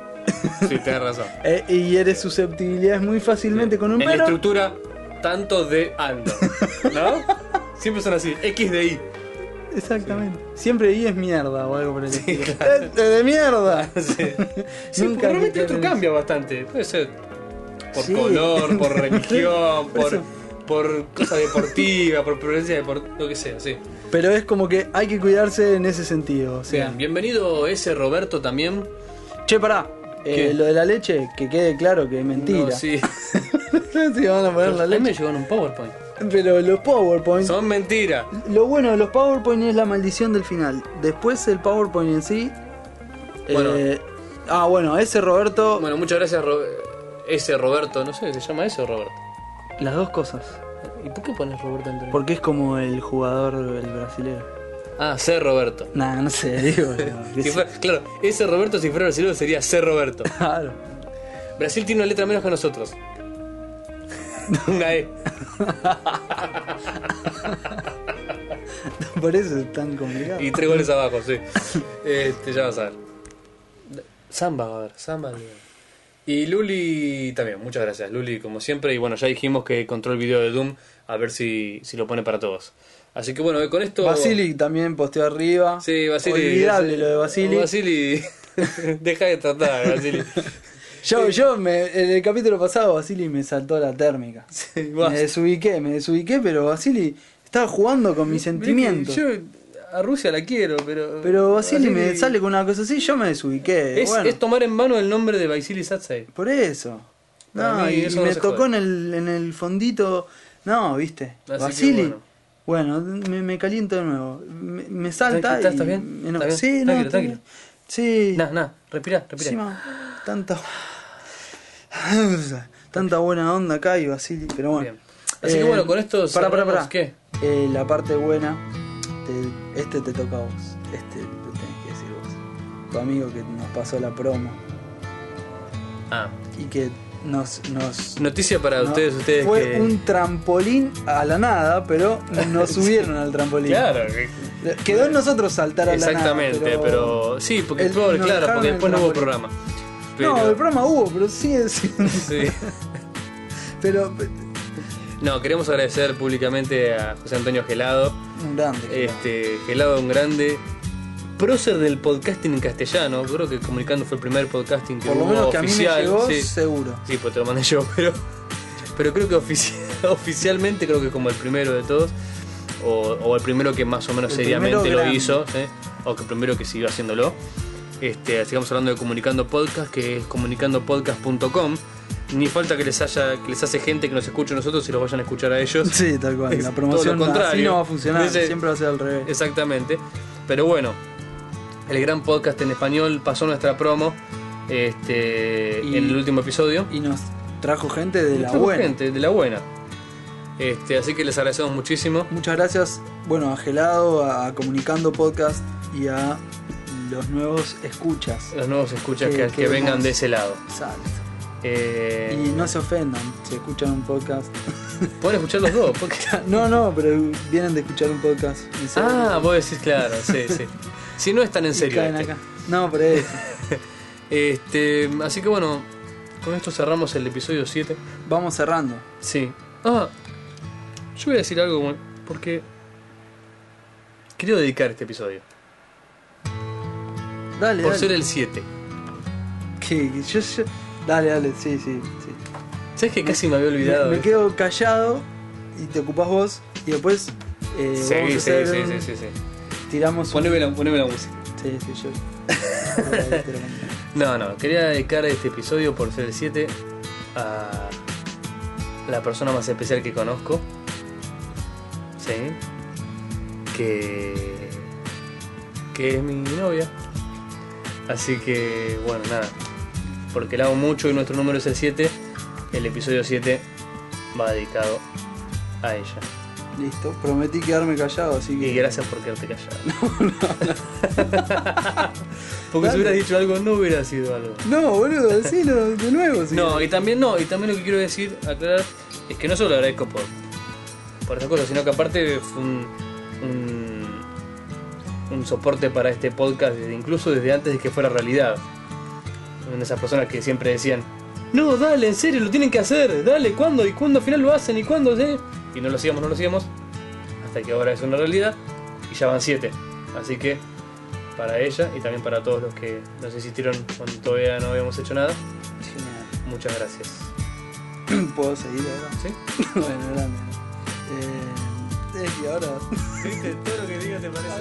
[SPEAKER 5] sí, tenés razón.
[SPEAKER 1] eh, y eres susceptibilidades muy fácilmente con un
[SPEAKER 5] en la
[SPEAKER 1] pero.
[SPEAKER 5] estructura tanto de ando. ¿No? Siempre son así, X de Y.
[SPEAKER 1] Exactamente. Siempre I es mierda o algo por el estilo. ¡Este de mierda!
[SPEAKER 5] Sí,
[SPEAKER 1] Nunca
[SPEAKER 5] porque realmente
[SPEAKER 1] quitaron
[SPEAKER 5] esto
[SPEAKER 1] eso.
[SPEAKER 5] cambia bastante. Puede ser por
[SPEAKER 1] Sí.
[SPEAKER 5] color, por religión,
[SPEAKER 1] Por
[SPEAKER 5] por,
[SPEAKER 1] eso.
[SPEAKER 5] por cosa deportiva, por preferencia deportiva, lo que sea, sí.
[SPEAKER 1] Pero es como que hay que cuidarse en ese sentido. O sea,
[SPEAKER 5] Bien, bienvenido ese Roberto también.
[SPEAKER 1] che, pará. eh,
[SPEAKER 5] ¿Qué?
[SPEAKER 1] lo de la leche, que quede claro que es mentira.
[SPEAKER 5] No, sí.
[SPEAKER 1] Sí, van a poner la
[SPEAKER 5] A mí
[SPEAKER 1] leche.
[SPEAKER 5] me llegó en un PowerPoint.
[SPEAKER 1] Pero los PowerPoint.
[SPEAKER 5] Son mentiras.
[SPEAKER 1] Lo bueno de los PowerPoint es la maldición del final. Después el PowerPoint en sí.
[SPEAKER 5] Bueno.
[SPEAKER 1] eh, ah, bueno, ese Roberto.
[SPEAKER 5] Bueno, muchas gracias, Ro- ese Roberto. No sé, se llama ese Roberto.
[SPEAKER 1] Las dos cosas.
[SPEAKER 5] ¿Y por qué pones Roberto entre
[SPEAKER 1] Porque es como el jugador, el brasilero.
[SPEAKER 5] Ah, C. Roberto.
[SPEAKER 1] Nah, no sé, digo. no, qué
[SPEAKER 5] Si
[SPEAKER 1] sé.
[SPEAKER 5] fuera- claro, ese Roberto, si fuera brasileño, sería C. Roberto.
[SPEAKER 1] Claro.
[SPEAKER 5] Brasil tiene una letra menos que nosotros. Una E.
[SPEAKER 1] Por eso es tan complicado.
[SPEAKER 5] Y tres goles abajo, sí. Este, ya vas a ver. Samba va a ver, Samba. le- Y Luli también, muchas gracias. Luli, como siempre, y bueno, ya dijimos que encontró el video de Doom, a ver si, si lo pone para todos. Así que bueno, eh, con esto.
[SPEAKER 1] Basili también posteó arriba.
[SPEAKER 5] Sí, Basili.
[SPEAKER 1] Olvidable lo de Basili.
[SPEAKER 5] Basili. Deja de tratar, Basili.
[SPEAKER 1] Yo, yo me- en el capítulo pasado Basili me saltó la térmica. me
[SPEAKER 5] basta.
[SPEAKER 1] desubiqué, me desubiqué, pero Basili estaba jugando con mis sentimientos.
[SPEAKER 5] Yo a Rusia la quiero, pero.
[SPEAKER 1] Pero Basili me sale con una cosa así, yo me desubiqué.
[SPEAKER 5] Es,
[SPEAKER 1] bueno,
[SPEAKER 5] es tomar en mano el nombre de Basili Satsai.
[SPEAKER 1] por eso.
[SPEAKER 5] Para
[SPEAKER 1] No,
[SPEAKER 5] mí
[SPEAKER 1] y
[SPEAKER 5] eso no
[SPEAKER 1] me
[SPEAKER 5] se
[SPEAKER 1] tocó
[SPEAKER 5] jode.
[SPEAKER 1] en el, en el fondito. No, viste.
[SPEAKER 5] Así que
[SPEAKER 1] Basili. Bueno, me, me caliento de nuevo. Me, me salta.
[SPEAKER 5] ¿Estás-
[SPEAKER 1] y
[SPEAKER 5] estás bien?
[SPEAKER 1] me eno-
[SPEAKER 5] ¿Estás bien?
[SPEAKER 1] Sí, no,
[SPEAKER 5] Tranquilo,
[SPEAKER 1] estoy bien.
[SPEAKER 5] tranquilo.
[SPEAKER 1] Sí.
[SPEAKER 5] Nah, nah, respirá, respirá.
[SPEAKER 1] Encima, tanta, tanta buena onda acá y Basili, pero bueno. Eh,
[SPEAKER 5] Bien. Así que bueno, con esto
[SPEAKER 1] Para, para,
[SPEAKER 5] cerramos, ¿qué?
[SPEAKER 1] Eh, la parte buena, te- este te toca a vos. Este lo tenés que decir vos. Tu amigo que nos pasó la promo
[SPEAKER 5] Ah,
[SPEAKER 1] y que nos. nos
[SPEAKER 5] noticia para
[SPEAKER 1] no-
[SPEAKER 5] ustedes, ustedes
[SPEAKER 1] Fue
[SPEAKER 5] que...
[SPEAKER 1] un trampolín a la nada, pero nos subieron al trampolín.
[SPEAKER 5] Claro, que-
[SPEAKER 1] Quedó en nosotros saltar a la nada.
[SPEAKER 5] exactamente, pero... sí, porque
[SPEAKER 1] El-
[SPEAKER 5] pobre,
[SPEAKER 1] nos
[SPEAKER 5] claro,
[SPEAKER 1] dejaron
[SPEAKER 5] porque
[SPEAKER 1] el
[SPEAKER 5] después no hubo
[SPEAKER 1] trampolín.
[SPEAKER 5] programa. Pero,
[SPEAKER 1] No, el programa hubo, pero sigue siendo.
[SPEAKER 5] sí.
[SPEAKER 1] Pero.
[SPEAKER 5] No, queremos agradecer públicamente a José Antonio Gelado,
[SPEAKER 1] Un grande.
[SPEAKER 5] este, Gelado un grande prócer del podcasting en castellano, creo que Comunicando fue el primer podcasting que
[SPEAKER 1] Por lo
[SPEAKER 5] hubo
[SPEAKER 1] menos que a mí me
[SPEAKER 5] oficial,
[SPEAKER 1] llegó,
[SPEAKER 5] sí.
[SPEAKER 1] seguro.
[SPEAKER 5] Sí, pues te lo mandé yo, pero, pero creo que ofici- oficialmente creo que como el primero de todos, o, o el primero que más o menos
[SPEAKER 1] El
[SPEAKER 5] seriamente
[SPEAKER 1] primero
[SPEAKER 5] lo
[SPEAKER 1] grande.
[SPEAKER 5] hizo, ¿sí? o que primero que siguió haciéndolo. Este, sigamos hablando de Comunicando Podcast, que es comunicandopodcast.com. Ni falta que les haya, que les hace gente que nos escuche a nosotros y los vayan a escuchar a ellos.
[SPEAKER 1] Sí, tal cual.
[SPEAKER 5] Es
[SPEAKER 1] La
[SPEAKER 5] todo
[SPEAKER 1] promoción
[SPEAKER 5] lo contrario.
[SPEAKER 1] así no va a funcionar,
[SPEAKER 5] Dice-
[SPEAKER 1] siempre va a ser al revés.
[SPEAKER 5] Exactamente. Pero bueno, el gran podcast en español pasó nuestra promo este,
[SPEAKER 1] Y-
[SPEAKER 5] en el último episodio.
[SPEAKER 1] Y nos trajo gente de la
[SPEAKER 5] Trajo
[SPEAKER 1] buena.
[SPEAKER 5] gente, de la buena. Este, así que les agradecemos muchísimo.
[SPEAKER 1] Muchas gracias, bueno, a Gelado, a Comunicando Podcast y a los nuevos escuchas.
[SPEAKER 5] Los nuevos escuchas
[SPEAKER 1] Sí,
[SPEAKER 5] que,
[SPEAKER 1] qué
[SPEAKER 5] que vengan
[SPEAKER 1] hermoso.
[SPEAKER 5] de ese lado.
[SPEAKER 1] Exacto. Y
[SPEAKER 5] Eh,
[SPEAKER 1] no se ofendan si escuchan un podcast.
[SPEAKER 5] Pueden escuchar los dos. porque-
[SPEAKER 1] No, no, pero vienen de escuchar un podcast. en serio.
[SPEAKER 5] ah, vos decís, claro, sí, sí. Si no están en
[SPEAKER 1] Y
[SPEAKER 5] serio.
[SPEAKER 1] caen
[SPEAKER 5] este.
[SPEAKER 1] acá. No, pero es-
[SPEAKER 5] Este, así que bueno, con esto cerramos el episodio 7.
[SPEAKER 1] vamos cerrando.
[SPEAKER 5] Sí. Ah, yo voy a decir algo como- porque quiero dedicar este episodio.
[SPEAKER 1] Dale,
[SPEAKER 5] Por
[SPEAKER 1] Eh, dale.
[SPEAKER 5] ser el 7.
[SPEAKER 1] Que- que yo- yo- Dale, dale, sí, sí, sí.
[SPEAKER 5] ¿Sabes que casi me había olvidado?
[SPEAKER 1] Me, me
[SPEAKER 5] de-
[SPEAKER 1] quedo callado y te ocupás vos y después eh,
[SPEAKER 5] Sí,
[SPEAKER 1] vamos a
[SPEAKER 5] sí,
[SPEAKER 1] hacer
[SPEAKER 5] sí,
[SPEAKER 1] un-
[SPEAKER 5] sí, sí, sí.
[SPEAKER 1] tiramos un...
[SPEAKER 5] Poneme la- poneme la música.
[SPEAKER 1] Sí, sí, yo. Ahí te lo mando.
[SPEAKER 5] No, no, quería dedicar este episodio por ser el 7 a, la persona más especial que conozco. Sí. Que. que es mi novia. Así que, bueno, nada. Porque la amo mucho y nuestro número es el 7. El episodio 7 va dedicado a ella.
[SPEAKER 1] Listo, prometí quedarme callado, así que.
[SPEAKER 5] Y gracias por quedarte callado. Porque si
[SPEAKER 1] Dale.
[SPEAKER 5] hubieras dicho algo, no hubiera sido algo.
[SPEAKER 1] No, boludo, decilo de nuevo. si
[SPEAKER 5] No, y también no, y también lo que quiero decir, aclarar, es que no solo le agradezco por, por esas cosas, sino que aparte fue un, un, un soporte para este podcast, desde- incluso desde antes de que fuera realidad. Una de esas personas que siempre decían, no, dale, en serio, lo tienen que hacer, dale, ¿cuándo? ¿Y cuándo al final lo hacen? ¿Y cuándo? eh?" Y no lo hacíamos, no lo hacíamos, hasta que ahora es una realidad, y ya van siete. Así que, para ella y también para todos los que nos insistieron cuando todavía no habíamos hecho nada,
[SPEAKER 1] quieres.
[SPEAKER 5] muchas gracias.
[SPEAKER 1] Puedo seguir ahora.
[SPEAKER 5] ¿Sí?
[SPEAKER 1] bueno, grande. ¿no? Eh, es que ahora. Ah,
[SPEAKER 5] Viste, todo lo que digas te parece.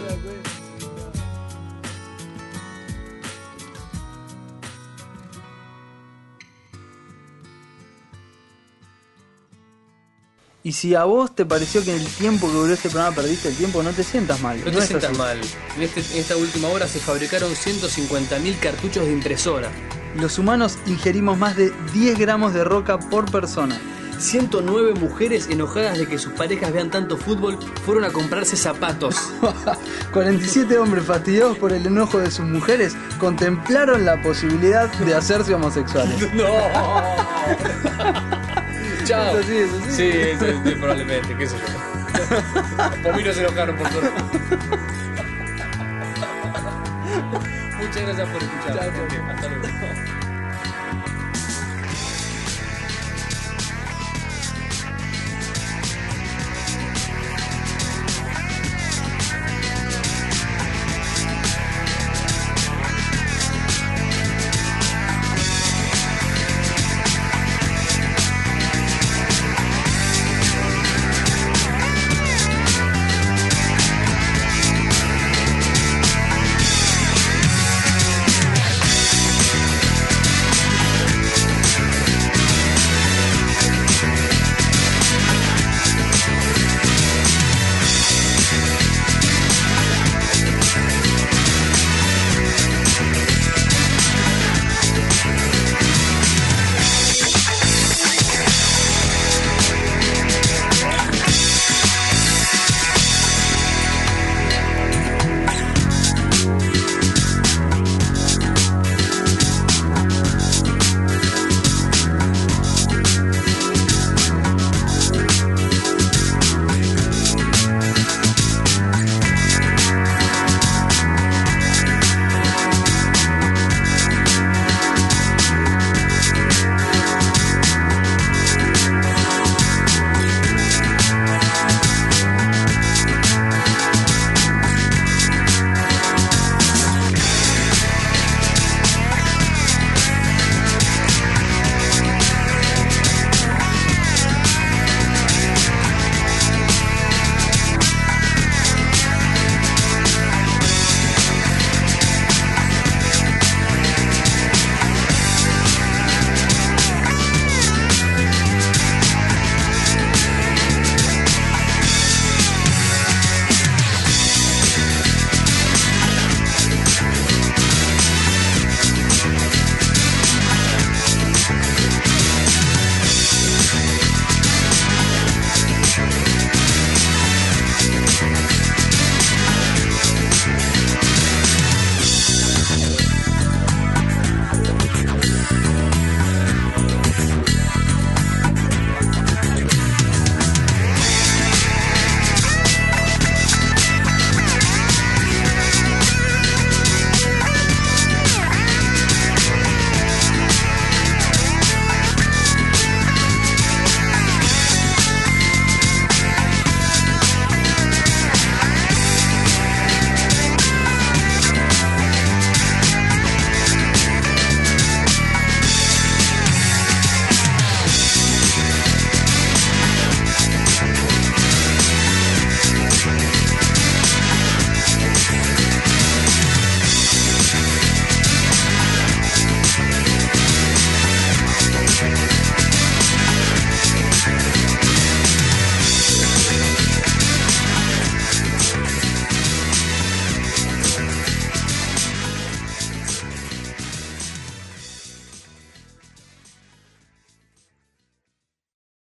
[SPEAKER 1] Y si a vos te pareció que en el tiempo que duró este programa perdiste el tiempo, no te sientas mal.
[SPEAKER 5] No te
[SPEAKER 1] No es
[SPEAKER 5] sientas
[SPEAKER 1] así.
[SPEAKER 5] mal. En, este- en esta última hora se fabricaron 150.000 cartuchos de impresora.
[SPEAKER 1] Los humanos ingerimos más de 10 gramos de roca por persona.
[SPEAKER 5] 109 mujeres enojadas de que sus parejas vean tanto fútbol fueron a comprarse zapatos.
[SPEAKER 1] 47 hombres fastidiados por el enojo de sus mujeres contemplaron la posibilidad de hacerse homosexuales.
[SPEAKER 5] ¡No! ¡Chao!
[SPEAKER 1] Es así, es así.
[SPEAKER 5] Sí, eso es- sí, probablemente, qué sé yo. Por mí no se enojaron, por suerte. Muchas gracias por escuchar. gente. Hasta luego.